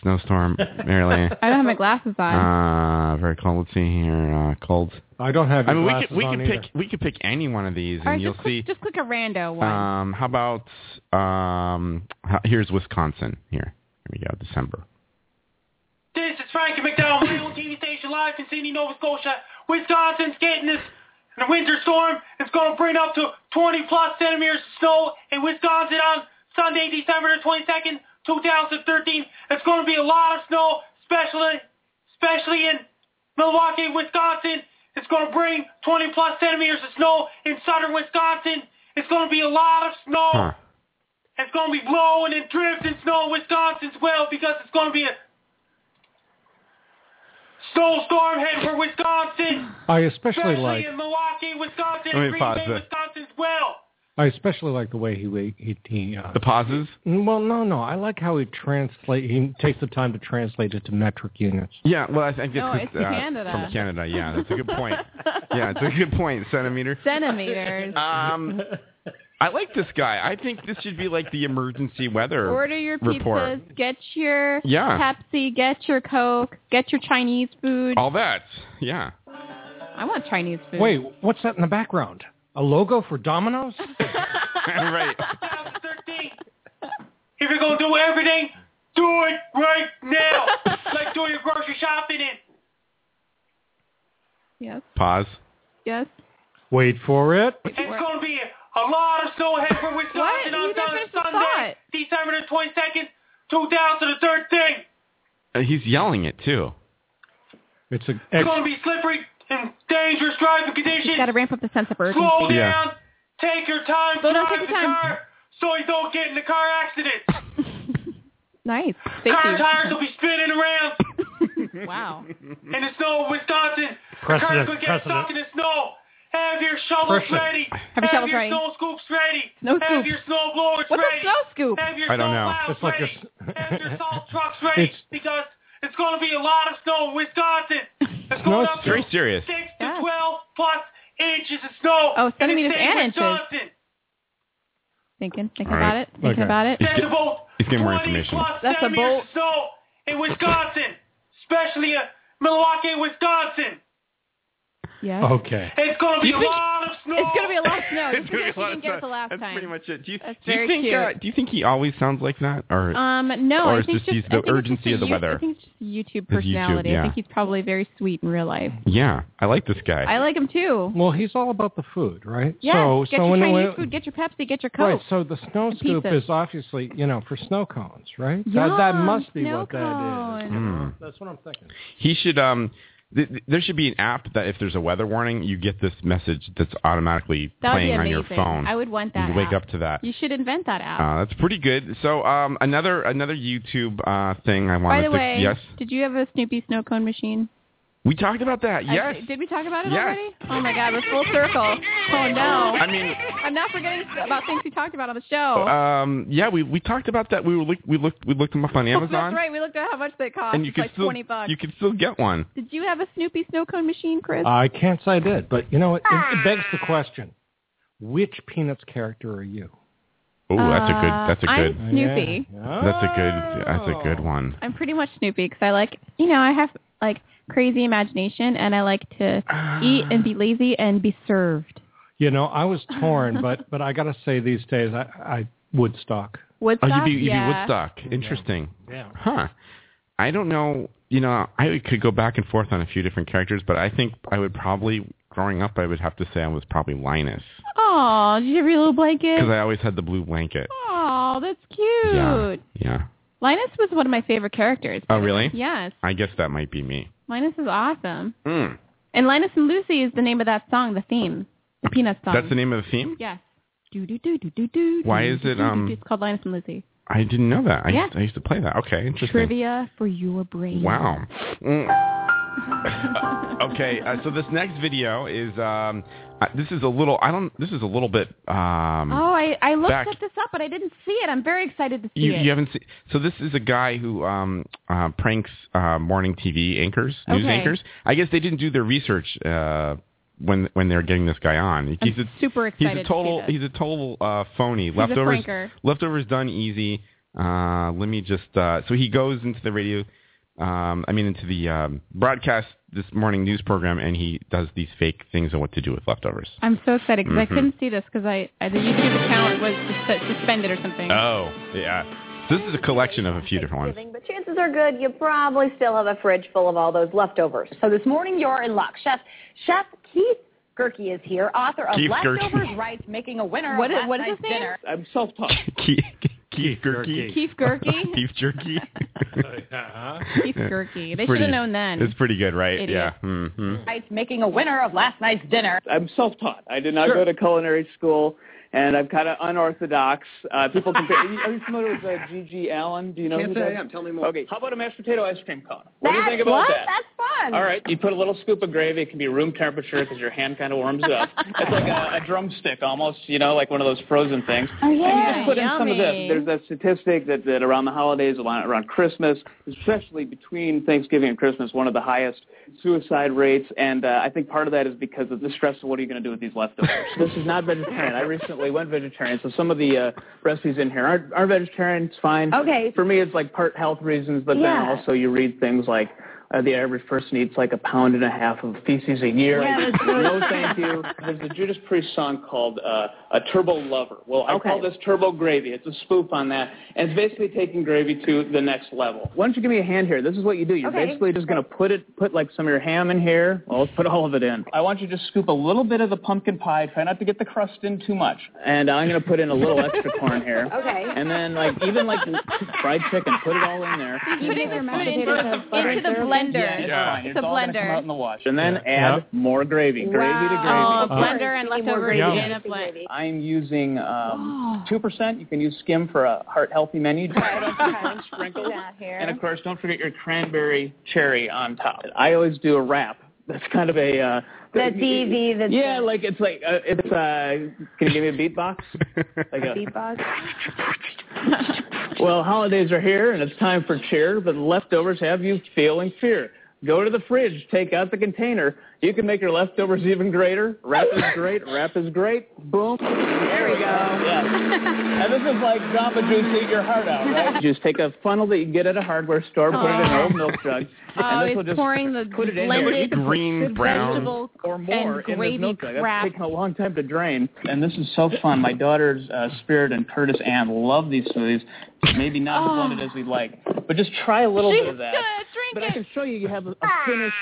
[SPEAKER 2] snowstorm, Maryland?
[SPEAKER 3] [laughs] I don't have my glasses on.
[SPEAKER 2] Uh, very cold. Let's see here. Uh, cold.
[SPEAKER 9] I don't have.
[SPEAKER 2] I
[SPEAKER 9] your
[SPEAKER 2] mean, we
[SPEAKER 9] glasses
[SPEAKER 2] could we
[SPEAKER 9] on
[SPEAKER 2] could
[SPEAKER 9] either.
[SPEAKER 2] pick we could pick any one of these, and
[SPEAKER 3] All right,
[SPEAKER 2] you'll
[SPEAKER 3] just
[SPEAKER 2] see.
[SPEAKER 3] click, just click a rando one.
[SPEAKER 2] Um, how about um, how, here's Wisconsin. Here, here we go. December.
[SPEAKER 1] This is Frankie McDowell, my own TV station live in Sydney, Nova Scotia. Wisconsin's getting this the winter storm. It's going to bring up to 20 plus centimeters of snow in Wisconsin on Sunday, December the 22nd, 2013. It's going to be a lot of snow, especially especially in Milwaukee, Wisconsin. It's going to bring 20 plus centimeters of snow in southern Wisconsin. It's going to be a lot of snow.
[SPEAKER 2] Huh.
[SPEAKER 1] It's going to be blowing and drifting snow in Wisconsin as well because it's going to be a snowstorm heading for Wisconsin.
[SPEAKER 9] I especially [laughs]
[SPEAKER 1] Especially
[SPEAKER 9] like
[SPEAKER 1] in Milwaukee, Wisconsin,
[SPEAKER 9] Let me
[SPEAKER 1] Green
[SPEAKER 9] pause
[SPEAKER 1] Bay,
[SPEAKER 9] this.
[SPEAKER 1] Wisconsin as well.
[SPEAKER 9] I especially like the way he he, he uh,
[SPEAKER 2] the pauses.
[SPEAKER 9] Well, no, no, I like how he translate. He takes the time to translate it to metric units.
[SPEAKER 2] Yeah, well, I think it's,
[SPEAKER 3] No, it's
[SPEAKER 2] uh,
[SPEAKER 3] Canada.
[SPEAKER 2] from Canada. Yeah, that's a good point.
[SPEAKER 9] [laughs]
[SPEAKER 2] yeah, it's a good point.
[SPEAKER 3] [laughs]
[SPEAKER 2] Centimeter.
[SPEAKER 3] Centimeters.
[SPEAKER 2] [laughs] Um, I like this guy. I think this should be like the emergency weather
[SPEAKER 3] Order your
[SPEAKER 2] report.
[SPEAKER 3] pizzas, get your
[SPEAKER 2] Yeah.
[SPEAKER 3] Pepsi, get your Coke, get your Chinese food.
[SPEAKER 2] All that. Yeah.
[SPEAKER 3] I want Chinese food.
[SPEAKER 9] Wait, what's that in the background? A logo for Domino's?
[SPEAKER 2] right.
[SPEAKER 1] 2013. If you're going to do everything, do it right now.
[SPEAKER 9] [laughs]
[SPEAKER 1] like doing your grocery shopping and
[SPEAKER 3] Yes,
[SPEAKER 2] Pause.
[SPEAKER 3] yes.
[SPEAKER 9] Wait for it.
[SPEAKER 1] It's going to be a lot of snow ahead
[SPEAKER 3] [laughs]
[SPEAKER 1] for Wisconsin on Sun- Sunday, December the 22nd, 2013.
[SPEAKER 2] Uh, he's yelling it too.
[SPEAKER 9] It's a.
[SPEAKER 1] It's going to be slippery and dangerous driving
[SPEAKER 3] She's
[SPEAKER 1] conditions.
[SPEAKER 3] got to ramp up the sense of urgency.
[SPEAKER 1] Slow down.
[SPEAKER 2] Yeah.
[SPEAKER 1] Take your time.
[SPEAKER 3] Slow down,
[SPEAKER 1] drive
[SPEAKER 3] take
[SPEAKER 1] the
[SPEAKER 3] your time.
[SPEAKER 1] car so you don't get in a car accident.
[SPEAKER 3] Nice. Thank
[SPEAKER 1] car
[SPEAKER 3] you.
[SPEAKER 1] tires will be
[SPEAKER 9] [laughs]
[SPEAKER 1] spinning around
[SPEAKER 3] wow.
[SPEAKER 1] in the snow in Wisconsin.
[SPEAKER 9] Precedent,
[SPEAKER 1] the cars will get
[SPEAKER 9] precedent.
[SPEAKER 1] stuck in the snow. Have your shovels
[SPEAKER 9] Precedent.
[SPEAKER 1] ready.
[SPEAKER 9] Have your shovels
[SPEAKER 1] your
[SPEAKER 9] ready.
[SPEAKER 1] snow scoops ready.
[SPEAKER 9] Snow
[SPEAKER 1] Have
[SPEAKER 9] scoop.
[SPEAKER 1] your snow blowers
[SPEAKER 9] What's a
[SPEAKER 1] ready.
[SPEAKER 9] snow scoop?
[SPEAKER 1] Have your
[SPEAKER 9] I don't
[SPEAKER 1] snow
[SPEAKER 9] know.
[SPEAKER 1] plows
[SPEAKER 9] It's like
[SPEAKER 1] ready.
[SPEAKER 9] your- [laughs]
[SPEAKER 1] Have your salt trucks ready
[SPEAKER 9] It's-
[SPEAKER 1] because it's going to be a lot of snow
[SPEAKER 9] [laughs]
[SPEAKER 1] in Wisconsin. It's
[SPEAKER 2] No,
[SPEAKER 1] going
[SPEAKER 2] it's
[SPEAKER 1] up
[SPEAKER 2] very
[SPEAKER 1] to
[SPEAKER 2] serious.
[SPEAKER 1] Six to twelve plus inches of snow.
[SPEAKER 3] Oh,
[SPEAKER 1] in the
[SPEAKER 3] centimeters
[SPEAKER 1] state of
[SPEAKER 3] and inches.
[SPEAKER 1] Wisconsin.
[SPEAKER 3] Thinking, thinking
[SPEAKER 2] All right.
[SPEAKER 3] about it, thinking
[SPEAKER 2] Okay.
[SPEAKER 3] about it.
[SPEAKER 2] He's get- he's getting more information.
[SPEAKER 1] Plus
[SPEAKER 3] That's a
[SPEAKER 1] centimeters of snow in Wisconsin, especially in Milwaukee, Wisconsin.
[SPEAKER 3] Yes.
[SPEAKER 9] Okay.
[SPEAKER 1] It's going to be
[SPEAKER 2] You
[SPEAKER 1] a
[SPEAKER 2] think-
[SPEAKER 1] lot of snow.
[SPEAKER 3] It's gonna be a lot of snow.
[SPEAKER 2] [laughs] It's gonna be a lot
[SPEAKER 3] didn't
[SPEAKER 2] of
[SPEAKER 3] get it
[SPEAKER 2] snow.
[SPEAKER 3] the last
[SPEAKER 2] That's
[SPEAKER 3] time.
[SPEAKER 2] pretty much it. Do you,
[SPEAKER 3] That's
[SPEAKER 2] do you
[SPEAKER 3] very
[SPEAKER 2] think
[SPEAKER 3] cute.
[SPEAKER 2] Uh, do you think he always sounds like that, or
[SPEAKER 3] Um, no,
[SPEAKER 2] or
[SPEAKER 3] I
[SPEAKER 2] it's
[SPEAKER 3] think
[SPEAKER 2] just
[SPEAKER 3] just
[SPEAKER 2] he's
[SPEAKER 3] I
[SPEAKER 2] the
[SPEAKER 3] think it's
[SPEAKER 2] urgency
[SPEAKER 3] just the
[SPEAKER 2] of the
[SPEAKER 3] you-
[SPEAKER 2] weather?
[SPEAKER 3] I think it's just YouTube
[SPEAKER 2] YouTube,
[SPEAKER 3] personality. I
[SPEAKER 2] yeah.
[SPEAKER 3] think he's probably very sweet in real life.
[SPEAKER 2] yeah, I like this guy.
[SPEAKER 3] I like him too.
[SPEAKER 9] Well, he's all about the food, right?
[SPEAKER 3] Yes,
[SPEAKER 9] so,
[SPEAKER 3] get
[SPEAKER 9] so
[SPEAKER 3] your
[SPEAKER 9] when,
[SPEAKER 3] Chinese
[SPEAKER 9] when-
[SPEAKER 3] food, get your Pepsi, get your Coke.
[SPEAKER 9] Right, so the snow
[SPEAKER 3] and
[SPEAKER 9] scoop
[SPEAKER 3] pizzas.
[SPEAKER 9] is obviously, you know, for snow cones, right?
[SPEAKER 3] Yeah,
[SPEAKER 9] that, that must be
[SPEAKER 3] snow
[SPEAKER 9] what that is.
[SPEAKER 2] Mm.
[SPEAKER 9] That's what I'm thinking.
[SPEAKER 2] He should. Um, th- th- there should be an app that if there's a weather warning, you get this message that's automatically
[SPEAKER 3] That would be
[SPEAKER 2] playing on your
[SPEAKER 3] amazing.
[SPEAKER 2] phone.
[SPEAKER 3] I would want that
[SPEAKER 2] You wake
[SPEAKER 3] app.
[SPEAKER 2] up to that.
[SPEAKER 3] You should invent that app.
[SPEAKER 2] Uh, that's pretty good. So um, another another YouTube uh, thing I wanted
[SPEAKER 3] By the
[SPEAKER 2] to
[SPEAKER 3] way,
[SPEAKER 2] yes.
[SPEAKER 3] did you have a Snoopy snow cone machine?
[SPEAKER 2] We talked about that.
[SPEAKER 3] I-
[SPEAKER 2] Uh, Yes.
[SPEAKER 3] did we talk about it
[SPEAKER 2] Yes.
[SPEAKER 3] already? Oh my God, we're full circle. Oh no.
[SPEAKER 2] I mean-
[SPEAKER 3] I'm not forgetting about things we talked about on the show.
[SPEAKER 2] Um, yeah, we we talked about that. We were look, we looked we looked
[SPEAKER 3] [laughs]
[SPEAKER 2] them up on
[SPEAKER 3] [laughs]
[SPEAKER 2] Amazon,
[SPEAKER 3] Oh, That's right. We looked at how much they cost.
[SPEAKER 2] and you
[SPEAKER 3] it's
[SPEAKER 2] can
[SPEAKER 3] like
[SPEAKER 2] still
[SPEAKER 3] twenty bucks.
[SPEAKER 2] you can still get one.
[SPEAKER 3] Did you have a Snoopy snow cone machine, Chris?
[SPEAKER 9] I can't say I did, but you know what? It, it begs the question: Which Peanuts character are you?
[SPEAKER 2] Oh, that's a good
[SPEAKER 3] Uh,
[SPEAKER 2] that's a
[SPEAKER 3] I'm
[SPEAKER 2] good
[SPEAKER 3] Snoopy.
[SPEAKER 2] that's a good that's a good one.
[SPEAKER 3] I'm pretty much Snoopy because I like, you know, I have like crazy imagination and I like
[SPEAKER 2] [sighs]
[SPEAKER 3] to eat and be lazy and be served.
[SPEAKER 9] You know, I was torn, but but I got to say, these days I, I Woodstock.
[SPEAKER 3] Woodstock.
[SPEAKER 2] oh, you'd be you'd
[SPEAKER 3] yeah.
[SPEAKER 2] be Woodstock. Interesting.
[SPEAKER 9] Yeah.
[SPEAKER 2] Huh. I don't know. You know, I could go back and forth on a few different characters, but I think I would probably growing up I would have to say I was probably Linus
[SPEAKER 3] Aw, did you have your little blanket?
[SPEAKER 2] because I always had the blue blanket.
[SPEAKER 3] Aw, that's cute.
[SPEAKER 2] Yeah. Yeah.
[SPEAKER 3] Linus was one of my favorite characters.
[SPEAKER 2] Oh, really?
[SPEAKER 3] Yes.
[SPEAKER 2] I guess that might be me.
[SPEAKER 3] Linus is awesome.
[SPEAKER 2] Mm.
[SPEAKER 3] And Linus and Lucy is the name of that song, the theme, the Peanuts song.
[SPEAKER 2] That's the name of the theme.
[SPEAKER 3] Yes. Do do do do do do.
[SPEAKER 2] Why
[SPEAKER 3] do,
[SPEAKER 2] is
[SPEAKER 3] do,
[SPEAKER 2] it,
[SPEAKER 3] do, do,
[SPEAKER 2] um,
[SPEAKER 3] do. It's called Linus and Lucy.
[SPEAKER 2] I didn't know that. I,
[SPEAKER 3] Yeah.
[SPEAKER 2] used, I used to play that. Okay, interesting.
[SPEAKER 3] Trivia for your brain.
[SPEAKER 2] Wow. Um, Mm. okay, uh, so this next video is um, uh, this is a little I don't this is a little bit um,
[SPEAKER 3] oh, I I looked
[SPEAKER 2] back-
[SPEAKER 3] at this up, but I didn't see it. I'm very excited to see
[SPEAKER 2] you,
[SPEAKER 3] it.
[SPEAKER 2] you haven't seen so this is a guy who um, uh, pranks uh, morning TV anchors news
[SPEAKER 3] Okay.
[SPEAKER 2] anchors. I guess they didn't do their research uh, when when they were getting this guy on. He's a
[SPEAKER 3] Super excited.
[SPEAKER 2] he's a
[SPEAKER 3] to see
[SPEAKER 2] total
[SPEAKER 3] this.
[SPEAKER 2] he's a total uh, phony.
[SPEAKER 3] He's a
[SPEAKER 2] leftovers
[SPEAKER 3] pranker.
[SPEAKER 2] leftovers done easy. Uh, let me just uh, so he goes into the radio. Um, I mean into the um, broadcast this morning news program, and he does these fake things on what to do with leftovers.
[SPEAKER 3] I'm so excited because
[SPEAKER 2] Mhm.
[SPEAKER 3] I couldn't see this because I, I the YouTube account was sus- suspended or something.
[SPEAKER 2] Oh yeah, so this is a collection of a few different ones.
[SPEAKER 8] But chances are good you probably still have a fridge full of all those leftovers. So this morning you're in luck. Chef Chef Keith Gerke is here, author of
[SPEAKER 2] Keith Gerke.
[SPEAKER 8] uh, Leftovers Rights, Making a Winner
[SPEAKER 3] What
[SPEAKER 8] of
[SPEAKER 3] is-
[SPEAKER 8] Last
[SPEAKER 3] what is
[SPEAKER 8] Night's
[SPEAKER 3] his name?
[SPEAKER 8] Dinner.
[SPEAKER 11] I'm self-taught.
[SPEAKER 2] [laughs] Keith, Keith Gerke.
[SPEAKER 3] Keith Gerke?
[SPEAKER 2] Keith Jerky.
[SPEAKER 9] Uh-huh.
[SPEAKER 3] [laughs] Keith Gerke. They
[SPEAKER 2] Pretty-
[SPEAKER 3] should have known then.
[SPEAKER 2] It's pretty good, right?
[SPEAKER 8] Idiot.
[SPEAKER 2] Yeah. hmm
[SPEAKER 8] Rights, Making a Winner of Last Night's Dinner.
[SPEAKER 11] I'm self-taught. I did not go to culinary school, and I'm kind of unorthodox. Uh, people
[SPEAKER 3] [laughs]
[SPEAKER 11] compare. are, you, are you familiar with uh, G.G. Allen? Do you know
[SPEAKER 8] Can't
[SPEAKER 11] who
[SPEAKER 8] say
[SPEAKER 11] that
[SPEAKER 8] I
[SPEAKER 11] is?
[SPEAKER 8] am.
[SPEAKER 11] Tell me more. Okay. How about a mashed potato ice cream cone? What do you
[SPEAKER 8] That's-
[SPEAKER 11] think about
[SPEAKER 8] what?
[SPEAKER 11] that?
[SPEAKER 8] That's fun.
[SPEAKER 11] All right, you put a little scoop of gravy. It can be room temperature because your hand kind of warms up. It's like a, a drumstick almost, you know, like one of those frozen things.
[SPEAKER 8] Oh, yeah.
[SPEAKER 11] And you just put in some of this. There's that statistic that, that around the holidays, a lot- around Christmas, especially between Thanksgiving and Christmas, one of the highest suicide rates. And uh, I think part of that is because of the stress of what are you going to do with these leftovers.
[SPEAKER 8] [laughs]
[SPEAKER 11] this is not vegetarian. I recently went vegetarian, so some of the uh, recipes in here aren't, aren't vegetarian. It's fine.
[SPEAKER 8] Okay.
[SPEAKER 11] For me, it's like part health reasons, but
[SPEAKER 8] Yeah.
[SPEAKER 11] then also you read things like uh, the average person eats like a pound and a half of feces a year.
[SPEAKER 8] Yeah, that's really
[SPEAKER 11] no, thank you. There's a Judas Priest song called uh, "A Turbo Lover." Well, I
[SPEAKER 8] Okay.
[SPEAKER 11] call this Turbo Gravy. It's a spoof on that, and it's basically taking gravy to the next level. Why don't you give me a hand here? This is what you do. You're
[SPEAKER 8] Okay.
[SPEAKER 11] basically just going to put it, put like some of your ham in here. Well, let's put all of it in. I want you to scoop a little bit of the pumpkin pie. Try not to get the crust in too much. And I'm going to put in a [laughs] little extra corn here.
[SPEAKER 8] Okay.
[SPEAKER 11] And then like even like fried chicken, put it all in there.
[SPEAKER 3] Putting this food into,
[SPEAKER 8] potatoes have butter
[SPEAKER 3] into the
[SPEAKER 8] servings?
[SPEAKER 3] blender.
[SPEAKER 11] Yeah, it's fine. It's
[SPEAKER 3] The
[SPEAKER 11] all gonna come out
[SPEAKER 3] blender.
[SPEAKER 11] in the wash. And then
[SPEAKER 9] Yeah.
[SPEAKER 11] add more gravy. Gravy to
[SPEAKER 3] Oh,
[SPEAKER 11] gravy.
[SPEAKER 3] a blender and leftovers
[SPEAKER 11] gravy.
[SPEAKER 3] in a blender.
[SPEAKER 11] I'm using um, 2%. You can use skim for a heart healthy menu.
[SPEAKER 8] Do that here.
[SPEAKER 11] And of course, don't forget your cranberry cherry on top. I always do a wrap. That's kind of a. Uh,
[SPEAKER 8] The DV, the
[SPEAKER 11] yeah, like it's like uh, it's. Uh, can you give me a beatbox? Like a,
[SPEAKER 8] Beatbox. [laughs]
[SPEAKER 11] well, holidays are here and it's time for cheer, but leftovers have you feeling fear. Go to the fridge, take out the container. You can make your leftovers even greater. Wrap is great, wrap is great. Boom. There we go. Yeah. And this is like Jamba Juice, eat your heart out,
[SPEAKER 3] [laughs]
[SPEAKER 11] right? Just take a funnel that you can get at a hardware store, put it in an old milk jug,
[SPEAKER 3] Oh,
[SPEAKER 11] and this will
[SPEAKER 3] it's
[SPEAKER 11] just
[SPEAKER 3] pouring the
[SPEAKER 11] put it in
[SPEAKER 3] blended
[SPEAKER 11] there.
[SPEAKER 2] Green, brown.
[SPEAKER 3] vegetable
[SPEAKER 11] or more
[SPEAKER 3] and
[SPEAKER 11] in this
[SPEAKER 3] gravy
[SPEAKER 11] milk jug.
[SPEAKER 3] crap.
[SPEAKER 11] That's taken a long time to drain. And this is so fun. My daughters, uh, Spirit and Curtis Ann, love these smoothies. Maybe not
[SPEAKER 3] Oh.
[SPEAKER 8] Ah.
[SPEAKER 11] as blended as we'd like, but just try a little
[SPEAKER 3] She's
[SPEAKER 11] bit of that.
[SPEAKER 3] gonna
[SPEAKER 11] But I
[SPEAKER 3] drink
[SPEAKER 11] can
[SPEAKER 3] it. Ah.
[SPEAKER 11] show you you have a, a finished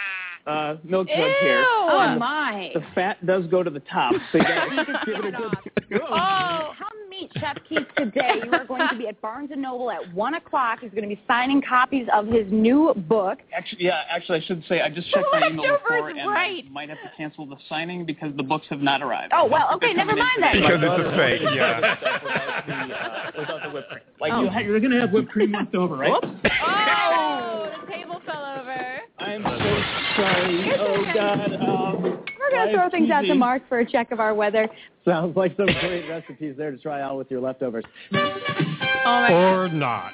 [SPEAKER 11] uh, milk
[SPEAKER 3] Ew.
[SPEAKER 11] jug here.
[SPEAKER 8] Oh,
[SPEAKER 11] And
[SPEAKER 8] my.
[SPEAKER 11] the, the fat does go to the top, so [laughs]
[SPEAKER 8] [laughs]
[SPEAKER 11] you gotta give it a good.
[SPEAKER 8] [laughs] Oh, come meet Chef Keith today. You are going to be at Barnes & Noble at 1 o'clock. He's going to be signing copies of his new book.
[SPEAKER 11] Actually, yeah, actually, I should say I just checked my email
[SPEAKER 8] leftovers,
[SPEAKER 11] before, and
[SPEAKER 8] right.
[SPEAKER 11] I might have to cancel the signing because the books have not arrived.
[SPEAKER 8] Oh, well, okay,
[SPEAKER 11] They're
[SPEAKER 8] never
[SPEAKER 11] coming in
[SPEAKER 8] mind
[SPEAKER 11] today.
[SPEAKER 8] then.
[SPEAKER 11] [laughs]
[SPEAKER 2] Because it's a fake, yeah.
[SPEAKER 11] Without the, uh, without the whipped cream. Like you ha- Oh, you're gonna have whipped [laughs]
[SPEAKER 2] [laughs]
[SPEAKER 11] cream left over, right? [laughs]
[SPEAKER 3] Oh, the table fell over.
[SPEAKER 11] I'm so sorry. um,
[SPEAKER 8] to throw things out to
[SPEAKER 11] TV.
[SPEAKER 8] Mark for a check of our weather.
[SPEAKER 11] Sounds like some great recipes there to try out with your leftovers.
[SPEAKER 3] my
[SPEAKER 9] or not.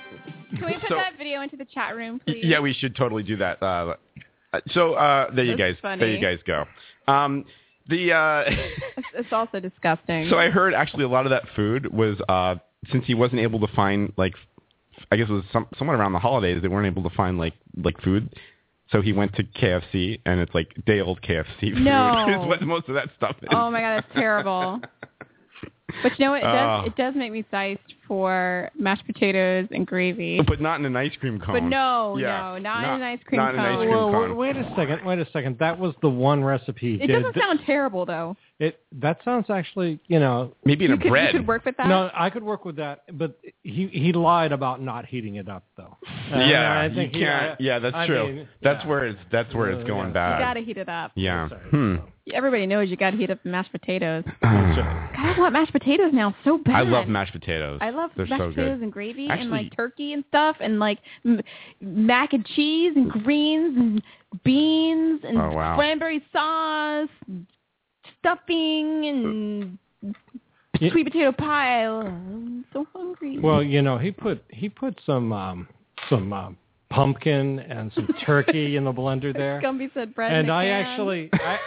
[SPEAKER 3] Can we put
[SPEAKER 2] So-
[SPEAKER 3] that video into the chat room, please?
[SPEAKER 2] Yeah, we should totally do that. Uh, so uh, there you
[SPEAKER 3] That's
[SPEAKER 2] guys, there
[SPEAKER 3] funny.
[SPEAKER 2] you guys go. Um, the
[SPEAKER 3] [laughs]
[SPEAKER 2] uh, [laughs]
[SPEAKER 3] It's, it's also disgusting.
[SPEAKER 2] so I heard actually a lot of that food was uh, since he wasn't able to find like I guess it was some, somewhat around the holidays they weren't able to find like like food. So he went to KFC and it's like day old KFC food
[SPEAKER 3] No.
[SPEAKER 2] [laughs] is what most of that stuff is.
[SPEAKER 3] Oh my god, that's terrible. But you know what? It does,
[SPEAKER 2] Oh.
[SPEAKER 3] it does make me sized for mashed potatoes and gravy.
[SPEAKER 2] But not in an ice cream cone.
[SPEAKER 3] But no,
[SPEAKER 2] Yeah.
[SPEAKER 3] no, not, in an ice cream
[SPEAKER 2] not in
[SPEAKER 3] cone.
[SPEAKER 2] an ice cream
[SPEAKER 9] Well,
[SPEAKER 2] cone.
[SPEAKER 9] wait a second. Wait a second. That was the one recipe.
[SPEAKER 3] It
[SPEAKER 9] did.
[SPEAKER 3] doesn't sound terrible though.
[SPEAKER 9] It that sounds actually, you know,
[SPEAKER 2] maybe
[SPEAKER 3] in a You could- you bread. could work with that?
[SPEAKER 9] No, I could work with that, but he he lied about not heating it up though. Uh,
[SPEAKER 2] [laughs] yeah,
[SPEAKER 9] I
[SPEAKER 2] you
[SPEAKER 9] think he-
[SPEAKER 2] can't.
[SPEAKER 9] I-
[SPEAKER 2] yeah, that's
[SPEAKER 9] I
[SPEAKER 2] true.
[SPEAKER 9] mean,
[SPEAKER 2] that's where it's that's where it's going
[SPEAKER 3] you
[SPEAKER 2] bad.
[SPEAKER 3] gotta heat it up.
[SPEAKER 2] uh, Yeah. Hmm.
[SPEAKER 3] Everybody knows you gotta heat up the mashed
[SPEAKER 2] [clears throat]
[SPEAKER 3] potatoes. God, I want mashed potatoes now so bad.
[SPEAKER 2] I love mashed potatoes.
[SPEAKER 3] I love
[SPEAKER 2] They're
[SPEAKER 3] mashed
[SPEAKER 2] so
[SPEAKER 3] potatoes
[SPEAKER 2] good.
[SPEAKER 3] and gravy
[SPEAKER 2] Actually-
[SPEAKER 3] and like turkey and stuff and like m- mac and cheese and greens and beans and
[SPEAKER 2] Oh, wow.
[SPEAKER 3] cranberry sauce, and stuffing and sweet potato pie. Oh, I'm so hungry.
[SPEAKER 9] Well, you know, he put he put some um some um, pumpkin and some turkey in the blender there.
[SPEAKER 3] Gumby said bread. in
[SPEAKER 9] And
[SPEAKER 3] a
[SPEAKER 9] I
[SPEAKER 3] can.
[SPEAKER 9] actually I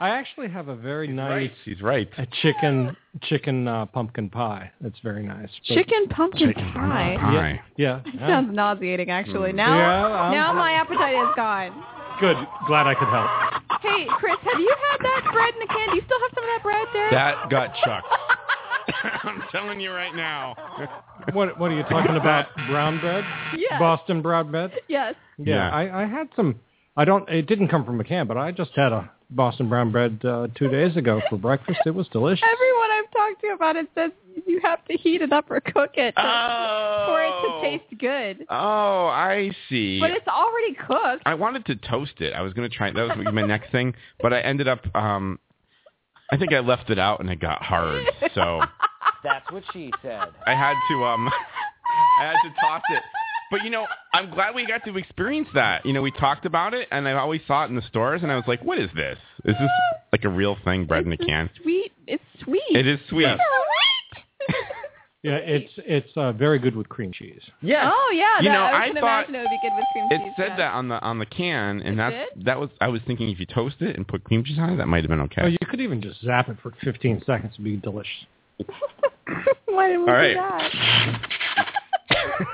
[SPEAKER 9] I actually have a very nice
[SPEAKER 2] He's right.
[SPEAKER 9] a chicken chicken uh, pumpkin pie. That's very nice. But-
[SPEAKER 3] chicken pumpkin pie.
[SPEAKER 9] Yeah. yeah.
[SPEAKER 3] That sounds nauseating, actually.
[SPEAKER 9] Mm.
[SPEAKER 3] Now,
[SPEAKER 9] Yeah, I'm-
[SPEAKER 3] now my appetite is gone.
[SPEAKER 9] Good. Glad I could help.
[SPEAKER 3] Hey, Chris, have you had that bread in the can? Do you still have some of that bread there?
[SPEAKER 2] That got chucked. [laughs] I'm telling you right now.
[SPEAKER 9] What What are you talking about? Brown bread?
[SPEAKER 3] Yes.
[SPEAKER 9] Boston brown bread? [laughs]
[SPEAKER 3] Yes.
[SPEAKER 9] Yeah. I, I had some. I don't. It didn't come from a can, but I just had a Boston brown bread uh, two days ago for breakfast. It was delicious.
[SPEAKER 3] Everyone I've talked to about it says you have to heat it up or cook it to,
[SPEAKER 2] Oh.
[SPEAKER 3] for it to taste good.
[SPEAKER 2] [laughs] Oh, I see.
[SPEAKER 3] But it's already cooked.
[SPEAKER 2] I wanted to toast it. I was going to try it. That was my next thing, but I ended up. um I think I left it out and it got hard,
[SPEAKER 3] [laughs]
[SPEAKER 2] so
[SPEAKER 10] That's what she said.
[SPEAKER 2] I had to. um I had to toss it. But you know, I'm glad we got to experience that. You know, we talked about it, and I always saw it in the stores, and I was like, "What is this? Is this like a real thing, bread in a can?"
[SPEAKER 3] Sweet. It's sweet.
[SPEAKER 2] It is sweet.
[SPEAKER 3] It's sweet. [laughs]
[SPEAKER 9] Yeah, it's it's uh, very good with cream cheese.
[SPEAKER 2] Yeah.
[SPEAKER 3] Oh yeah.
[SPEAKER 2] You
[SPEAKER 3] that,
[SPEAKER 2] know,
[SPEAKER 3] I
[SPEAKER 2] I
[SPEAKER 3] can
[SPEAKER 2] thought
[SPEAKER 3] imagine it would be good with cream
[SPEAKER 2] It
[SPEAKER 3] cheese.
[SPEAKER 2] said
[SPEAKER 3] yeah.
[SPEAKER 2] that on the on the can, and that's
[SPEAKER 3] did?
[SPEAKER 2] that was I was thinking if you toast it and put cream cheese on it, that might have been okay.
[SPEAKER 9] Oh, you could even just zap it for 15 seconds. It'd be delicious.
[SPEAKER 3] Why did we
[SPEAKER 2] All
[SPEAKER 3] do
[SPEAKER 2] right.
[SPEAKER 3] that?
[SPEAKER 2] [laughs]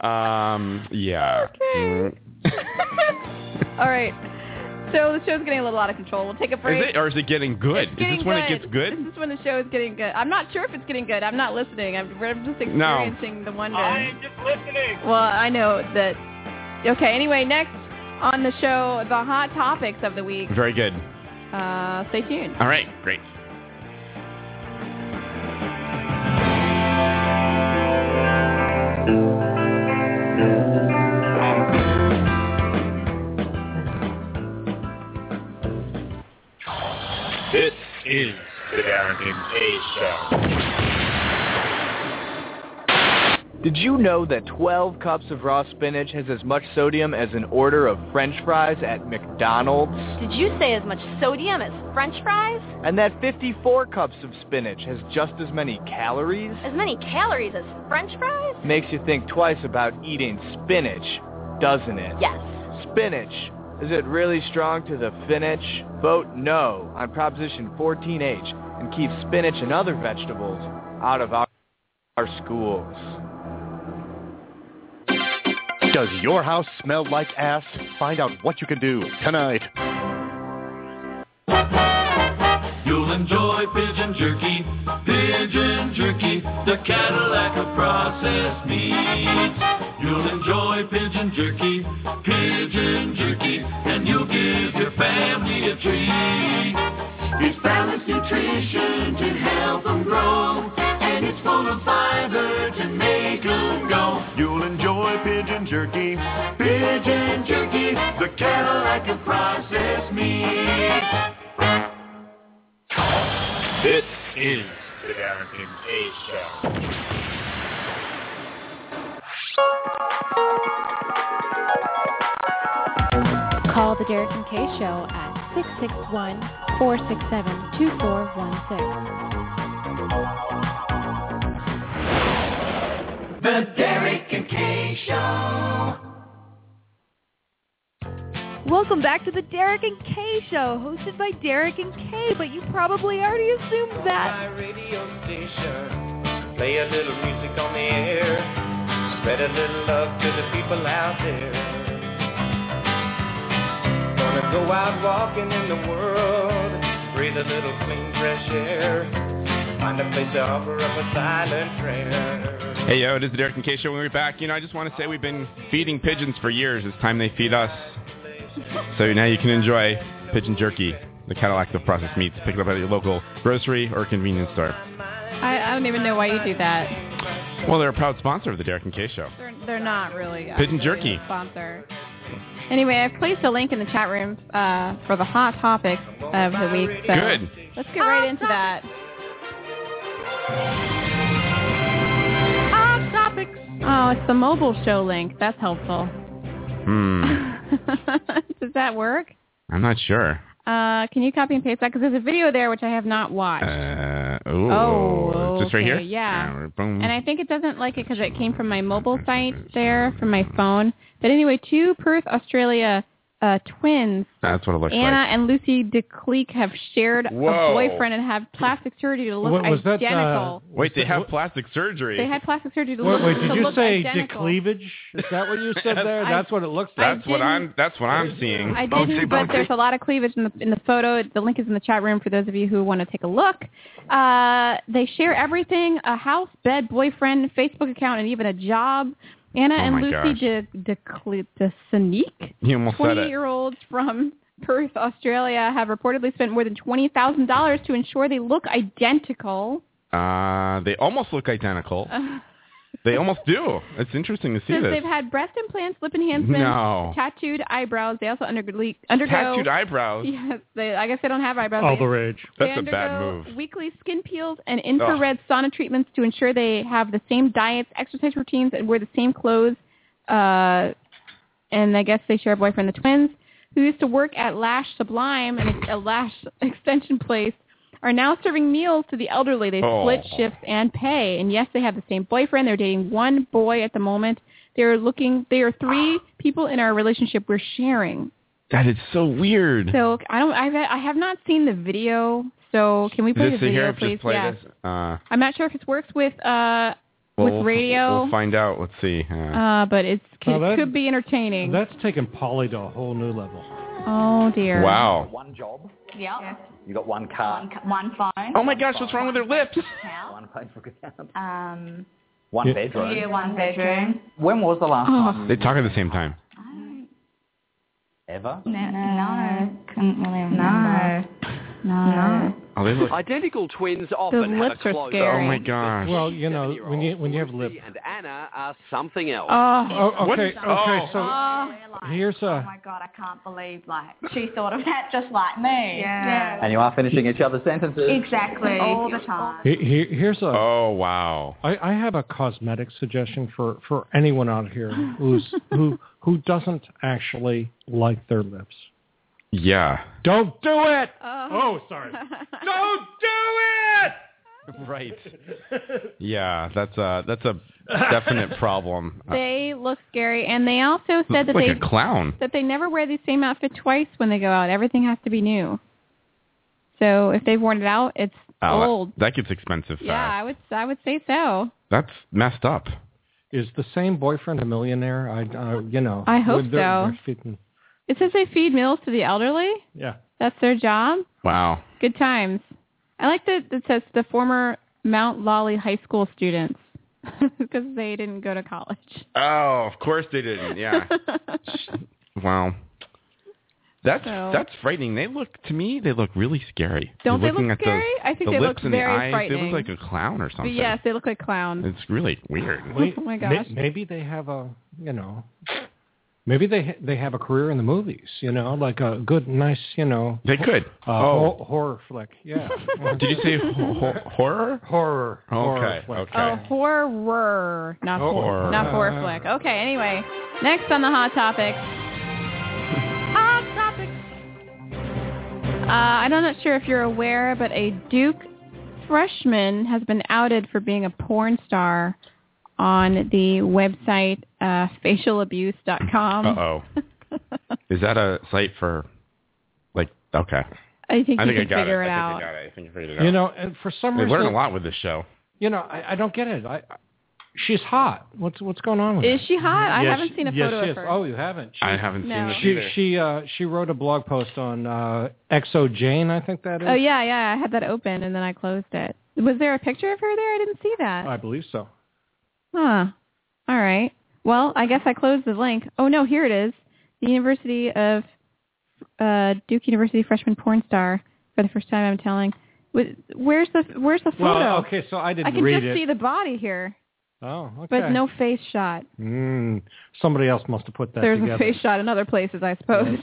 [SPEAKER 2] Um, yeah. Mm.
[SPEAKER 3] All right. So the show's getting a little out of control. We'll take a break.
[SPEAKER 2] Is it or is it getting good?
[SPEAKER 3] It's
[SPEAKER 2] is
[SPEAKER 3] getting
[SPEAKER 2] this when
[SPEAKER 3] good.
[SPEAKER 2] it gets good?
[SPEAKER 3] This is when the show is getting good. I'm not sure if it's getting good. I'm not listening. I'm, we're just
[SPEAKER 2] No.
[SPEAKER 3] experiencing the wonder.
[SPEAKER 2] I
[SPEAKER 3] am just listening. Well, I know that. Okay. Anyway, next on the show, the hot topics of the week.
[SPEAKER 2] Very good.
[SPEAKER 3] Uh, stay tuned.
[SPEAKER 2] All right, great.
[SPEAKER 7] This is the Darrington K Show.
[SPEAKER 10] Did you know that 12 cups of raw spinach has as much sodium as an order of french fries at McDonald's?
[SPEAKER 12] Did you say as much sodium as french fries?
[SPEAKER 10] And that 54 cups of spinach has just as many calories?
[SPEAKER 12] As many calories as french fries?
[SPEAKER 10] Makes you think twice about eating spinach, doesn't it?
[SPEAKER 12] Yes.
[SPEAKER 10] Spinach. Is it really strong to the finish? Vote no on Proposition 14H and keep spinach and other vegetables out of our, our schools.
[SPEAKER 13] Does your house smell like ass? Find out what you can do tonight.
[SPEAKER 15] You'll enjoy pigeon jerky, pigeon jerky, the Cadillac of processed meats. You'll enjoy pigeon jerky, pigeon jerky, and you'll give your family a treat. It's balanced nutrition to help them grow, and it's full of fiber to make them go.
[SPEAKER 13] You'll enjoy pigeon jerky.
[SPEAKER 15] Pigeon jerky, the Cadillac of processed meats.
[SPEAKER 7] This is the Darrington K Show.
[SPEAKER 5] Call the Derek and Kay Show at 661 467 2416.
[SPEAKER 15] The Derek and Kay Show.
[SPEAKER 4] Welcome back to the Derek and Kay Show, hosted by Derek and Kay, but you probably already assumed that.
[SPEAKER 18] Play a little music on the air. Spread a little love to the people out there. Gonna go out walking in the world. Breathe a little clean, fresh air. Find a place to offer up a silent prayer.
[SPEAKER 2] Hey, yo, it is the Derek and Kay Show. When we're back, you know, I just want to say we've been feeding pigeons for years. It's time they feed us. So now you can enjoy pigeon jerky, the Cadillac of processed meats. Pick it up at your local grocery or convenience store.
[SPEAKER 3] I, I don't even know why you do that.
[SPEAKER 2] Well, they're a proud sponsor of the Derek and Kay Show.
[SPEAKER 3] They're, they're not really. uh,
[SPEAKER 2] Pigeon jerky.
[SPEAKER 3] a Sponsor. Anyway, I've placed a link in the chat room uh, for the hot topics of the week. So
[SPEAKER 2] Good.
[SPEAKER 3] Let's get right into that.
[SPEAKER 4] Hot topics.
[SPEAKER 3] Oh, it's the mobile show link. That's helpful. [laughs]
[SPEAKER 2] Hmm.
[SPEAKER 3] Does that work?
[SPEAKER 2] I'm not sure.
[SPEAKER 3] Uh, can you copy and paste that? Because there's a video there which I have not watched.
[SPEAKER 2] Uh, ooh.
[SPEAKER 3] Oh,
[SPEAKER 2] just right here?
[SPEAKER 3] okay, yeah.
[SPEAKER 2] we're- boom.
[SPEAKER 3] And I think it doesn't like it because it came from my mobile site there, from my phone. But anyway, two Perth, Australia uh, twins,
[SPEAKER 2] That's what it looks
[SPEAKER 3] Anna
[SPEAKER 2] like.
[SPEAKER 3] and Lucy DeCleek, have shared
[SPEAKER 2] Whoa.
[SPEAKER 3] a boyfriend and have plastic surgery to look
[SPEAKER 2] What was that,
[SPEAKER 3] identical.
[SPEAKER 2] uh, Wait, they have plastic surgery.
[SPEAKER 3] they had plastic surgery to
[SPEAKER 2] Wait,
[SPEAKER 3] look
[SPEAKER 2] wait, did
[SPEAKER 3] to
[SPEAKER 2] you
[SPEAKER 3] look
[SPEAKER 2] say
[SPEAKER 3] identical.
[SPEAKER 9] Cleavage? Is that what you said there?
[SPEAKER 3] I-
[SPEAKER 9] That's what it looks like.
[SPEAKER 2] That's what I'm. That's what I'm seeing.
[SPEAKER 3] I didn't, but there's a lot of cleavage in the in the photo. The link is in the chat room for those of you who want to take a look. Uh, they share everything: a house, bed, boyfriend, Facebook account, and even a job. Anna
[SPEAKER 2] Oh my
[SPEAKER 3] and Lucy De, De, De
[SPEAKER 2] You almost said it.
[SPEAKER 3] twenty-year-olds from [laughs] Perth, Australia, have reportedly spent more than twenty thousand dollars to ensure they look identical.
[SPEAKER 2] Uh, they almost look identical. They almost do. It's interesting to see
[SPEAKER 3] Since
[SPEAKER 2] this.
[SPEAKER 3] Uh. they've had breast implants, lip enhancements,
[SPEAKER 2] No.
[SPEAKER 3] tattooed eyebrows, they also undergo, undergo
[SPEAKER 2] Tattooed eyebrows.
[SPEAKER 3] [laughs] Yes, they, I guess they don't have eyebrows.
[SPEAKER 2] All
[SPEAKER 3] They-
[SPEAKER 2] Oh, the rage.
[SPEAKER 3] they
[SPEAKER 2] That's a bad
[SPEAKER 3] undergo
[SPEAKER 2] move.
[SPEAKER 3] Weekly skin peels and infrared sauna treatments to ensure they have the same diets, exercise routines, and wear the same clothes. Uh, and I guess they share a boyfriend, the twins, who used to work at Lash Sublime and a lash [laughs] extension place, are now serving meals to the elderly. They split
[SPEAKER 25] Oh.
[SPEAKER 3] shifts and pay. And yes, they have the same boyfriend. They're dating one boy at the moment. They're looking. They are
[SPEAKER 2] Ah.
[SPEAKER 3] three people in our relationship we're sharing.
[SPEAKER 2] That is so weird.
[SPEAKER 3] So I don't. I've, I have not seen the video. So can we play
[SPEAKER 2] Just
[SPEAKER 3] the
[SPEAKER 2] sit
[SPEAKER 3] video,
[SPEAKER 2] here,
[SPEAKER 3] please?
[SPEAKER 2] just play
[SPEAKER 3] yeah.
[SPEAKER 2] this. Uh,
[SPEAKER 3] I'm not sure if it works with uh
[SPEAKER 2] well, we'll-
[SPEAKER 3] with radio,
[SPEAKER 2] We'll find out. Let's see. Uh,
[SPEAKER 3] uh, but it's c-
[SPEAKER 9] Oh, that-
[SPEAKER 3] could
[SPEAKER 26] [laughs]
[SPEAKER 3] be entertaining.
[SPEAKER 9] That's taking Polly to a whole new level.
[SPEAKER 3] Oh dear.
[SPEAKER 2] Wow.
[SPEAKER 27] One job.
[SPEAKER 26] Yeah.
[SPEAKER 27] You got one car.
[SPEAKER 26] One, c- one phone.
[SPEAKER 27] Oh my gosh, what's wrong with
[SPEAKER 26] their lips?
[SPEAKER 27] One Facebook account.
[SPEAKER 26] Um,
[SPEAKER 27] One
[SPEAKER 2] Yeah.
[SPEAKER 27] bedroom.
[SPEAKER 26] yeah, one bedroom.
[SPEAKER 27] When was the last
[SPEAKER 26] Oh.
[SPEAKER 27] time?
[SPEAKER 2] they talk at the same time.
[SPEAKER 27] Ever?
[SPEAKER 26] No, no, couldn't really remember. No, no.
[SPEAKER 2] Oh, they look.
[SPEAKER 28] Identical twins often have a closed
[SPEAKER 2] Oh my gosh.
[SPEAKER 9] Well, you know, when you when you have lip.
[SPEAKER 28] and Anna are something else.
[SPEAKER 9] Oh, okay, okay.
[SPEAKER 26] Oh.
[SPEAKER 9] So here's
[SPEAKER 26] Oh
[SPEAKER 9] a.
[SPEAKER 26] my god, I can't believe like she thought of that just like me. Yeah.
[SPEAKER 27] And you are finishing each other's sentences.
[SPEAKER 26] Exactly. All the time.
[SPEAKER 9] he- he- Here's a.
[SPEAKER 2] Oh wow!
[SPEAKER 9] I, I have a cosmetic suggestion for, for anyone out here who's who who doesn't actually like their lips.
[SPEAKER 2] Yeah.
[SPEAKER 9] Don't do it.
[SPEAKER 14] Oh,
[SPEAKER 9] [laughs]
[SPEAKER 14] sorry.
[SPEAKER 9] Don't
[SPEAKER 14] do
[SPEAKER 2] it! Right.
[SPEAKER 26] [laughs]
[SPEAKER 2] Yeah, that's a
[SPEAKER 3] [laughs]
[SPEAKER 2] that's a definite problem. Uh,
[SPEAKER 3] They look scary, and they also said that
[SPEAKER 2] like
[SPEAKER 3] they
[SPEAKER 2] a clown.
[SPEAKER 3] that they never wear the same outfit twice when they go out. Everything has to be new. So if they've worn it out, it's
[SPEAKER 2] Oh, that-
[SPEAKER 3] old.
[SPEAKER 2] That, gets expensive
[SPEAKER 3] Yeah,
[SPEAKER 2] fast.
[SPEAKER 3] I would I would say so.
[SPEAKER 2] That's messed up.
[SPEAKER 9] Is the same boyfriend a millionaire? I uh, you know.
[SPEAKER 3] I hope
[SPEAKER 9] with their-
[SPEAKER 3] so.
[SPEAKER 9] their feet-
[SPEAKER 3] It says they feed meals to the elderly.
[SPEAKER 9] Yeah.
[SPEAKER 3] That's their job.
[SPEAKER 2] Wow.
[SPEAKER 3] Good times. I like that it says the former Mount Lolly High School students [laughs] because they didn't go to college.
[SPEAKER 2] Oh, of course
[SPEAKER 3] [laughs]
[SPEAKER 2] they didn't. Yeah. wow. That's
[SPEAKER 3] So-
[SPEAKER 2] that's frightening. They look to me. They look really scary.
[SPEAKER 3] Don't they
[SPEAKER 2] You're looking
[SPEAKER 3] look
[SPEAKER 2] at those-
[SPEAKER 3] scary? I think
[SPEAKER 2] the
[SPEAKER 3] they
[SPEAKER 2] lips
[SPEAKER 3] look
[SPEAKER 2] and the
[SPEAKER 3] very
[SPEAKER 2] eyes. They
[SPEAKER 3] frightening.
[SPEAKER 2] look like a clown or
[SPEAKER 3] but
[SPEAKER 2] something.
[SPEAKER 3] yes, they look like clowns.
[SPEAKER 2] It's really weird.
[SPEAKER 3] [laughs] Oh
[SPEAKER 9] May-
[SPEAKER 3] my gosh.
[SPEAKER 9] Maybe they have a you know. Maybe they ha- they have a career in the movies, you know, like a good, nice, you know.
[SPEAKER 2] They could.
[SPEAKER 9] Uh,
[SPEAKER 2] Oh.
[SPEAKER 9] hor- horror flick, yeah.
[SPEAKER 2] [laughs] Did you say ho- ho- horror?
[SPEAKER 9] Horror.
[SPEAKER 2] Okay.
[SPEAKER 9] Horror
[SPEAKER 2] okay.
[SPEAKER 3] Oh, horror, not
[SPEAKER 2] Horror.
[SPEAKER 3] horror, not horror flick. Okay, anyway, next on the hot topics. Hot topics. Uh, I'm not sure if you're aware, but a Duke freshman has been outed for being a porn star on the website uh, facialabuse.com. [laughs]
[SPEAKER 2] Uh-oh. Is that a site for, like, okay.
[SPEAKER 3] I think [laughs]
[SPEAKER 2] I
[SPEAKER 3] you
[SPEAKER 2] think I
[SPEAKER 3] can
[SPEAKER 2] got
[SPEAKER 3] figure
[SPEAKER 2] it.
[SPEAKER 3] it
[SPEAKER 2] I
[SPEAKER 3] out.
[SPEAKER 2] think I got it. I think I figured it out.
[SPEAKER 9] You know, and for some
[SPEAKER 2] we
[SPEAKER 9] reason,
[SPEAKER 2] learn a lot with this show.
[SPEAKER 9] You know, I, I don't get it. I, I- she's hot. What's what's going on with
[SPEAKER 3] Is
[SPEAKER 9] her?
[SPEAKER 3] she hot? I
[SPEAKER 9] Yes,
[SPEAKER 3] haven't seen a
[SPEAKER 9] yes,
[SPEAKER 3] photo
[SPEAKER 9] she
[SPEAKER 3] of
[SPEAKER 9] is.
[SPEAKER 3] her.
[SPEAKER 9] Oh, you haven't. She,
[SPEAKER 2] I haven't seen
[SPEAKER 3] No.
[SPEAKER 2] this
[SPEAKER 9] she
[SPEAKER 2] either.
[SPEAKER 9] she uh, she wrote a blog post on uh, Exo Jane, I think that is.
[SPEAKER 3] Oh yeah, yeah. I had that open and then I closed it. Was there a picture of her there? I didn't see that.
[SPEAKER 9] I believe so.
[SPEAKER 3] Huh. All right. Well, I guess I closed the link. Oh no, here it is. The University of uh, Duke University freshman porn star for the first time. I'm telling. Wh- Where's the Where's the photo?
[SPEAKER 9] Well, okay, so I didn't
[SPEAKER 3] I can
[SPEAKER 9] read
[SPEAKER 3] just
[SPEAKER 9] it.
[SPEAKER 3] see the body here,
[SPEAKER 9] oh, okay.
[SPEAKER 3] but no face shot.
[SPEAKER 9] Mm, somebody else must have put that
[SPEAKER 3] There's a
[SPEAKER 9] together. um,
[SPEAKER 3] face shot in other places, I suppose.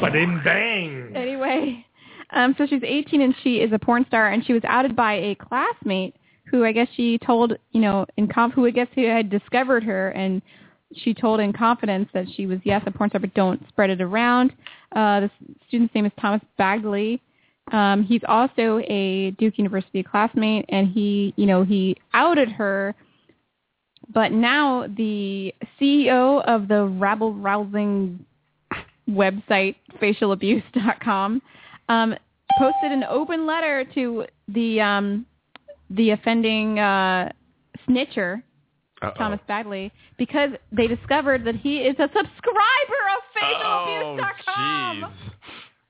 [SPEAKER 9] but in bang.
[SPEAKER 3] anyway, um, so she's 18 and she is a porn star, and she was outed by a classmate who I guess she told, you know, in conf- who I guess who had discovered her, and she told in confidence that she was yes a porn star, but don't spread it around. Uh, the student's name is Thomas Bagley. Um, he's also a Duke University classmate, and he, you know, he outed her. But now the CEO of the rabble rousing website facialabuse.com um, posted an open letter to the um, the offending uh, snitcher
[SPEAKER 2] Uh-oh.
[SPEAKER 3] Thomas Bagley because they discovered that he is a subscriber
[SPEAKER 9] Oh.
[SPEAKER 3] of Um, facialabuse.com.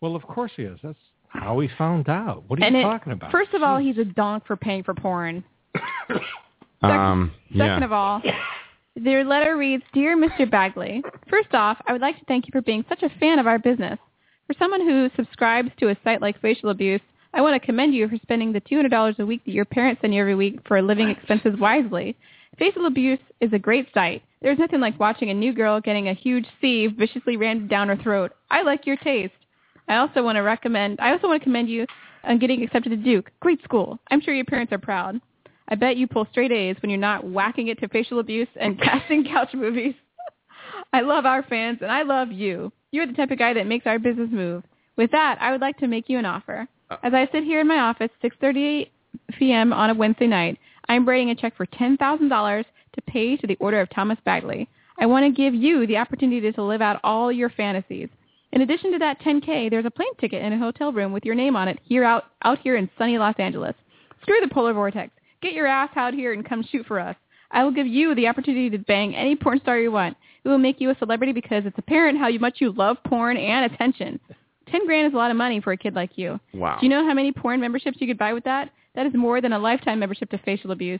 [SPEAKER 9] Well, of course he is. That's how we found out. What are
[SPEAKER 3] and
[SPEAKER 9] you
[SPEAKER 3] it-
[SPEAKER 9] talking about?
[SPEAKER 3] First of all, he's a donk for paying for porn.
[SPEAKER 2] Um,
[SPEAKER 3] Second
[SPEAKER 2] yeah.
[SPEAKER 3] of all, their letter reads, Dear Mr. Bagley, first off, I would like to thank you for being such a fan of our business. For someone who subscribes to a site like Facial Abuse, I want to commend you for spending the $200 a week that your parents send you every week for living expenses wisely. Facial Abuse is a great site. There's nothing like watching a new girl getting a huge C viciously rammed down her throat. I like your taste. I also want to recommend. I also want to commend you on getting accepted to Duke. Great school. I'm sure your parents are proud. I bet you pull straight A's when you're not whacking it to facial abuse and [laughs] casting couch movies. [laughs] I love our fans and I love you. You're the type of guy that makes our business move. With that, I would like to make you an offer. As I sit here in my office, 6:38 p.m. on a Wednesday night, I'm writing a check for $10,000 to pay to the Order of Thomas Bagley. I want to give you the opportunity to live out all your fantasies. In addition to that 10K, there's a plane ticket and a hotel room with your name on it here out, out here in sunny Los Angeles. Screw the polar vortex. Get your ass out here and come shoot for us. I will give you the opportunity to bang any porn star you want. It will make you a celebrity because it's apparent how much you love porn and attention. 10 grand is a lot of money for a kid like you.
[SPEAKER 2] Oh. Wow.
[SPEAKER 3] Do you know how many porn memberships you could buy with that? That is more than a lifetime membership to facial abuse.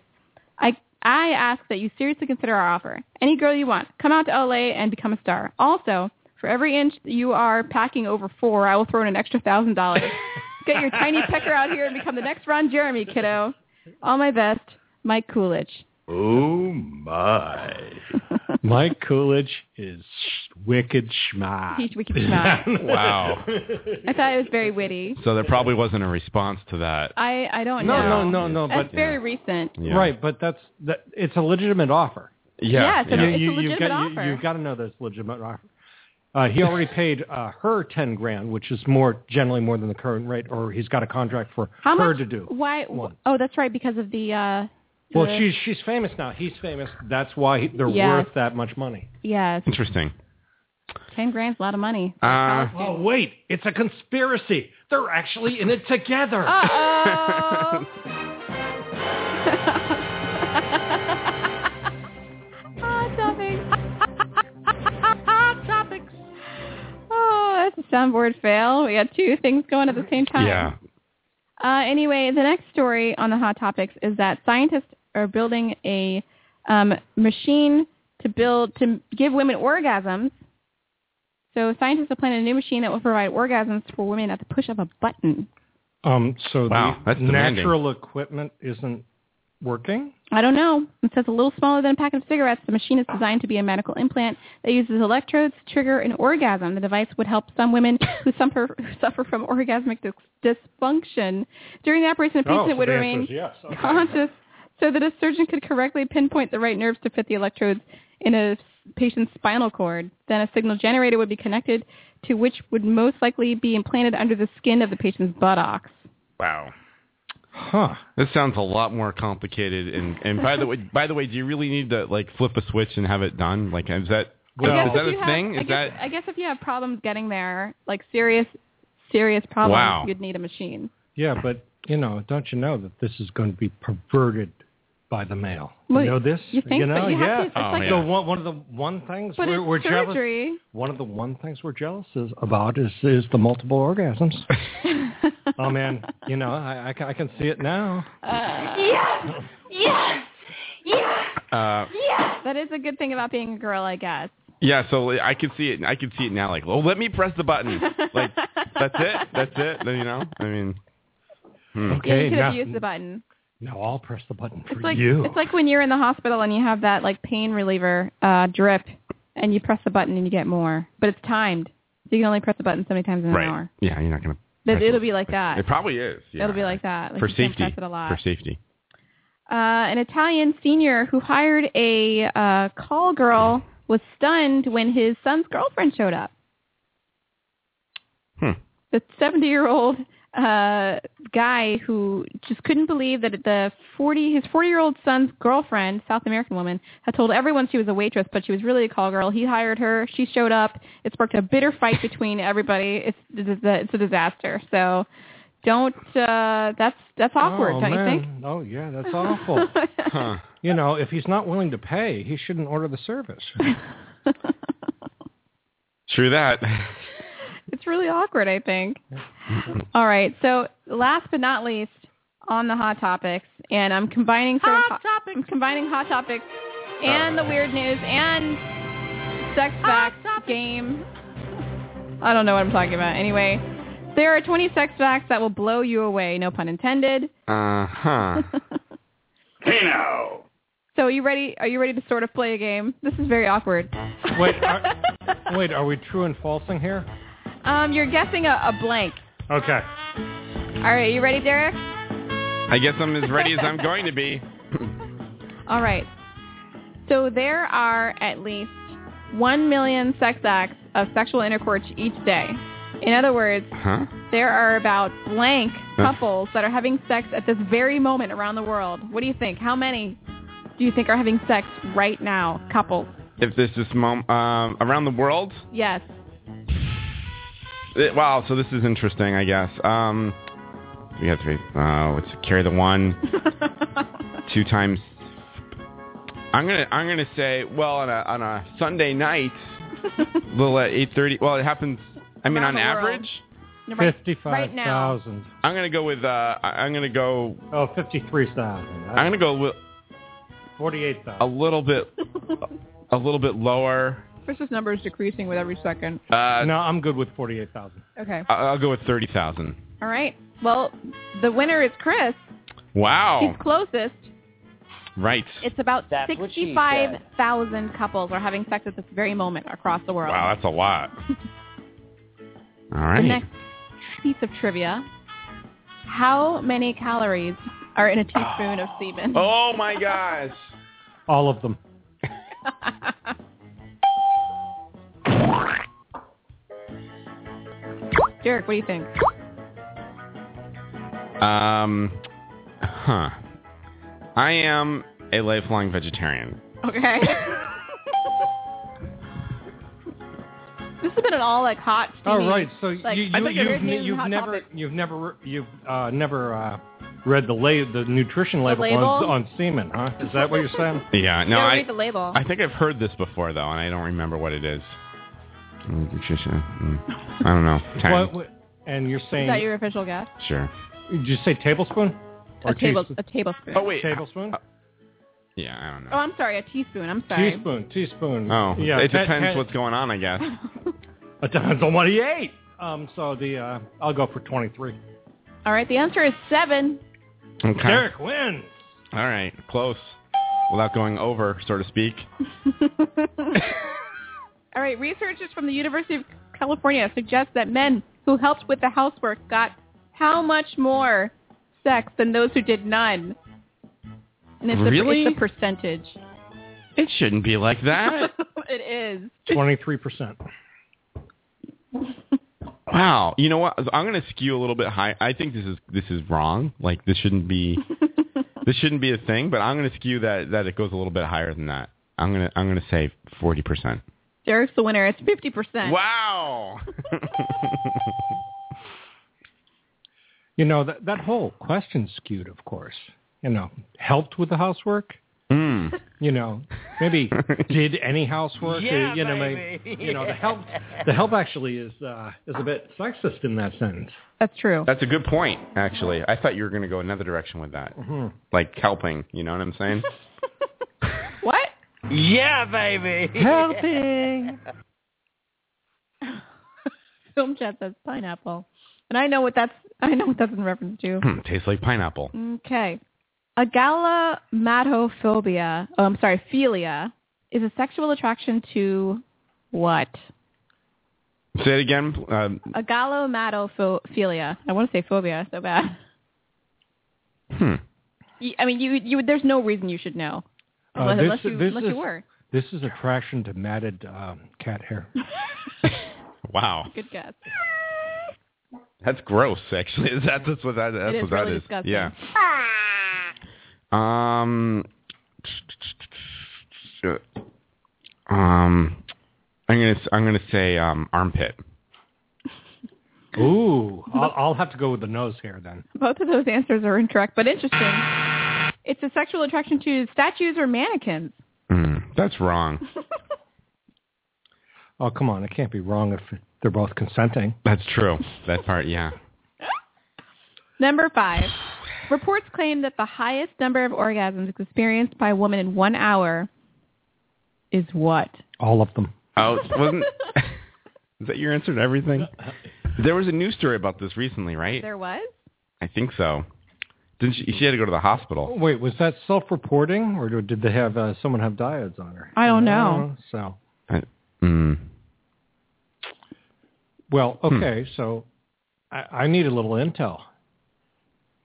[SPEAKER 3] I I ask that you seriously consider our offer. Any girl you want, come out to LA and become a star. Also, for every inch that you are packing over four, I will throw in an extra thousand
[SPEAKER 2] [laughs]
[SPEAKER 3] dollars. Get your tiny pecker out here and become the next Ron Jeremy, kiddo. All my best, Mike Coolidge.
[SPEAKER 9] Oh my! [laughs] Mike Coolidge is wicked schmott.
[SPEAKER 3] He's wicked schmott.
[SPEAKER 2] [laughs] Wow.
[SPEAKER 3] I thought it was very witty.
[SPEAKER 2] So there probably wasn't a response to that.
[SPEAKER 3] I I don't
[SPEAKER 9] No,
[SPEAKER 3] know.
[SPEAKER 9] no, no, no,
[SPEAKER 3] That's
[SPEAKER 9] but-
[SPEAKER 3] very recent.
[SPEAKER 2] Yeah.
[SPEAKER 9] Right, but that's that. It's a legitimate offer.
[SPEAKER 3] Yeah, it's a-
[SPEAKER 9] You-
[SPEAKER 3] it's a
[SPEAKER 9] you,
[SPEAKER 3] legitimate
[SPEAKER 9] have got,
[SPEAKER 3] offer.
[SPEAKER 9] You, have got to know that it's a legitimate offer. Uh, he already paid uh, her ten grand, which is more generally more than the current rate, or he's got a contract for
[SPEAKER 3] How
[SPEAKER 9] her
[SPEAKER 3] much?
[SPEAKER 9] to do.
[SPEAKER 3] Why?
[SPEAKER 9] One.
[SPEAKER 3] Oh, that's right, because of the. uh
[SPEAKER 9] Well,
[SPEAKER 3] the-
[SPEAKER 9] she's she's famous now. He's famous. That's why he, they're
[SPEAKER 3] Yes.
[SPEAKER 9] worth that much money.
[SPEAKER 3] Yes,
[SPEAKER 2] Interesting.
[SPEAKER 3] ten grand's a lot of money.
[SPEAKER 2] Uh,
[SPEAKER 9] Oh wait, it's a conspiracy. They're actually in it together. [laughs]
[SPEAKER 3] Uh-oh. Hot topics. [laughs] Hot topics. Oh, that's a soundboard fail. We got two things going at the same time.
[SPEAKER 2] Yeah.
[SPEAKER 3] Uh, anyway, the next story on the hot topics is that scientists are building a um, machine to build to give women orgasms. So scientists have planned a new machine that will provide orgasms for women at the push of a button.
[SPEAKER 9] Um. So
[SPEAKER 2] Wow,
[SPEAKER 9] the
[SPEAKER 2] that's demanding.
[SPEAKER 9] natural equipment isn't working.
[SPEAKER 3] I don't know. It says a little smaller than a packet of cigarettes. The machine is designed to be a medical implant that uses electrodes to trigger an orgasm. The device would help some women
[SPEAKER 9] [laughs]
[SPEAKER 3] who suffer, who suffer from orgasmic dis- dysfunction. During the operation, the
[SPEAKER 9] Oh,
[SPEAKER 3] patient
[SPEAKER 9] so
[SPEAKER 3] would
[SPEAKER 9] the answer
[SPEAKER 3] remain
[SPEAKER 9] is yes. Okay.
[SPEAKER 3] [laughs] conscious so that a surgeon could correctly pinpoint the right nerves to fit the electrodes in a s- patient's spinal cord. Then a signal generator would be connected to which would most likely be implanted under the skin of the patient's buttocks.
[SPEAKER 2] Wow. Huh. This sounds a lot more complicated. And and by
[SPEAKER 3] [laughs]
[SPEAKER 2] the way, by the way, do you really need to like flip a switch and have it done? Like, is that
[SPEAKER 3] I
[SPEAKER 2] is
[SPEAKER 3] guess
[SPEAKER 2] that
[SPEAKER 3] if you
[SPEAKER 2] a
[SPEAKER 3] have-
[SPEAKER 2] thing?
[SPEAKER 3] I
[SPEAKER 2] Is
[SPEAKER 3] guess,
[SPEAKER 2] that
[SPEAKER 3] I guess if you have problems getting there, like serious, serious problems,
[SPEAKER 9] Wow.
[SPEAKER 3] you'd need a machine.
[SPEAKER 9] Yeah, but you know, don't you know that this is going to be perverted by the male?
[SPEAKER 3] Well,
[SPEAKER 9] you know this?
[SPEAKER 3] you think, but
[SPEAKER 9] know?
[SPEAKER 3] you have
[SPEAKER 9] yeah.
[SPEAKER 3] to- it's Oh, like-
[SPEAKER 9] So one, one of the one things
[SPEAKER 3] But
[SPEAKER 9] we're,
[SPEAKER 3] it's
[SPEAKER 9] we're
[SPEAKER 3] surgery.
[SPEAKER 9] jealous. One of the one things we're jealous is about is is the multiple orgasms. oh man, you know, I, I, can, I can see it now.
[SPEAKER 3] Uh,
[SPEAKER 4] Uh,
[SPEAKER 3] yes, yes, yes,
[SPEAKER 2] uh,
[SPEAKER 3] yes. That is a good thing about being a girl, I guess.
[SPEAKER 2] yeah? So I could see it. I could see it now. Like, oh, let me press
[SPEAKER 3] [laughs]
[SPEAKER 2] the button. Like, that's it. That's it. Then you know. I mean. hmm.
[SPEAKER 3] yeah, you could have used the button.
[SPEAKER 9] Now I'll press the button for
[SPEAKER 3] It's like
[SPEAKER 9] you.
[SPEAKER 3] it's like when you're in the hospital and you have that like pain reliever uh, drip, and you press the button and you get more, but it's timed, so you can only press the button so many times in an
[SPEAKER 2] Right.
[SPEAKER 3] hour.
[SPEAKER 2] Yeah, you're not gonna.
[SPEAKER 3] But
[SPEAKER 2] press
[SPEAKER 3] it'll be like that.
[SPEAKER 2] It probably is. Yeah.
[SPEAKER 3] It'll be like that. Like
[SPEAKER 2] for
[SPEAKER 3] you can't
[SPEAKER 2] safety.
[SPEAKER 3] press it a lot.
[SPEAKER 2] For safety.
[SPEAKER 3] uh, an Italian senior who hired a uh, call girl was stunned when his son's girlfriend showed up.
[SPEAKER 2] Hmm.
[SPEAKER 3] The 70-year-old uh, guy who just couldn't believe that the 40 his 40-year-old son's girlfriend, South American woman, had told everyone she was a waitress, but she was really a call girl. He hired her. She showed up. It sparked a bitter fight between everybody. It's it's a disaster. So don't. Uh, that's that's awkward,
[SPEAKER 9] oh,
[SPEAKER 3] don't
[SPEAKER 9] man.
[SPEAKER 3] you think?
[SPEAKER 9] Oh yeah, that's awful.
[SPEAKER 3] [laughs]
[SPEAKER 9] You know, if he's not willing to pay, he shouldn't order the
[SPEAKER 3] [laughs]
[SPEAKER 9] service.
[SPEAKER 2] True that. [laughs]
[SPEAKER 3] It's really awkward, I think. All right. So last but not least, on the hot topics, and I'm combining sort of hot topics, I'm combining hot topics, and the weird news and sex facts game. I don't know what I'm talking about. Anyway, there are 20 sex facts that will blow you away. No pun intended. [laughs]
[SPEAKER 2] Uh huh.
[SPEAKER 7] Hey now.
[SPEAKER 3] So are you ready? Are you ready to sort of play a game? This is very awkward.
[SPEAKER 9] Wait, are, wait, are we true and falsing here?
[SPEAKER 3] [laughs] Um, you're guessing a, a blank.
[SPEAKER 9] Okay.
[SPEAKER 3] All right, you ready, Derek?
[SPEAKER 2] I guess I'm as ready as I'm going to be.
[SPEAKER 3] All right. So there are at least 1 million sex acts of sexual intercourse each day. In other words,
[SPEAKER 2] Huh?
[SPEAKER 3] there are about blank
[SPEAKER 2] Huh.
[SPEAKER 3] couples that are having sex at this very moment around the world. What do you think? How many do you think are having sex right now? Couples.
[SPEAKER 2] If this is mom um, around the world.
[SPEAKER 3] Yes.
[SPEAKER 2] It- wow. So this is interesting. I guess. Um, we have to uh, let's carry
[SPEAKER 3] [laughs]
[SPEAKER 2] the one. two times. I'm gonna I'm gonna say well on a on a Sunday
[SPEAKER 3] [laughs]
[SPEAKER 2] night, little at eight thirty. Well, it happens. I mean,
[SPEAKER 3] Around
[SPEAKER 2] on
[SPEAKER 3] the world.
[SPEAKER 2] average,
[SPEAKER 3] Right- right
[SPEAKER 9] Fifty-five
[SPEAKER 3] now.
[SPEAKER 9] thousand.
[SPEAKER 2] I'm gonna go with. Uh, I- I'm gonna go.
[SPEAKER 9] Oh, fifty-three thousand.
[SPEAKER 2] I'm gonna go with
[SPEAKER 9] Forty-eight
[SPEAKER 2] a
[SPEAKER 9] thousand.
[SPEAKER 2] little bit, a little bit lower.
[SPEAKER 3] This is numbers decreasing with every second.
[SPEAKER 2] Uh,
[SPEAKER 9] no, I'm good with forty-eight thousand.
[SPEAKER 3] Okay.
[SPEAKER 2] I- I'll go with thirty thousand.
[SPEAKER 3] All right. Well, the winner is Chris.
[SPEAKER 2] Wow.
[SPEAKER 9] [laughs]
[SPEAKER 3] He's closest.
[SPEAKER 2] Right.
[SPEAKER 3] It's about
[SPEAKER 2] Oh. That's what she said.
[SPEAKER 3] 65,000 couples are having sex at this very moment across the world.
[SPEAKER 2] Wow, that's
[SPEAKER 9] [laughs]
[SPEAKER 2] a lot. All right.
[SPEAKER 3] The next piece of trivia. How many calories are in a teaspoon of semen?
[SPEAKER 2] Oh my gosh.
[SPEAKER 9] All of them.
[SPEAKER 3] Derek, what do you think?
[SPEAKER 2] Um, huh. I am a lifelong vegetarian.
[SPEAKER 3] Okay.
[SPEAKER 2] [laughs]
[SPEAKER 3] this has been an all like hot steamy,
[SPEAKER 9] All right, so
[SPEAKER 3] like,
[SPEAKER 9] you, you,
[SPEAKER 3] weird
[SPEAKER 9] you've,
[SPEAKER 3] news and
[SPEAKER 9] you've
[SPEAKER 3] hot
[SPEAKER 9] never
[SPEAKER 3] topics.
[SPEAKER 9] you've never you've uh, never uh, read the la- the nutrition label, On,
[SPEAKER 3] label?
[SPEAKER 9] on semen, huh? Is that what you're saying?
[SPEAKER 2] Yeah. [laughs] No,
[SPEAKER 3] Never
[SPEAKER 2] I.
[SPEAKER 3] read the label.
[SPEAKER 2] I think I've heard this before though, and I don't remember what it is. Nutrition. mm, I don't know. Ten.
[SPEAKER 9] What- what- and you're
[SPEAKER 3] Is
[SPEAKER 9] saying
[SPEAKER 3] that your official guess?
[SPEAKER 2] Sure.
[SPEAKER 9] did you say tablespoon? Or
[SPEAKER 3] A, table,
[SPEAKER 9] teaspoon?
[SPEAKER 3] a tablespoon.
[SPEAKER 2] Oh wait.
[SPEAKER 9] Tablespoon?
[SPEAKER 2] Yeah, I don't
[SPEAKER 3] Oh,
[SPEAKER 2] know.
[SPEAKER 3] I'm sorry, a teaspoon. I'm sorry.
[SPEAKER 9] Teaspoon, teaspoon.
[SPEAKER 2] Oh,
[SPEAKER 9] yeah.
[SPEAKER 2] it
[SPEAKER 9] ten-
[SPEAKER 2] depends
[SPEAKER 9] ten-
[SPEAKER 2] what's going on, I guess.
[SPEAKER 9] [laughs] It depends on what he ate. Um, so the uh, I'll go for
[SPEAKER 3] [laughs]
[SPEAKER 9] twenty-three.
[SPEAKER 3] All right, the answer is seven.
[SPEAKER 2] Okay.
[SPEAKER 9] Derek wins.
[SPEAKER 2] All right, close. Without going over, so to speak.
[SPEAKER 3] All right, researchers from the University of California suggest that men who helped with the housework got how much more sex than those who did none? And it's,
[SPEAKER 2] Really?
[SPEAKER 3] a, it's a percentage.
[SPEAKER 2] It shouldn't be like that.
[SPEAKER 3] [laughs] it is.
[SPEAKER 9] Twenty-three percent.
[SPEAKER 2] Wow, you know what? I'm going to skew a little bit high. I think this is this is wrong. Like this shouldn't be
[SPEAKER 9] [laughs]
[SPEAKER 2] this shouldn't be a thing. But I'm going to skew that that it goes a little bit higher than that. I'm gonna I'm gonna say forty percent.
[SPEAKER 3] Derek's the winner. It's fifty percent.
[SPEAKER 2] Wow.
[SPEAKER 9] [laughs] You know, that, that whole question skewed, of course. You know, helped with the housework. You know, maybe did any housework.
[SPEAKER 14] Yeah,
[SPEAKER 9] you know, may-
[SPEAKER 14] baby.
[SPEAKER 9] you know, the
[SPEAKER 3] [laughs]
[SPEAKER 9] help. The help actually is uh, is a bit sexist in that sentence.
[SPEAKER 3] That's true.
[SPEAKER 2] That's a good point. Actually, I thought you were going to go another direction with that,
[SPEAKER 9] Mhm.
[SPEAKER 2] like helping. You know what I'm saying?
[SPEAKER 3] what?
[SPEAKER 2] [laughs] Yeah,
[SPEAKER 3] [laughs]
[SPEAKER 2] baby.
[SPEAKER 9] Helping.
[SPEAKER 3] Film chat says pineapple, and I know what that's. I know what that's in reference to.
[SPEAKER 2] [clears throat] Hmm, tastes like pineapple.
[SPEAKER 3] Okay. Agalomatophobia, oh, I'm sorry, philia, is a sexual attraction to what?
[SPEAKER 2] Say it again. Um,
[SPEAKER 3] Agalomatophilia. I want to say phobia so bad. [laughs]
[SPEAKER 2] hmm.
[SPEAKER 3] You- I mean, you, you, there's no reason you should know.
[SPEAKER 9] Uh,
[SPEAKER 3] Unless,
[SPEAKER 9] this-
[SPEAKER 3] unless you,
[SPEAKER 9] this
[SPEAKER 3] unless
[SPEAKER 9] is-
[SPEAKER 3] you were.
[SPEAKER 9] This is attraction to matted um, cat hair.
[SPEAKER 2] Wow,
[SPEAKER 3] Good guess.
[SPEAKER 2] that's gross. Actually, [laughs] that's, that's what that that's
[SPEAKER 3] It is
[SPEAKER 2] what that
[SPEAKER 3] really
[SPEAKER 2] is.
[SPEAKER 3] disgusting.
[SPEAKER 2] Yeah. Um, um, I'm gonna I'm gonna say um, armpit.
[SPEAKER 9] Ooh, I'll, I'll have to go with the nose hair then.
[SPEAKER 3] Both of those answers are incorrect, but interesting. It's a sexual attraction to statues or mannequins.
[SPEAKER 2] Mm, that's wrong.
[SPEAKER 9] [laughs] Oh, come on, it can't be wrong if they're both consenting.
[SPEAKER 2] That's true. That part, yeah.
[SPEAKER 3] Number five. Reports claim that the highest number of orgasms experienced by a woman in one hour is what?
[SPEAKER 9] All of them.
[SPEAKER 2] Oh, wasn't [laughs] is that your answer to everything? There was a news story about this recently, right?
[SPEAKER 3] There was?
[SPEAKER 2] I think so. Didn't she? She had to go to the hospital.
[SPEAKER 9] Wait, was that self-reporting, or did they have uh, someone have diodes on her?
[SPEAKER 3] I don't know.
[SPEAKER 9] Uh, So,
[SPEAKER 2] I, mm,
[SPEAKER 9] well,
[SPEAKER 2] Hmm.
[SPEAKER 9] okay, so I, I need a little intel.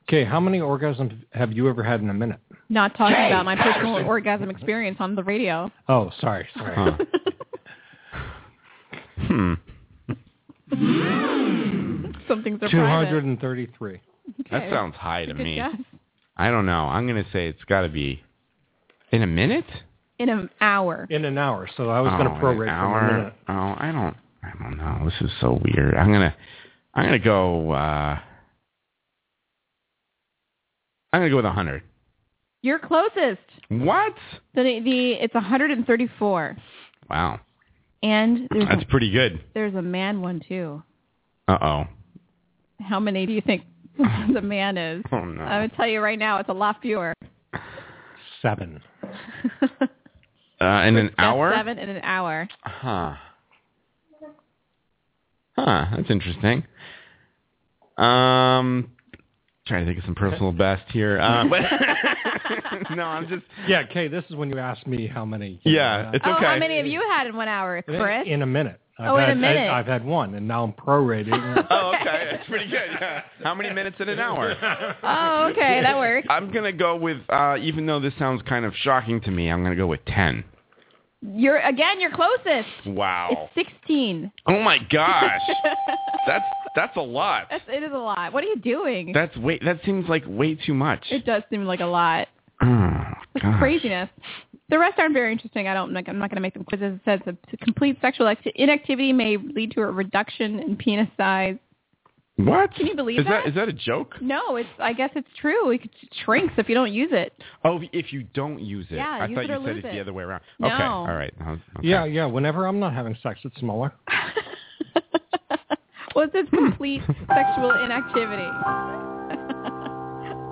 [SPEAKER 9] Okay, how many orgasms have you ever had in a minute?
[SPEAKER 3] Not talking about my personal orgasm experience on the radio.
[SPEAKER 9] Oh, sorry, sorry.
[SPEAKER 3] [laughs]
[SPEAKER 2] hmm.
[SPEAKER 3] Something's
[SPEAKER 9] Two hundred and thirty-three.
[SPEAKER 2] That sounds high to
[SPEAKER 3] Good
[SPEAKER 2] me.
[SPEAKER 3] guess.
[SPEAKER 2] I don't know. I'm gonna say it's got to be in a minute.
[SPEAKER 3] In an hour.
[SPEAKER 9] In an hour, so I was
[SPEAKER 2] oh,
[SPEAKER 9] going to
[SPEAKER 2] in
[SPEAKER 9] prorate from
[SPEAKER 2] an
[SPEAKER 9] a
[SPEAKER 2] hour.
[SPEAKER 9] minute.
[SPEAKER 2] Oh, I don't. I don't know. This is so weird. I'm gonna. I'm gonna go. uh I'm gonna go with a hundred.
[SPEAKER 3] You're closest.
[SPEAKER 2] What?
[SPEAKER 3] The, the, it's 134.
[SPEAKER 2] Wow,
[SPEAKER 3] And there's,
[SPEAKER 2] that's pretty good.
[SPEAKER 3] there's a man one, too.
[SPEAKER 2] Uh oh.
[SPEAKER 3] How many do you think [laughs] the man is?
[SPEAKER 2] Oh no.
[SPEAKER 3] I'm going to tell you right now, it's a lot fewer.
[SPEAKER 9] Seven.
[SPEAKER 2] [laughs] Uh, in an
[SPEAKER 3] That's
[SPEAKER 2] hour?
[SPEAKER 3] Seven in an hour.
[SPEAKER 2] Huh. Huh. That's interesting. Um, trying to think of some personal best here. [laughs] Uh, but no, I'm just.
[SPEAKER 9] Yeah, Kay, this is when you asked me how many.
[SPEAKER 2] Yeah,
[SPEAKER 9] uh,
[SPEAKER 2] it's
[SPEAKER 3] oh,
[SPEAKER 2] okay.
[SPEAKER 3] how many have you had in one hour, Chris?
[SPEAKER 9] In a minute. I've
[SPEAKER 3] Oh, in a
[SPEAKER 9] had,
[SPEAKER 3] minute.
[SPEAKER 9] I, have had one, and now I'm prorating.
[SPEAKER 2] Oh, okay. That's pretty good. Yeah. [laughs] How many minutes in an hour?
[SPEAKER 3] Oh, okay, that works.
[SPEAKER 2] I'm gonna go with, uh, even though this sounds kind of shocking to me, I'm gonna go with ten.
[SPEAKER 3] You're again, you're closest.
[SPEAKER 2] Wow.
[SPEAKER 3] It's 16.
[SPEAKER 2] Oh my
[SPEAKER 3] [laughs]
[SPEAKER 2] gosh. That's that's a lot.
[SPEAKER 3] That's, it is a lot. What are you doing?
[SPEAKER 2] That's way. That seems like way too much. [clears throat]
[SPEAKER 3] it does seem like a lot.
[SPEAKER 2] Oh,
[SPEAKER 3] It's
[SPEAKER 2] gosh.
[SPEAKER 3] craziness. The rest aren't very interesting. I don't. like, I'm not going to make them quizzes. It says that complete sexual acti- inactivity may lead to a reduction in penis size.
[SPEAKER 2] What?
[SPEAKER 3] Can you believe
[SPEAKER 2] is
[SPEAKER 3] that?
[SPEAKER 2] Is that a joke?
[SPEAKER 3] No, it's. I guess it's true. It shrinks if you don't use it.
[SPEAKER 2] Oh, [laughs] if you don't use it.
[SPEAKER 3] Yeah,
[SPEAKER 2] I
[SPEAKER 3] use
[SPEAKER 2] thought
[SPEAKER 3] it
[SPEAKER 2] you
[SPEAKER 3] or
[SPEAKER 2] said
[SPEAKER 3] lose
[SPEAKER 2] it's the
[SPEAKER 3] it.
[SPEAKER 2] other way around.
[SPEAKER 3] No.
[SPEAKER 2] Okay, all right. Oh, okay.
[SPEAKER 9] Yeah, yeah. Whenever I'm not having sex, it's smaller.
[SPEAKER 3] Was this
[SPEAKER 2] [laughs]
[SPEAKER 3] complete sexual inactivity? [laughs]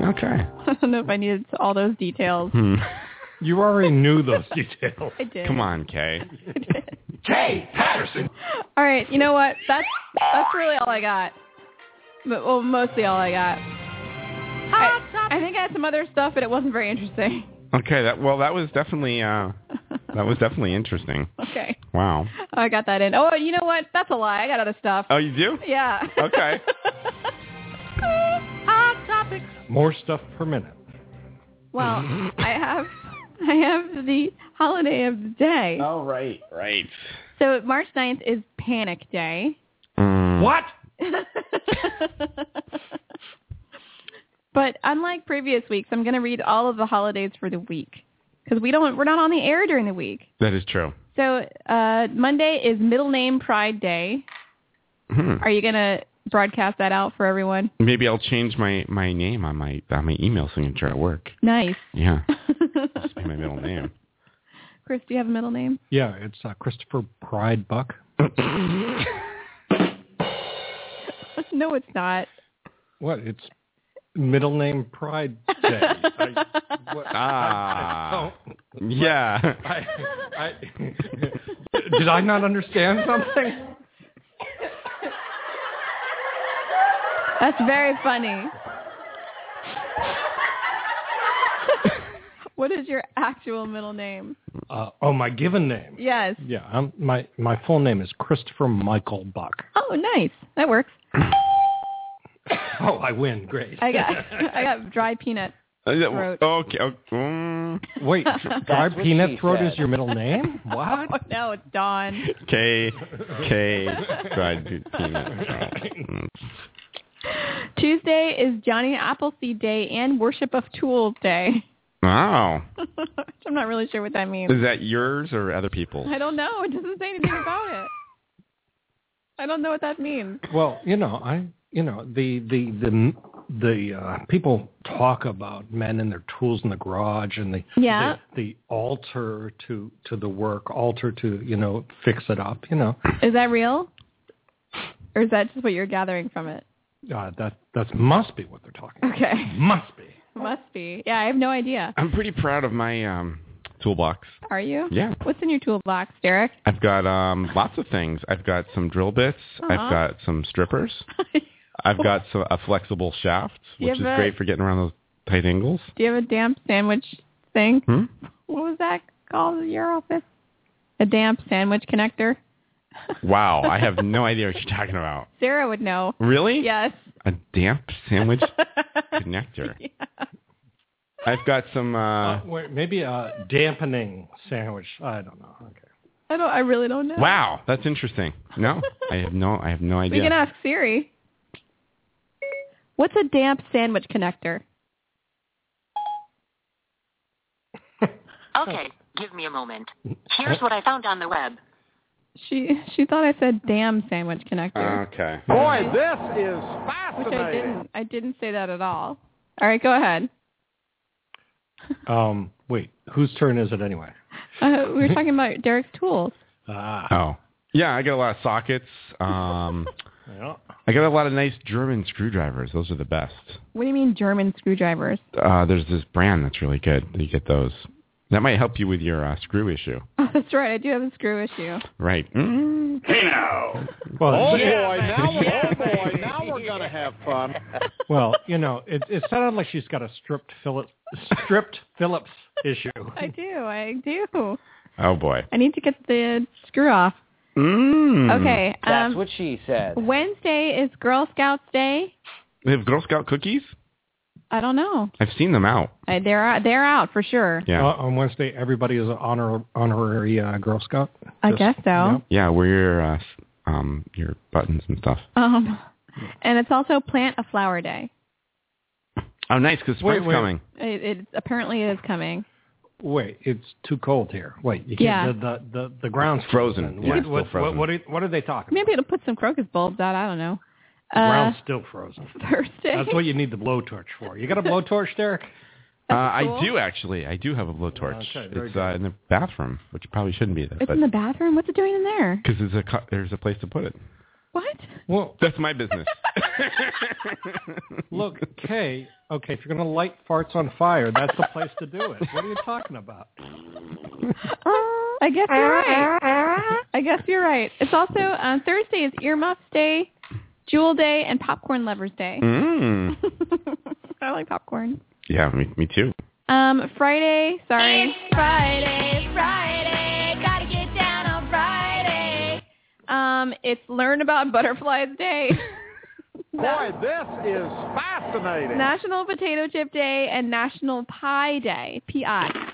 [SPEAKER 2] Okay.
[SPEAKER 3] I don't know if I needed all those details.
[SPEAKER 2] Hmm.
[SPEAKER 9] You already knew those [laughs] details.
[SPEAKER 3] I did.
[SPEAKER 2] Come on,
[SPEAKER 3] [laughs]
[SPEAKER 2] Kay.
[SPEAKER 14] Kay Patterson.
[SPEAKER 3] All right, you know what? That's that's really all I got. But, well, mostly all I got. I, I think I had some other stuff, but it wasn't very interesting. [laughs]
[SPEAKER 2] Okay, that well that was definitely uh that was definitely interesting.
[SPEAKER 3] Okay,
[SPEAKER 2] Wow.
[SPEAKER 3] I got that in. Oh, you know what? That's a lie. I got other stuff.
[SPEAKER 2] Oh, you do?
[SPEAKER 3] Yeah. [laughs]
[SPEAKER 2] Okay.
[SPEAKER 3] Hot topics.
[SPEAKER 9] More stuff per minute.
[SPEAKER 3] Well, I have I have the holiday of the day.
[SPEAKER 2] right, right.
[SPEAKER 3] So March 9th is Panic Day.
[SPEAKER 2] Mm.
[SPEAKER 9] What?
[SPEAKER 3] [laughs] but unlike previous weeks, I'm going to read all of the holidays for the week because we don't we're not on the air during the week.
[SPEAKER 2] That is true.
[SPEAKER 3] So uh, Monday is middle name Pride Day.
[SPEAKER 2] Hmm.
[SPEAKER 3] Are you going to broadcast that out for everyone?
[SPEAKER 2] Maybe I'll change my, my name on my on my email signature at work.
[SPEAKER 3] Nice.
[SPEAKER 2] Yeah. Just be my middle name.
[SPEAKER 3] Chris, do you have a middle name? [laughs]
[SPEAKER 9] Yeah, it's uh, Christopher Pride
[SPEAKER 2] [laughs]
[SPEAKER 9] Buck.
[SPEAKER 3] no, it's not.
[SPEAKER 9] What? It's middle name Pride
[SPEAKER 2] [laughs]
[SPEAKER 9] Day. I, [laughs] what, I-
[SPEAKER 2] Ah.
[SPEAKER 9] I don't-
[SPEAKER 2] Yeah.
[SPEAKER 9] [laughs] I, I, did I [laughs] not understand something?
[SPEAKER 3] That's very funny. [laughs] what is your actual middle name?
[SPEAKER 9] Uh, oh, my given name.
[SPEAKER 3] Yes.
[SPEAKER 9] Yeah, I'm, my my full name is Christopher Michael Buck.
[SPEAKER 3] Oh, nice. That works.
[SPEAKER 9] Oh, I win. Great. [laughs]
[SPEAKER 3] I got [laughs] I got dry peanut.
[SPEAKER 2] Uh, yeah,
[SPEAKER 3] Throat.
[SPEAKER 2] Okay. okay, mm,
[SPEAKER 9] Wait, dry
[SPEAKER 3] That's what she
[SPEAKER 9] peanut throat
[SPEAKER 3] said.
[SPEAKER 9] is your middle name? What?
[SPEAKER 3] Oh, [laughs] no, it's Dawn.
[SPEAKER 2] K K fried peanut.
[SPEAKER 3] Tuesday is Johnny Appleseed Day and Worship of Tools Day. [laughs]
[SPEAKER 2] Wow.
[SPEAKER 3] Which I'm not really sure what that means.
[SPEAKER 2] Is that yours or
[SPEAKER 3] [laughs]
[SPEAKER 2] other people's?
[SPEAKER 3] I don't know. It doesn't say anything about it. I don't know what that means.
[SPEAKER 9] Well, you know, I you know the the the the uh, people talk about men and their tools in the garage and the
[SPEAKER 3] Yeah.
[SPEAKER 9] the, the altar to to the work, altar to you know fix it up. You know
[SPEAKER 3] Is that real? Or is that just what you're gathering from it?
[SPEAKER 9] uh, that that must be what they're talking.
[SPEAKER 3] Okay.
[SPEAKER 9] About. Must be.
[SPEAKER 3] Must be. Yeah, I have no idea.
[SPEAKER 2] I'm pretty proud of my um, toolbox.
[SPEAKER 3] Are you?
[SPEAKER 2] Yeah.
[SPEAKER 3] What's in your toolbox, Derek? [laughs]
[SPEAKER 2] I've got um, lots of things. I've got some drill bits.
[SPEAKER 3] Uh-huh.
[SPEAKER 2] I've got some strippers. I've got some, a flexible shaft,
[SPEAKER 3] Yeah,
[SPEAKER 2] which is
[SPEAKER 3] but-
[SPEAKER 2] great for getting around those tight angles.
[SPEAKER 3] Do you have a damp sandwich thing?
[SPEAKER 2] Hmm?
[SPEAKER 3] What was that called in your office? A damp sandwich connector?
[SPEAKER 2] Wow, I have no [laughs] idea what you're talking about.
[SPEAKER 3] Sarah would know.
[SPEAKER 2] Really?
[SPEAKER 3] Yes.
[SPEAKER 2] A damp sandwich connector. I've got some. Uh,
[SPEAKER 4] Oh,
[SPEAKER 9] Uh, wait, maybe a dampening sandwich. I don't know. Okay.
[SPEAKER 3] I don't. I really don't know.
[SPEAKER 2] wow, that's interesting. No, I have no. I have no
[SPEAKER 3] We
[SPEAKER 2] idea.
[SPEAKER 3] can ask Siri. What's a damp sandwich connector?
[SPEAKER 16] Okay, give me a moment. Here's what I found on the web.
[SPEAKER 3] She she thought I said damn sandwich connector,
[SPEAKER 2] okay.
[SPEAKER 10] Boy, this is
[SPEAKER 3] which I
[SPEAKER 10] fascinating.
[SPEAKER 3] didn't. I didn't say that at all. All right, go ahead.
[SPEAKER 9] Um, wait, whose turn is it anyway?
[SPEAKER 3] Uh, we were talking about Derek's tools.
[SPEAKER 9] Ah.
[SPEAKER 2] Oh. Yeah, I got a lot of sockets. Um,
[SPEAKER 9] Yeah.
[SPEAKER 2] I got a lot of nice German screwdrivers. Those are the best.
[SPEAKER 3] What do you mean German screwdrivers? [laughs]
[SPEAKER 2] Uh, there's this brand that's really good. You get those. That might help you with your uh, screw issue.
[SPEAKER 3] Oh, that's right. I do have a screw issue.
[SPEAKER 2] Right. Mm.
[SPEAKER 7] Hey now.
[SPEAKER 9] Well,
[SPEAKER 10] Oh
[SPEAKER 9] but-
[SPEAKER 10] boy, now,
[SPEAKER 9] [laughs]
[SPEAKER 10] oh boy, now we're gonna have fun.
[SPEAKER 9] well, you know, it, it sounded like she's got a stripped Phillips, stripped Phillips issue.
[SPEAKER 3] I do. I do.
[SPEAKER 2] Oh, boy.
[SPEAKER 3] I need to get the screw off.
[SPEAKER 9] Hmm.
[SPEAKER 2] Mm.
[SPEAKER 3] Okay.
[SPEAKER 27] Mm-hmm. That's
[SPEAKER 3] Um,
[SPEAKER 27] what she said.
[SPEAKER 3] Wednesday is Girl Scouts Day.
[SPEAKER 2] They have Girl Scout cookies?
[SPEAKER 3] I don't know.
[SPEAKER 2] I've seen them out.
[SPEAKER 3] I, they're they're out for sure.
[SPEAKER 2] Yeah.
[SPEAKER 9] Uh, on Wednesday, everybody is an honor, honorary uh, Girl Scout.
[SPEAKER 3] I
[SPEAKER 9] Just-
[SPEAKER 3] guess so.
[SPEAKER 9] yeah.
[SPEAKER 2] Yeah, where your uh, s- um your buttons and stuff.
[SPEAKER 3] Um, and it's also Plant a Flower Day.
[SPEAKER 2] Oh, nice, because
[SPEAKER 9] Wait,
[SPEAKER 2] spring's
[SPEAKER 9] wait.
[SPEAKER 2] coming.
[SPEAKER 3] It, it apparently is coming.
[SPEAKER 9] Wait, it's too cold here. Wait, you
[SPEAKER 3] Yeah.
[SPEAKER 9] can't, the, the the the ground's
[SPEAKER 2] Frozen. Yeah,
[SPEAKER 9] What,
[SPEAKER 2] it's still
[SPEAKER 9] what,
[SPEAKER 2] frozen.
[SPEAKER 9] What, what, are, what are they talking?
[SPEAKER 3] Maybe it'll put some crocus bulbs out. I don't know.
[SPEAKER 9] The
[SPEAKER 3] Uh,
[SPEAKER 9] ground's still frozen.
[SPEAKER 3] Thursday.
[SPEAKER 9] That's what you need the blowtorch for. You got a blowtorch, Derek?
[SPEAKER 2] Uh,
[SPEAKER 3] cool.
[SPEAKER 2] I do actually. I do have a blowtorch.
[SPEAKER 9] Okay, very
[SPEAKER 2] it's uh, in the bathroom, which probably shouldn't be there,
[SPEAKER 3] [laughs] It's in the bathroom. What's it doing in there?
[SPEAKER 2] because there's a cu- there's a place to put it.
[SPEAKER 3] What?
[SPEAKER 9] Well,
[SPEAKER 2] That's my business.
[SPEAKER 3] [laughs]
[SPEAKER 9] look, Kay. Okay, if you're gonna light farts on fire, that's the place to do it. What are you talking about?
[SPEAKER 3] I guess you're right. I guess you're right. It's also uh, Thursday is Earmuffs Day, Jewel Day, and Popcorn Lovers Day.
[SPEAKER 9] Hmm.
[SPEAKER 2] Mm.
[SPEAKER 3] [laughs] I like popcorn.
[SPEAKER 2] Yeah, me, me too.
[SPEAKER 3] Um, Friday. Sorry.
[SPEAKER 12] It's Friday, Friday, gotta get down on Friday.
[SPEAKER 3] Um, it's Learn About Butterflies
[SPEAKER 12] [laughs]
[SPEAKER 3] Day,
[SPEAKER 10] Boy, this is fascinating.
[SPEAKER 3] National Potato Chip Day, and National Pie Day. [laughs] P.I.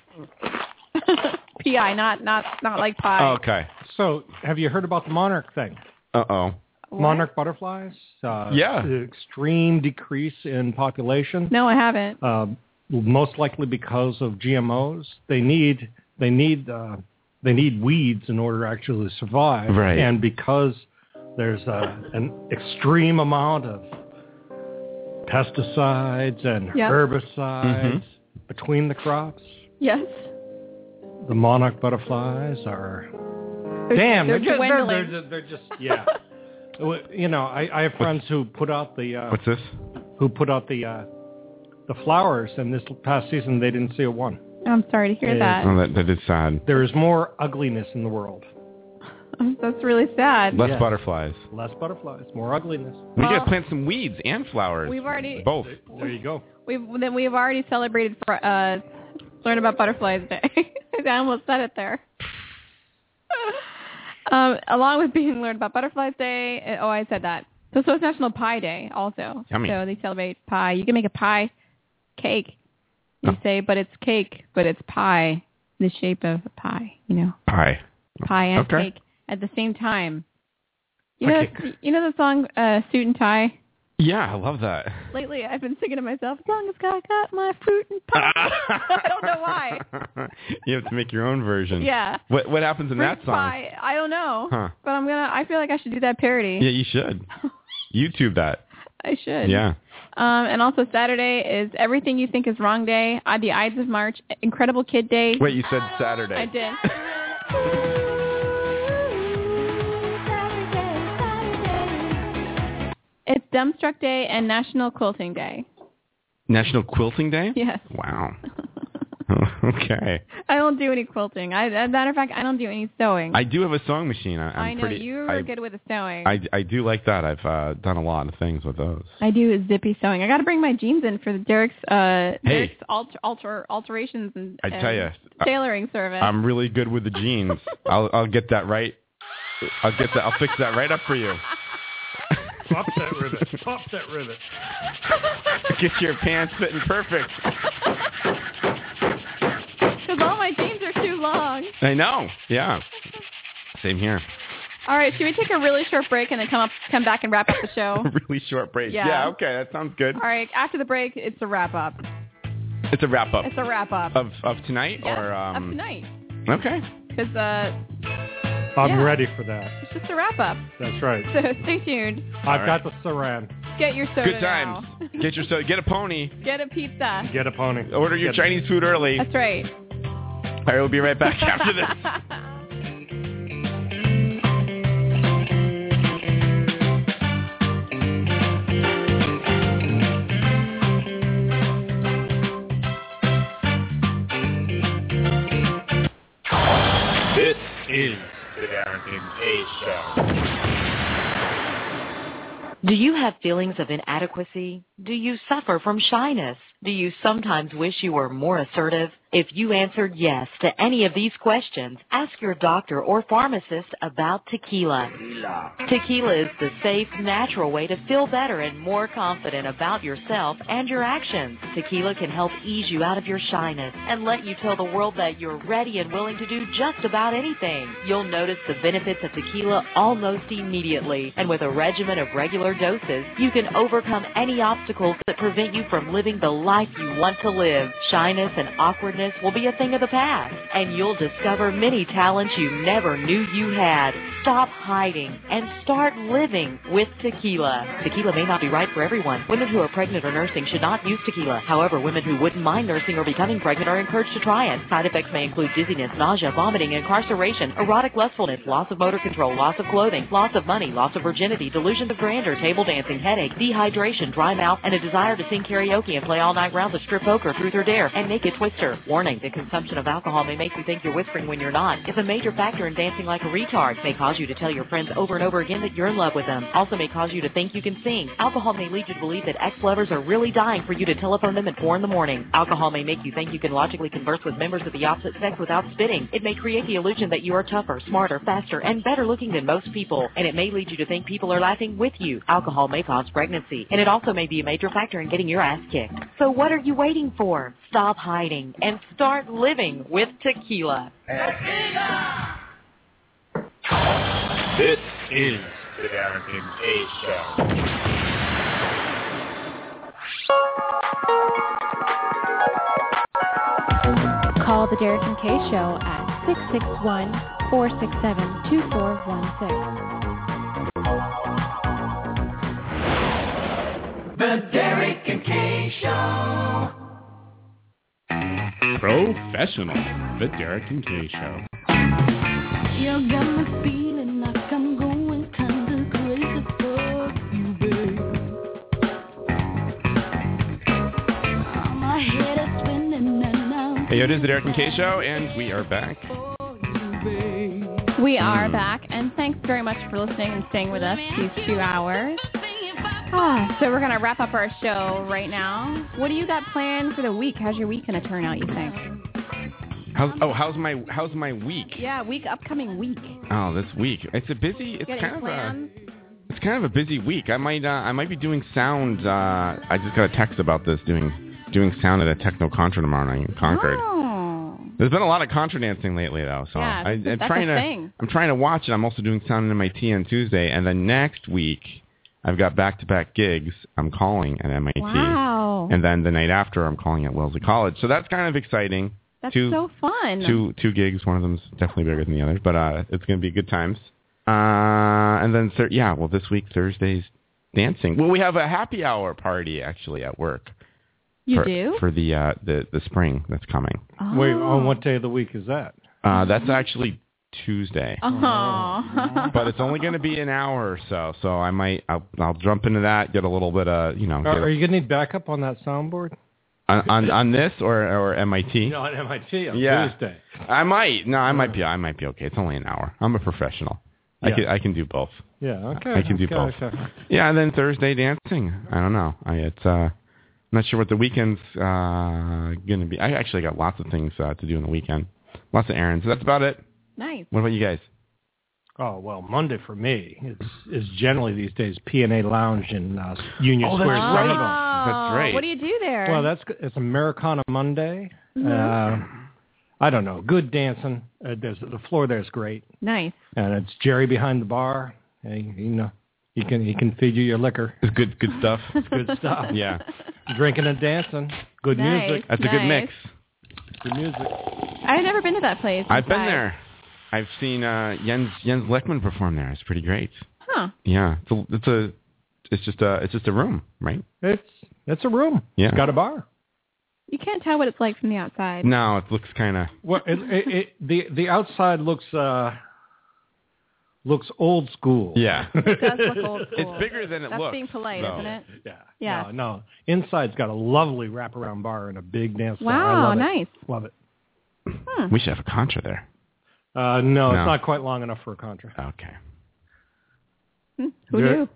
[SPEAKER 3] P.I. Not not not like pie.
[SPEAKER 2] Oh, okay.
[SPEAKER 9] Oh. So, have you heard about the monarch thing?
[SPEAKER 2] Uh oh.
[SPEAKER 9] monarch butterflies. Uh,
[SPEAKER 2] Yeah.
[SPEAKER 9] the Extreme decrease in population.
[SPEAKER 3] No, I haven't.
[SPEAKER 9] Uh, most likely because of GMOs. They need they need uh, they need weeds in order to actually survive.
[SPEAKER 2] Right.
[SPEAKER 9] And because there's a, an extreme amount of pesticides and
[SPEAKER 3] Yeah.
[SPEAKER 9] herbicides between the crops,
[SPEAKER 3] Yes.
[SPEAKER 9] the monarch butterflies are damn.
[SPEAKER 3] they're
[SPEAKER 9] They're, just, they're,
[SPEAKER 3] dwindling.
[SPEAKER 9] they're- they're just yeah. Well, you know, I, I have friends who put out the uh,
[SPEAKER 2] What's this?
[SPEAKER 9] who put out the uh, the flowers, and this past season they didn't see a one.
[SPEAKER 3] I'm sorry to hear
[SPEAKER 9] Yeah.
[SPEAKER 3] that.
[SPEAKER 2] Oh, that, that is sad.
[SPEAKER 9] There is more ugliness in the world.
[SPEAKER 3] That's really sad.
[SPEAKER 2] Less
[SPEAKER 9] Yes.
[SPEAKER 2] butterflies.
[SPEAKER 9] Less butterflies, more ugliness.
[SPEAKER 2] We
[SPEAKER 3] Well-
[SPEAKER 2] gotta plant some weeds and flowers.
[SPEAKER 3] We've already-
[SPEAKER 2] both.
[SPEAKER 9] There you go.
[SPEAKER 3] We've then we've already celebrated for uh learn about butterflies day. [laughs] I almost said it there. [laughs] um, along with being learn about butterflies day. uh, Oh, I said that. So so it's National Pie Day also.
[SPEAKER 2] Yummy.
[SPEAKER 3] So they celebrate pie. You can make a pie cake. You
[SPEAKER 2] Oh.
[SPEAKER 3] say, but it's cake, but it's pie, in the shape of a pie, you know,
[SPEAKER 2] Pie.
[SPEAKER 3] pie and
[SPEAKER 2] Okay.
[SPEAKER 3] cake at the same time. You know, you know the song uh, "Suit and Tie."
[SPEAKER 2] Yeah, I love that. [laughs]
[SPEAKER 3] Lately, I've been singing to myself, as long as I got my fruit and
[SPEAKER 2] [laughs]
[SPEAKER 3] pie. I don't know why.
[SPEAKER 2] you have to make your own version.
[SPEAKER 3] Yeah.
[SPEAKER 2] What What happens in
[SPEAKER 3] Fruit
[SPEAKER 2] that song?
[SPEAKER 3] pie. I don't know.
[SPEAKER 2] Huh.
[SPEAKER 3] But I'm gonna. I feel like I should do that parody.
[SPEAKER 2] Yeah,
[SPEAKER 3] [laughs]
[SPEAKER 2] you should. YouTube that.
[SPEAKER 3] I should.
[SPEAKER 2] Yeah.
[SPEAKER 3] Um, and also Saturday is everything you think is wrong day. I the Ides of March, Incredible Kid Day.
[SPEAKER 2] Wait, you said Saturday.
[SPEAKER 3] I did. It's Dumbstruck Day and National Quilting Day.
[SPEAKER 2] National Quilting Day.
[SPEAKER 3] Yes. [laughs]
[SPEAKER 2] Wow. [laughs] okay.
[SPEAKER 3] I don't do any quilting. I, as a matter of fact, I don't do any sewing.
[SPEAKER 2] I do have a sewing machine. I, I'm
[SPEAKER 3] I know
[SPEAKER 2] pretty.
[SPEAKER 3] you're
[SPEAKER 2] I,
[SPEAKER 3] good with the sewing.
[SPEAKER 2] I I do like that. I've uh, done a lot of things with those.
[SPEAKER 3] I do zippy sewing. I got to bring my jeans in for Derek's uh Derek's alter, alter alterations and
[SPEAKER 2] I tell
[SPEAKER 3] and
[SPEAKER 2] ya,
[SPEAKER 3] tailoring service.
[SPEAKER 2] I'm really good with
[SPEAKER 3] [laughs]
[SPEAKER 2] the jeans. I'll I'll get that right. I'll get that. I'll fix that right up
[SPEAKER 3] [laughs]
[SPEAKER 2] for you. [laughs]
[SPEAKER 9] Pop that rivet. Pop that rivet.
[SPEAKER 2] [laughs] Get your pants fitting perfect.
[SPEAKER 3] Because all my jeans are too long.
[SPEAKER 2] I know. Yeah. Same [laughs] here.
[SPEAKER 3] All right, should we take a really short break and then come up, come back and wrap up the show?
[SPEAKER 2] really short break.
[SPEAKER 3] Yeah.
[SPEAKER 2] Okay. That sounds [laughs] good.
[SPEAKER 3] all right, after the break, it's a wrap up.
[SPEAKER 2] It's a wrap up
[SPEAKER 3] It's a wrap up
[SPEAKER 2] of of tonight
[SPEAKER 3] Yeah,
[SPEAKER 2] or
[SPEAKER 3] of
[SPEAKER 2] um.
[SPEAKER 3] tonight
[SPEAKER 2] Okay.
[SPEAKER 3] because uh,
[SPEAKER 9] I'm
[SPEAKER 3] Yeah.
[SPEAKER 9] ready for that.
[SPEAKER 3] it's just a wrap up.
[SPEAKER 9] That's right.
[SPEAKER 3] So [laughs] stay tuned.
[SPEAKER 9] I've got the saran.
[SPEAKER 3] Get your soda
[SPEAKER 2] Good times.
[SPEAKER 3] now.
[SPEAKER 2] Get your so get a pony.
[SPEAKER 3] Get a pizza.
[SPEAKER 9] Get a pony.
[SPEAKER 2] Order your
[SPEAKER 9] Get-
[SPEAKER 2] Chinese food early.
[SPEAKER 3] That's right.
[SPEAKER 2] All right. We'll be
[SPEAKER 3] [laughs]
[SPEAKER 2] right back after this.
[SPEAKER 7] This is the Darren King K Show.
[SPEAKER 17] Do you have feelings of inadequacy? Do you suffer from shyness? Do you sometimes wish you were more assertive? If you answered yes to any of these questions, ask your doctor or pharmacist about tequila. Tequila is the safe, natural way to feel better and more confident about yourself and your actions. Tequila can help ease you out of your shyness and let you tell the world that you're ready and willing to do just about anything. You'll notice the benefits of tequila almost immediately. And with a regimen of regular doses, you can overcome any obstacles that prevent you from living the life you want to live. Shyness and awkwardness will be a thing of the past, and you'll discover many talents you never knew you had. Stop hiding and start living with tequila. Tequila may not be right for everyone. Women who are pregnant or nursing should not use tequila. However, women who wouldn't mind nursing or becoming pregnant are encouraged to try it. Side effects may include dizziness, nausea, vomiting, incarceration, erotic lustfulness, loss of motor control, loss of clothing, loss of money, loss of virginity, delusions of grandeur, table dancing, headache, dehydration, dry mouth, and a desire to sing karaoke and play all night rounds of strip poker, truth or dare, and naked twister. Warning, the consumption of alcohol may make you think you're whispering when you're not. It's a major factor in dancing like a retard. May cause you to tell your friends over and over again that you're in love with them. Also may cause you to think you can sing. Alcohol may lead you to believe that ex-lovers are really dying for you to telephone them at 4 in the morning. Alcohol may make you think you can logically converse with members of the opposite sex without spitting. It may create the illusion that you are tougher, smarter, faster, and better looking than most people. And it may lead you to think people are laughing with you. Alcohol may cause pregnancy. And it also may be a major factor in getting your ass kicked. So what are you waiting for? Stop hiding and start living with tequila.
[SPEAKER 7] This is the Darrington K Show.
[SPEAKER 5] Call the Derek and K Show at 661 467 2416.
[SPEAKER 15] The Derek and Kay Show.
[SPEAKER 2] Professional. The Derek and Kay Show.
[SPEAKER 12] You got me feeling like I'm going kinda crazy for you, babe. My head is spinning and I'm
[SPEAKER 2] Hey, yo, it is the Derek and Kay Show, and we are back.
[SPEAKER 3] We are back, and thanks very much for listening and staying with us these two hours. Ah, so we're gonna wrap up our show right now. What do you got planned for the week? How's your week gonna turn out? You think?
[SPEAKER 2] How's, oh, how's my how's my week?
[SPEAKER 3] Yeah, week upcoming week.
[SPEAKER 2] Oh, this week it's a busy. It's
[SPEAKER 3] got
[SPEAKER 2] kind
[SPEAKER 3] any
[SPEAKER 2] of
[SPEAKER 3] plans?
[SPEAKER 2] a it's kind of a busy week. I might uh, I might be doing sound. Uh, I just got a text about this doing doing sound at a techno contra tomorrow night in Concord.
[SPEAKER 3] Oh.
[SPEAKER 2] There's been a lot of contra dancing lately, though. So
[SPEAKER 3] Yeah,
[SPEAKER 2] I, I'm
[SPEAKER 3] that's a
[SPEAKER 2] trying to
[SPEAKER 3] thing.
[SPEAKER 2] I'm trying to watch it. I'm also doing sound in MIT on Tuesday, and then next week I've got back to back gigs. I'm calling at MIT,
[SPEAKER 3] Wow.
[SPEAKER 2] and then the night after I'm calling at Wellesley College. So that's kind of exciting.
[SPEAKER 3] That's
[SPEAKER 2] Two-
[SPEAKER 3] so fun.
[SPEAKER 2] Two two gigs. One of them's definitely bigger than the other, but uh, it's going to be good times. Uh, and then thir- yeah, well, this week Thursday's dancing. Well, we have a happy hour party actually at work.
[SPEAKER 9] You
[SPEAKER 2] for,
[SPEAKER 9] do?
[SPEAKER 2] for the uh, the the spring that's coming.
[SPEAKER 9] Wait,
[SPEAKER 3] Oh.
[SPEAKER 9] on what day of the week is that?
[SPEAKER 2] Uh, that's actually Tuesday,
[SPEAKER 9] Oh.
[SPEAKER 2] [laughs]
[SPEAKER 3] Oh.
[SPEAKER 2] but it's only going to be an hour or so. So I might I'll, I'll jump into that, get a little bit of you know
[SPEAKER 9] Are,
[SPEAKER 2] get
[SPEAKER 9] are you going to need backup on that soundboard?
[SPEAKER 2] on, on on this or or MIT.
[SPEAKER 9] No, on MIT on
[SPEAKER 2] Yeah.
[SPEAKER 9] Tuesday.
[SPEAKER 2] I might no, I might be I might be okay. It's only an hour. I'm a professional. I
[SPEAKER 9] Yeah.
[SPEAKER 2] can I can do both.
[SPEAKER 9] Yeah, okay.
[SPEAKER 2] I can do
[SPEAKER 9] okay,
[SPEAKER 2] both.
[SPEAKER 9] okay.
[SPEAKER 2] Yeah, and then Thursday dancing. I don't know. I it's uh I'm not sure what the weekend's uh gonna be. I actually got lots of things uh, to do in the weekend. Lots of errands. So that's about it.
[SPEAKER 3] Nice.
[SPEAKER 2] What about you guys?
[SPEAKER 9] Oh well, Monday for me is is generally these days P and A Lounge in uh, Union
[SPEAKER 2] Oh, that's
[SPEAKER 9] Square. in
[SPEAKER 2] right.
[SPEAKER 9] Somerville.
[SPEAKER 2] That's right.
[SPEAKER 3] Oh, What do you do there?
[SPEAKER 9] Well, that's g- it's Americana Monday.
[SPEAKER 3] Mm-hmm.
[SPEAKER 9] Uh, I don't know. Good dancing. Uh, there's the floor there's great,
[SPEAKER 3] [laughs] nice.
[SPEAKER 9] and it's Jerry behind the bar. And, you know, he can he can feed you your liquor.
[SPEAKER 2] It's good good stuff.
[SPEAKER 9] It's [laughs] good
[SPEAKER 3] [laughs]
[SPEAKER 9] stuff.
[SPEAKER 2] yeah.
[SPEAKER 9] Drinking and dancing. Good
[SPEAKER 3] Nice,
[SPEAKER 9] music.
[SPEAKER 2] That's a good
[SPEAKER 3] nice.
[SPEAKER 2] mix.
[SPEAKER 9] Good music.
[SPEAKER 3] I've never been to that place.
[SPEAKER 2] I've been
[SPEAKER 3] Bye.
[SPEAKER 2] there. I've seen uh Jens Jens Lechman perform there. It's pretty great.
[SPEAKER 3] Huh.
[SPEAKER 2] Yeah. It's a, it's a it's just a it's just a room, right?
[SPEAKER 9] It's it's a room.
[SPEAKER 2] Yeah.
[SPEAKER 9] It's got a bar.
[SPEAKER 3] You can't tell what it's like from the outside.
[SPEAKER 2] No, it looks kind of
[SPEAKER 9] Well, it, it, it, the the outside looks uh looks old school. [laughs]
[SPEAKER 2] yeah.
[SPEAKER 3] It does look old school.
[SPEAKER 2] [laughs] It's bigger than it
[SPEAKER 3] That's
[SPEAKER 2] looks.
[SPEAKER 3] being polite,
[SPEAKER 2] though.
[SPEAKER 3] isn't it?
[SPEAKER 9] Yeah.
[SPEAKER 3] Oh, Yeah.
[SPEAKER 9] No, no. Inside's got a lovely wraparound bar and a big dance floor. I
[SPEAKER 3] Wow,
[SPEAKER 9] love it.
[SPEAKER 3] nice.
[SPEAKER 9] Love it.
[SPEAKER 3] Hmm.
[SPEAKER 2] We should have a contra there.
[SPEAKER 9] Uh, no,
[SPEAKER 2] No.
[SPEAKER 9] it's not quite long enough for a contract.
[SPEAKER 2] Okay.
[SPEAKER 3] Hmm. Who
[SPEAKER 9] There-
[SPEAKER 3] knew?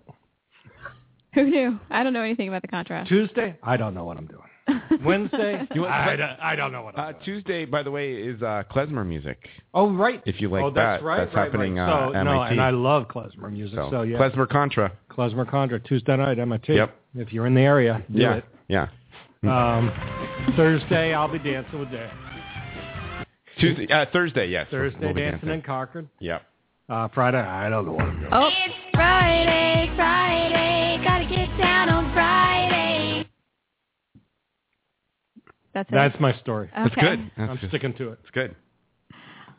[SPEAKER 3] Who knew? I don't know anything about the contrast.
[SPEAKER 9] Tuesday, I don't know what I'm doing.
[SPEAKER 2] [laughs]
[SPEAKER 9] Wednesday,
[SPEAKER 2] You want-
[SPEAKER 9] I, don't, I don't know what I'm
[SPEAKER 2] Uh,
[SPEAKER 9] doing.
[SPEAKER 2] Tuesday, by the way, is uh, klezmer music.
[SPEAKER 9] Oh, right.
[SPEAKER 2] If you like
[SPEAKER 9] oh, that's
[SPEAKER 2] that,
[SPEAKER 9] right.
[SPEAKER 2] that's
[SPEAKER 9] right,
[SPEAKER 2] happening
[SPEAKER 9] right.
[SPEAKER 2] uh,
[SPEAKER 9] so,
[SPEAKER 2] MIT.
[SPEAKER 9] No, and I love klezmer music.
[SPEAKER 2] so,
[SPEAKER 9] So, yeah,
[SPEAKER 2] Oh, klezmer contra.
[SPEAKER 9] klezmer contract Tuesday night MIT.
[SPEAKER 2] Yep.
[SPEAKER 9] If you're in the area, do
[SPEAKER 2] yeah,
[SPEAKER 9] it.
[SPEAKER 2] yeah.
[SPEAKER 9] Um, Thursday, uh, I'll be dancing with Derek.
[SPEAKER 2] Tuesday, uh, Thursday, yes.
[SPEAKER 9] Thursday,
[SPEAKER 2] We'll be
[SPEAKER 9] dancing in Concord.
[SPEAKER 2] Yep.
[SPEAKER 9] Uh, Friday, I don't know what I'm doing.
[SPEAKER 3] Oh.
[SPEAKER 12] It's Friday, Friday, gotta get down on Friday.
[SPEAKER 3] That's it.
[SPEAKER 9] That's my story.
[SPEAKER 3] Okay.
[SPEAKER 2] That's good. That's
[SPEAKER 9] I'm
[SPEAKER 2] good.
[SPEAKER 9] sticking to it.
[SPEAKER 2] It's good.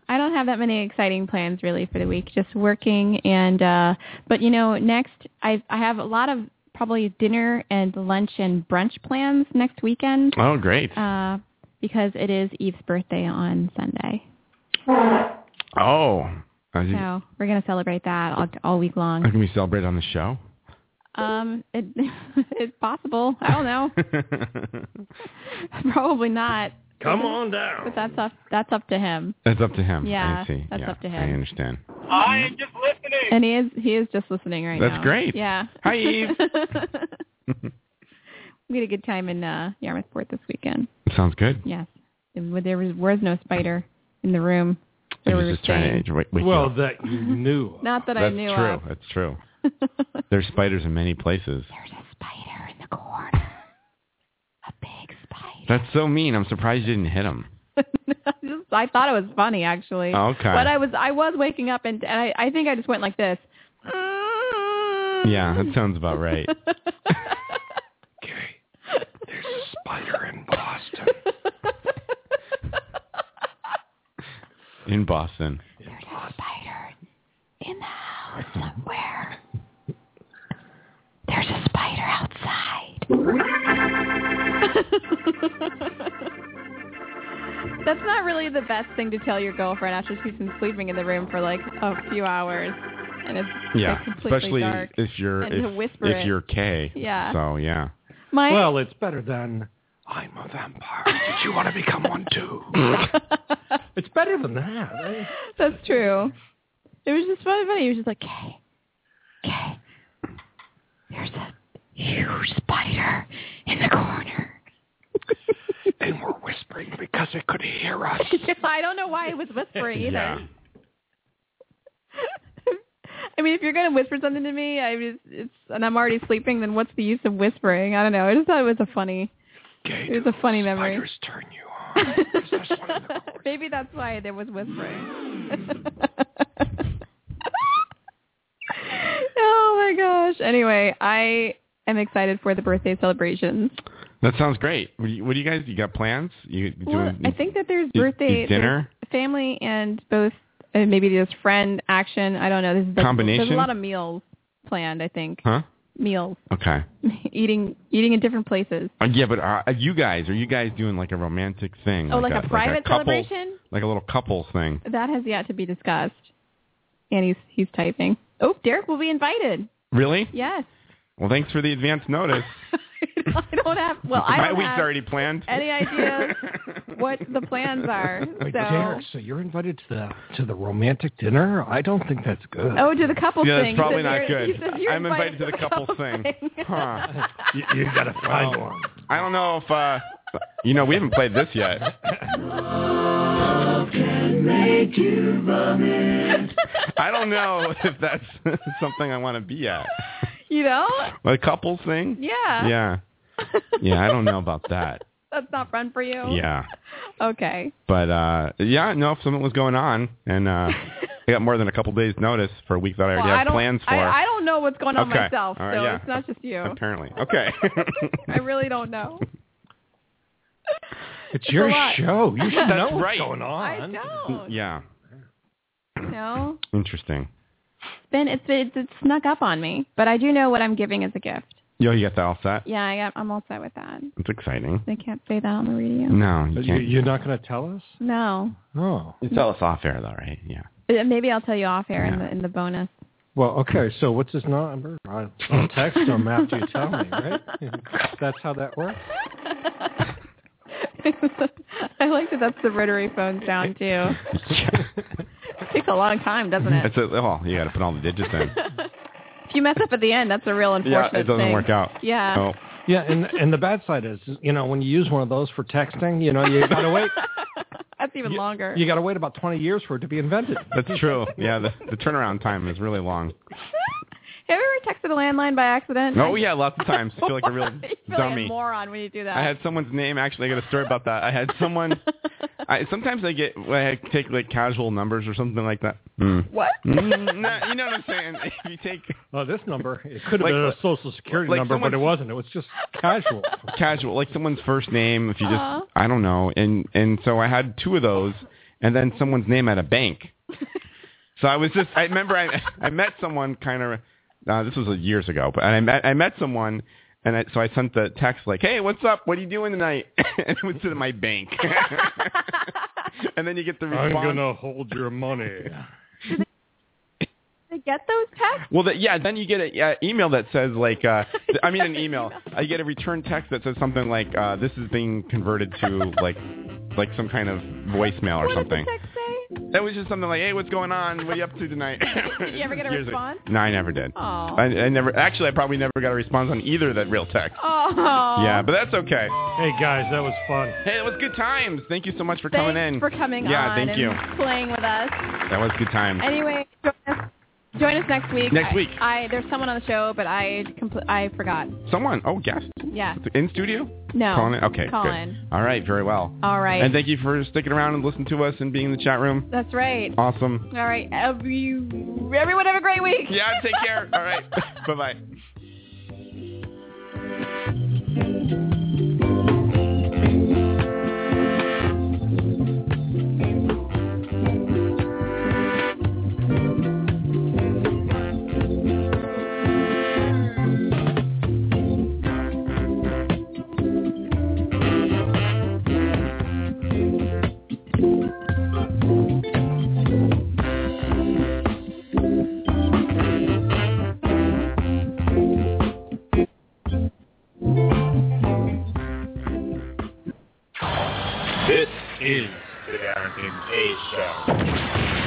[SPEAKER 3] I don't have that many exciting plans really for the week. Just working and uh but you know, next I I have a lot of probably dinner and lunch and brunch plans next weekend.
[SPEAKER 2] Oh, great.
[SPEAKER 3] Uh because it is Eve's birthday on Sunday.
[SPEAKER 2] Oh. Are you,
[SPEAKER 3] So we're gonna celebrate that all, all week long.
[SPEAKER 2] Can we celebrate on the show? [laughs]
[SPEAKER 3] Um it, [laughs] it's possible. I don't know. [laughs] Probably not.
[SPEAKER 9] Come on
[SPEAKER 3] But
[SPEAKER 9] down.
[SPEAKER 3] that's up that's up to him.
[SPEAKER 2] that's up to him.
[SPEAKER 3] Yeah,
[SPEAKER 2] I see.
[SPEAKER 3] that's
[SPEAKER 2] yeah,
[SPEAKER 3] up to
[SPEAKER 2] I
[SPEAKER 3] him.
[SPEAKER 2] understand.
[SPEAKER 1] I am just listening.
[SPEAKER 3] And he is he is just listening right
[SPEAKER 2] That's
[SPEAKER 3] now.
[SPEAKER 2] great.
[SPEAKER 3] Yeah.
[SPEAKER 2] Hi, Eve.
[SPEAKER 3] [laughs] we had a good time in uh, Yarmouth Port this weekend.
[SPEAKER 2] Sounds
[SPEAKER 12] [laughs]
[SPEAKER 2] good.
[SPEAKER 3] Yes. And There was, was no spider in the room. There
[SPEAKER 2] I
[SPEAKER 3] was
[SPEAKER 2] was just trying to wake wake you
[SPEAKER 9] Well,
[SPEAKER 2] up.
[SPEAKER 9] that you knew. of.
[SPEAKER 3] Not that I
[SPEAKER 2] That's
[SPEAKER 3] knew
[SPEAKER 2] true.
[SPEAKER 3] of. [laughs]
[SPEAKER 2] That's true. There's spiders in many places.
[SPEAKER 3] There's a spider in the corner. A big spider.
[SPEAKER 2] That's so mean. I'm surprised you didn't
[SPEAKER 3] [laughs]
[SPEAKER 2] hit him.
[SPEAKER 3] Just- I thought it was funny actually.
[SPEAKER 2] Okay.
[SPEAKER 3] But I was I was waking up and, and I, I think I just went like this.
[SPEAKER 2] Yeah, that sounds about right.
[SPEAKER 14] There's a spider in Boston.
[SPEAKER 2] In Boston.
[SPEAKER 14] There's a spider
[SPEAKER 12] in the house somewhere. There's a spider outside.
[SPEAKER 3] [laughs] That's not really the best thing to tell your girlfriend after she's been sleeping in the room for like a few hours, and it's
[SPEAKER 2] Yeah,
[SPEAKER 3] like, completely
[SPEAKER 2] especially
[SPEAKER 3] dark.
[SPEAKER 2] if you're
[SPEAKER 3] and
[SPEAKER 2] if,
[SPEAKER 3] to whisper
[SPEAKER 2] if
[SPEAKER 3] it.
[SPEAKER 2] you're K.
[SPEAKER 3] Yeah.
[SPEAKER 2] So yeah.
[SPEAKER 3] My-
[SPEAKER 9] well, it's better than
[SPEAKER 14] [laughs] I'm a vampire. Did you want to become
[SPEAKER 3] [laughs]
[SPEAKER 14] one
[SPEAKER 12] [laughs]
[SPEAKER 14] too?
[SPEAKER 9] it's better than that. eh?
[SPEAKER 3] That's true. It was just funny. funny. He was just like, "Okay, okay, there's a huge spider in the corner."
[SPEAKER 14] and we're whispering because it could hear us.
[SPEAKER 3] [laughs] I don't know why it was whispering either. [laughs] I mean, if you're gonna whisper something to me, I mean, it's and I'm already sleeping. Then what's the use of whispering? I don't know. I just thought it was a funny. it was a funny memory. Spiders
[SPEAKER 14] turn you
[SPEAKER 3] [laughs] Maybe that's why there was whispering. [laughs] oh my gosh. Anyway, I am excited for the birthday celebrations.
[SPEAKER 2] That sounds great. What do you, what do you guys? You got plans? You doing?
[SPEAKER 3] Well, I think that there's
[SPEAKER 2] you-
[SPEAKER 3] birthday
[SPEAKER 2] you dinner?
[SPEAKER 3] there's family, and both uh, maybe there's friend action. I don't know. There's there's- There's
[SPEAKER 2] Combination?
[SPEAKER 3] a lot of meals planned. I think
[SPEAKER 2] Huh?
[SPEAKER 3] meals,
[SPEAKER 2] Okay.
[SPEAKER 3] eating, eating in different places.
[SPEAKER 2] Uh, yeah, but are, are you guys are you guys doing like a romantic thing?
[SPEAKER 3] Oh, like a private
[SPEAKER 2] couple-
[SPEAKER 3] celebration?
[SPEAKER 2] Like a little couples thing.
[SPEAKER 3] That has yet to be discussed. And he's he's typing. Oh, Derek will be invited.
[SPEAKER 2] Really?
[SPEAKER 3] Yes. [laughs]
[SPEAKER 2] Well, thanks for the advance notice.
[SPEAKER 3] I don't have. Well, I
[SPEAKER 2] [laughs] My
[SPEAKER 3] don't
[SPEAKER 2] week's
[SPEAKER 3] have
[SPEAKER 2] already planned.
[SPEAKER 3] any
[SPEAKER 2] [laughs]
[SPEAKER 3] idea what the
[SPEAKER 9] [laughs]
[SPEAKER 3] plans are.
[SPEAKER 9] Wait,
[SPEAKER 3] So.
[SPEAKER 9] Derek, so you're invited to the to the romantic dinner? I don't think that's good.
[SPEAKER 3] Oh, to the couple
[SPEAKER 9] Yeah, that's
[SPEAKER 3] thing. He
[SPEAKER 9] probably
[SPEAKER 3] says
[SPEAKER 9] not
[SPEAKER 3] you're- he
[SPEAKER 9] good.
[SPEAKER 3] says you're
[SPEAKER 2] I'm invited to the couple thing.
[SPEAKER 3] [laughs]
[SPEAKER 2] Huh. you, you gotta find one. Oh. I don't know if uh, you know we haven't played this yet. [laughs] I don't know if that's [laughs] something I want to be at.
[SPEAKER 3] You know?
[SPEAKER 2] A couples thing?
[SPEAKER 3] Yeah.
[SPEAKER 2] Yeah. Yeah, I don't know about
[SPEAKER 3] [laughs]
[SPEAKER 2] that.
[SPEAKER 3] That's not fun for you.
[SPEAKER 2] Yeah.
[SPEAKER 3] Okay.
[SPEAKER 2] But uh yeah, no, if something was going on
[SPEAKER 3] [laughs]
[SPEAKER 2] and uh I got more than a couple days notice for a week that I already
[SPEAKER 3] Well, I
[SPEAKER 2] have
[SPEAKER 3] don't.
[SPEAKER 2] plans for.
[SPEAKER 3] I, I don't know what's going on
[SPEAKER 2] Okay.
[SPEAKER 3] myself,
[SPEAKER 2] All right,
[SPEAKER 3] so
[SPEAKER 2] yeah.
[SPEAKER 3] it's not just you.
[SPEAKER 2] Apparently.
[SPEAKER 9] [laughs]
[SPEAKER 2] Okay.
[SPEAKER 3] I really don't know.
[SPEAKER 9] It's
[SPEAKER 3] a
[SPEAKER 9] your
[SPEAKER 3] lot.
[SPEAKER 9] show. You should
[SPEAKER 3] That's
[SPEAKER 9] know what's
[SPEAKER 3] right.
[SPEAKER 9] going on.
[SPEAKER 3] I don't.
[SPEAKER 2] yeah.
[SPEAKER 3] No.
[SPEAKER 2] Interesting.
[SPEAKER 3] Then it's it's it snuck up on me, but I do know what I'm giving as a gift.
[SPEAKER 2] Yo, you got that all set?
[SPEAKER 3] Yeah, I got, I'm all set with that.
[SPEAKER 2] It's exciting.
[SPEAKER 3] They can't say that on the radio.
[SPEAKER 2] No, you
[SPEAKER 9] Uh, You-
[SPEAKER 2] can't.
[SPEAKER 9] you're not going to tell us?
[SPEAKER 3] No.
[SPEAKER 9] Oh.
[SPEAKER 2] You tell us off air though, right? Yeah.
[SPEAKER 3] Uh, Maybe I'll tell you off air in the in the bonus.
[SPEAKER 9] Well, okay. So what's his number? I'll, I'll text him after you tell me, right? [laughs] That's how that works.
[SPEAKER 3] [laughs] I like that that's the rotary phone sound too. it takes a long time, doesn't it?
[SPEAKER 2] It's a, oh, you got to put all the digits
[SPEAKER 3] [laughs]
[SPEAKER 2] in.
[SPEAKER 3] if you mess up at the end, that's a real
[SPEAKER 2] yeah,
[SPEAKER 3] unfortunate
[SPEAKER 2] it doesn't
[SPEAKER 3] thing.
[SPEAKER 2] work out.
[SPEAKER 3] Yeah.
[SPEAKER 2] Oh.
[SPEAKER 9] Yeah, and and the bad side is, you know, when you use one of those for texting,
[SPEAKER 2] Oh,
[SPEAKER 9] you know, you got to
[SPEAKER 3] [laughs]
[SPEAKER 9] wait.
[SPEAKER 3] That's even longer.
[SPEAKER 9] You got to wait about 20 years for it to be invented.
[SPEAKER 2] That's
[SPEAKER 9] [laughs]
[SPEAKER 2] true. Yeah, the, the turnaround time is really long.
[SPEAKER 3] Have you ever texted a landline by accident?
[SPEAKER 2] Oh yeah, lots of times. I feel like a real
[SPEAKER 3] [laughs] you feel like a
[SPEAKER 2] dummy.
[SPEAKER 3] moron when you do that.
[SPEAKER 2] I had someone's name. Actually, I got a story about that. I had someone. I sometimes I get I take like casual numbers or something like that.
[SPEAKER 9] Hmm.
[SPEAKER 3] What?
[SPEAKER 2] Mm, [laughs] nah, you know what I'm saying? If you take
[SPEAKER 9] Oh, this number, it could have
[SPEAKER 2] Like-
[SPEAKER 9] been a social security
[SPEAKER 2] like
[SPEAKER 9] number, but it
[SPEAKER 2] someone's-
[SPEAKER 9] wasn't. It was just casual.
[SPEAKER 2] casual, like someone's first name, if you just
[SPEAKER 9] Aw.
[SPEAKER 2] I don't know, and and so I had two of those, and then someone's name at a bank. so I was just I remember I [laughs] I met someone kind of uh, this was uh, years ago, but I met I met someone. And I, so I sent the text like, "Hey, what's up? What are you doing tonight?" [laughs] and it was to my bank. [laughs] and then you get the response.
[SPEAKER 9] to hold your
[SPEAKER 2] [laughs]
[SPEAKER 9] money.
[SPEAKER 3] Did they get those texts?
[SPEAKER 2] Well, that, yeah. Then you get an uh, email that says like, uh, th- I mean,
[SPEAKER 3] [laughs]
[SPEAKER 2] an email. I get a return text that says something like, uh, "This is being converted to like, like some kind of voicemail or something." That was just something like, "Hey, what's going on? What are you up to tonight?"
[SPEAKER 3] Did [laughs] you ever get a
[SPEAKER 2] Years ago.
[SPEAKER 3] response?
[SPEAKER 2] No, I never did.
[SPEAKER 3] Aw.
[SPEAKER 2] I, I never. Actually, I probably never got a response on either of that real text.
[SPEAKER 3] Oh.
[SPEAKER 2] Yeah, but that's okay.
[SPEAKER 9] Hey guys, that was fun.
[SPEAKER 2] Hey, it was good times. Thank you so much for
[SPEAKER 3] Thanks
[SPEAKER 2] coming in.
[SPEAKER 3] for coming
[SPEAKER 2] yeah,
[SPEAKER 3] on
[SPEAKER 2] thank
[SPEAKER 3] and
[SPEAKER 2] you.
[SPEAKER 3] playing with us.
[SPEAKER 2] That was good times.
[SPEAKER 3] Anyway, join us Join us next week.
[SPEAKER 2] Next
[SPEAKER 3] I-
[SPEAKER 2] week.
[SPEAKER 3] I, there's someone on the show, but I compl- I forgot.
[SPEAKER 2] Someone. Oh, guest.
[SPEAKER 3] Yeah.
[SPEAKER 2] In studio?
[SPEAKER 3] No.
[SPEAKER 2] Calling it? Okay.
[SPEAKER 3] Call
[SPEAKER 2] good.
[SPEAKER 3] in.
[SPEAKER 2] All right. Very well.
[SPEAKER 3] All right.
[SPEAKER 2] And thank you for sticking around and listening to us and being in the chat room.
[SPEAKER 3] That's right.
[SPEAKER 4] [laughs]
[SPEAKER 2] Awesome.
[SPEAKER 3] All right. Every, everyone have a great week.
[SPEAKER 2] Yeah, take care.
[SPEAKER 3] [laughs]
[SPEAKER 2] All right. bye bye.
[SPEAKER 7] This is the Darrington K Show.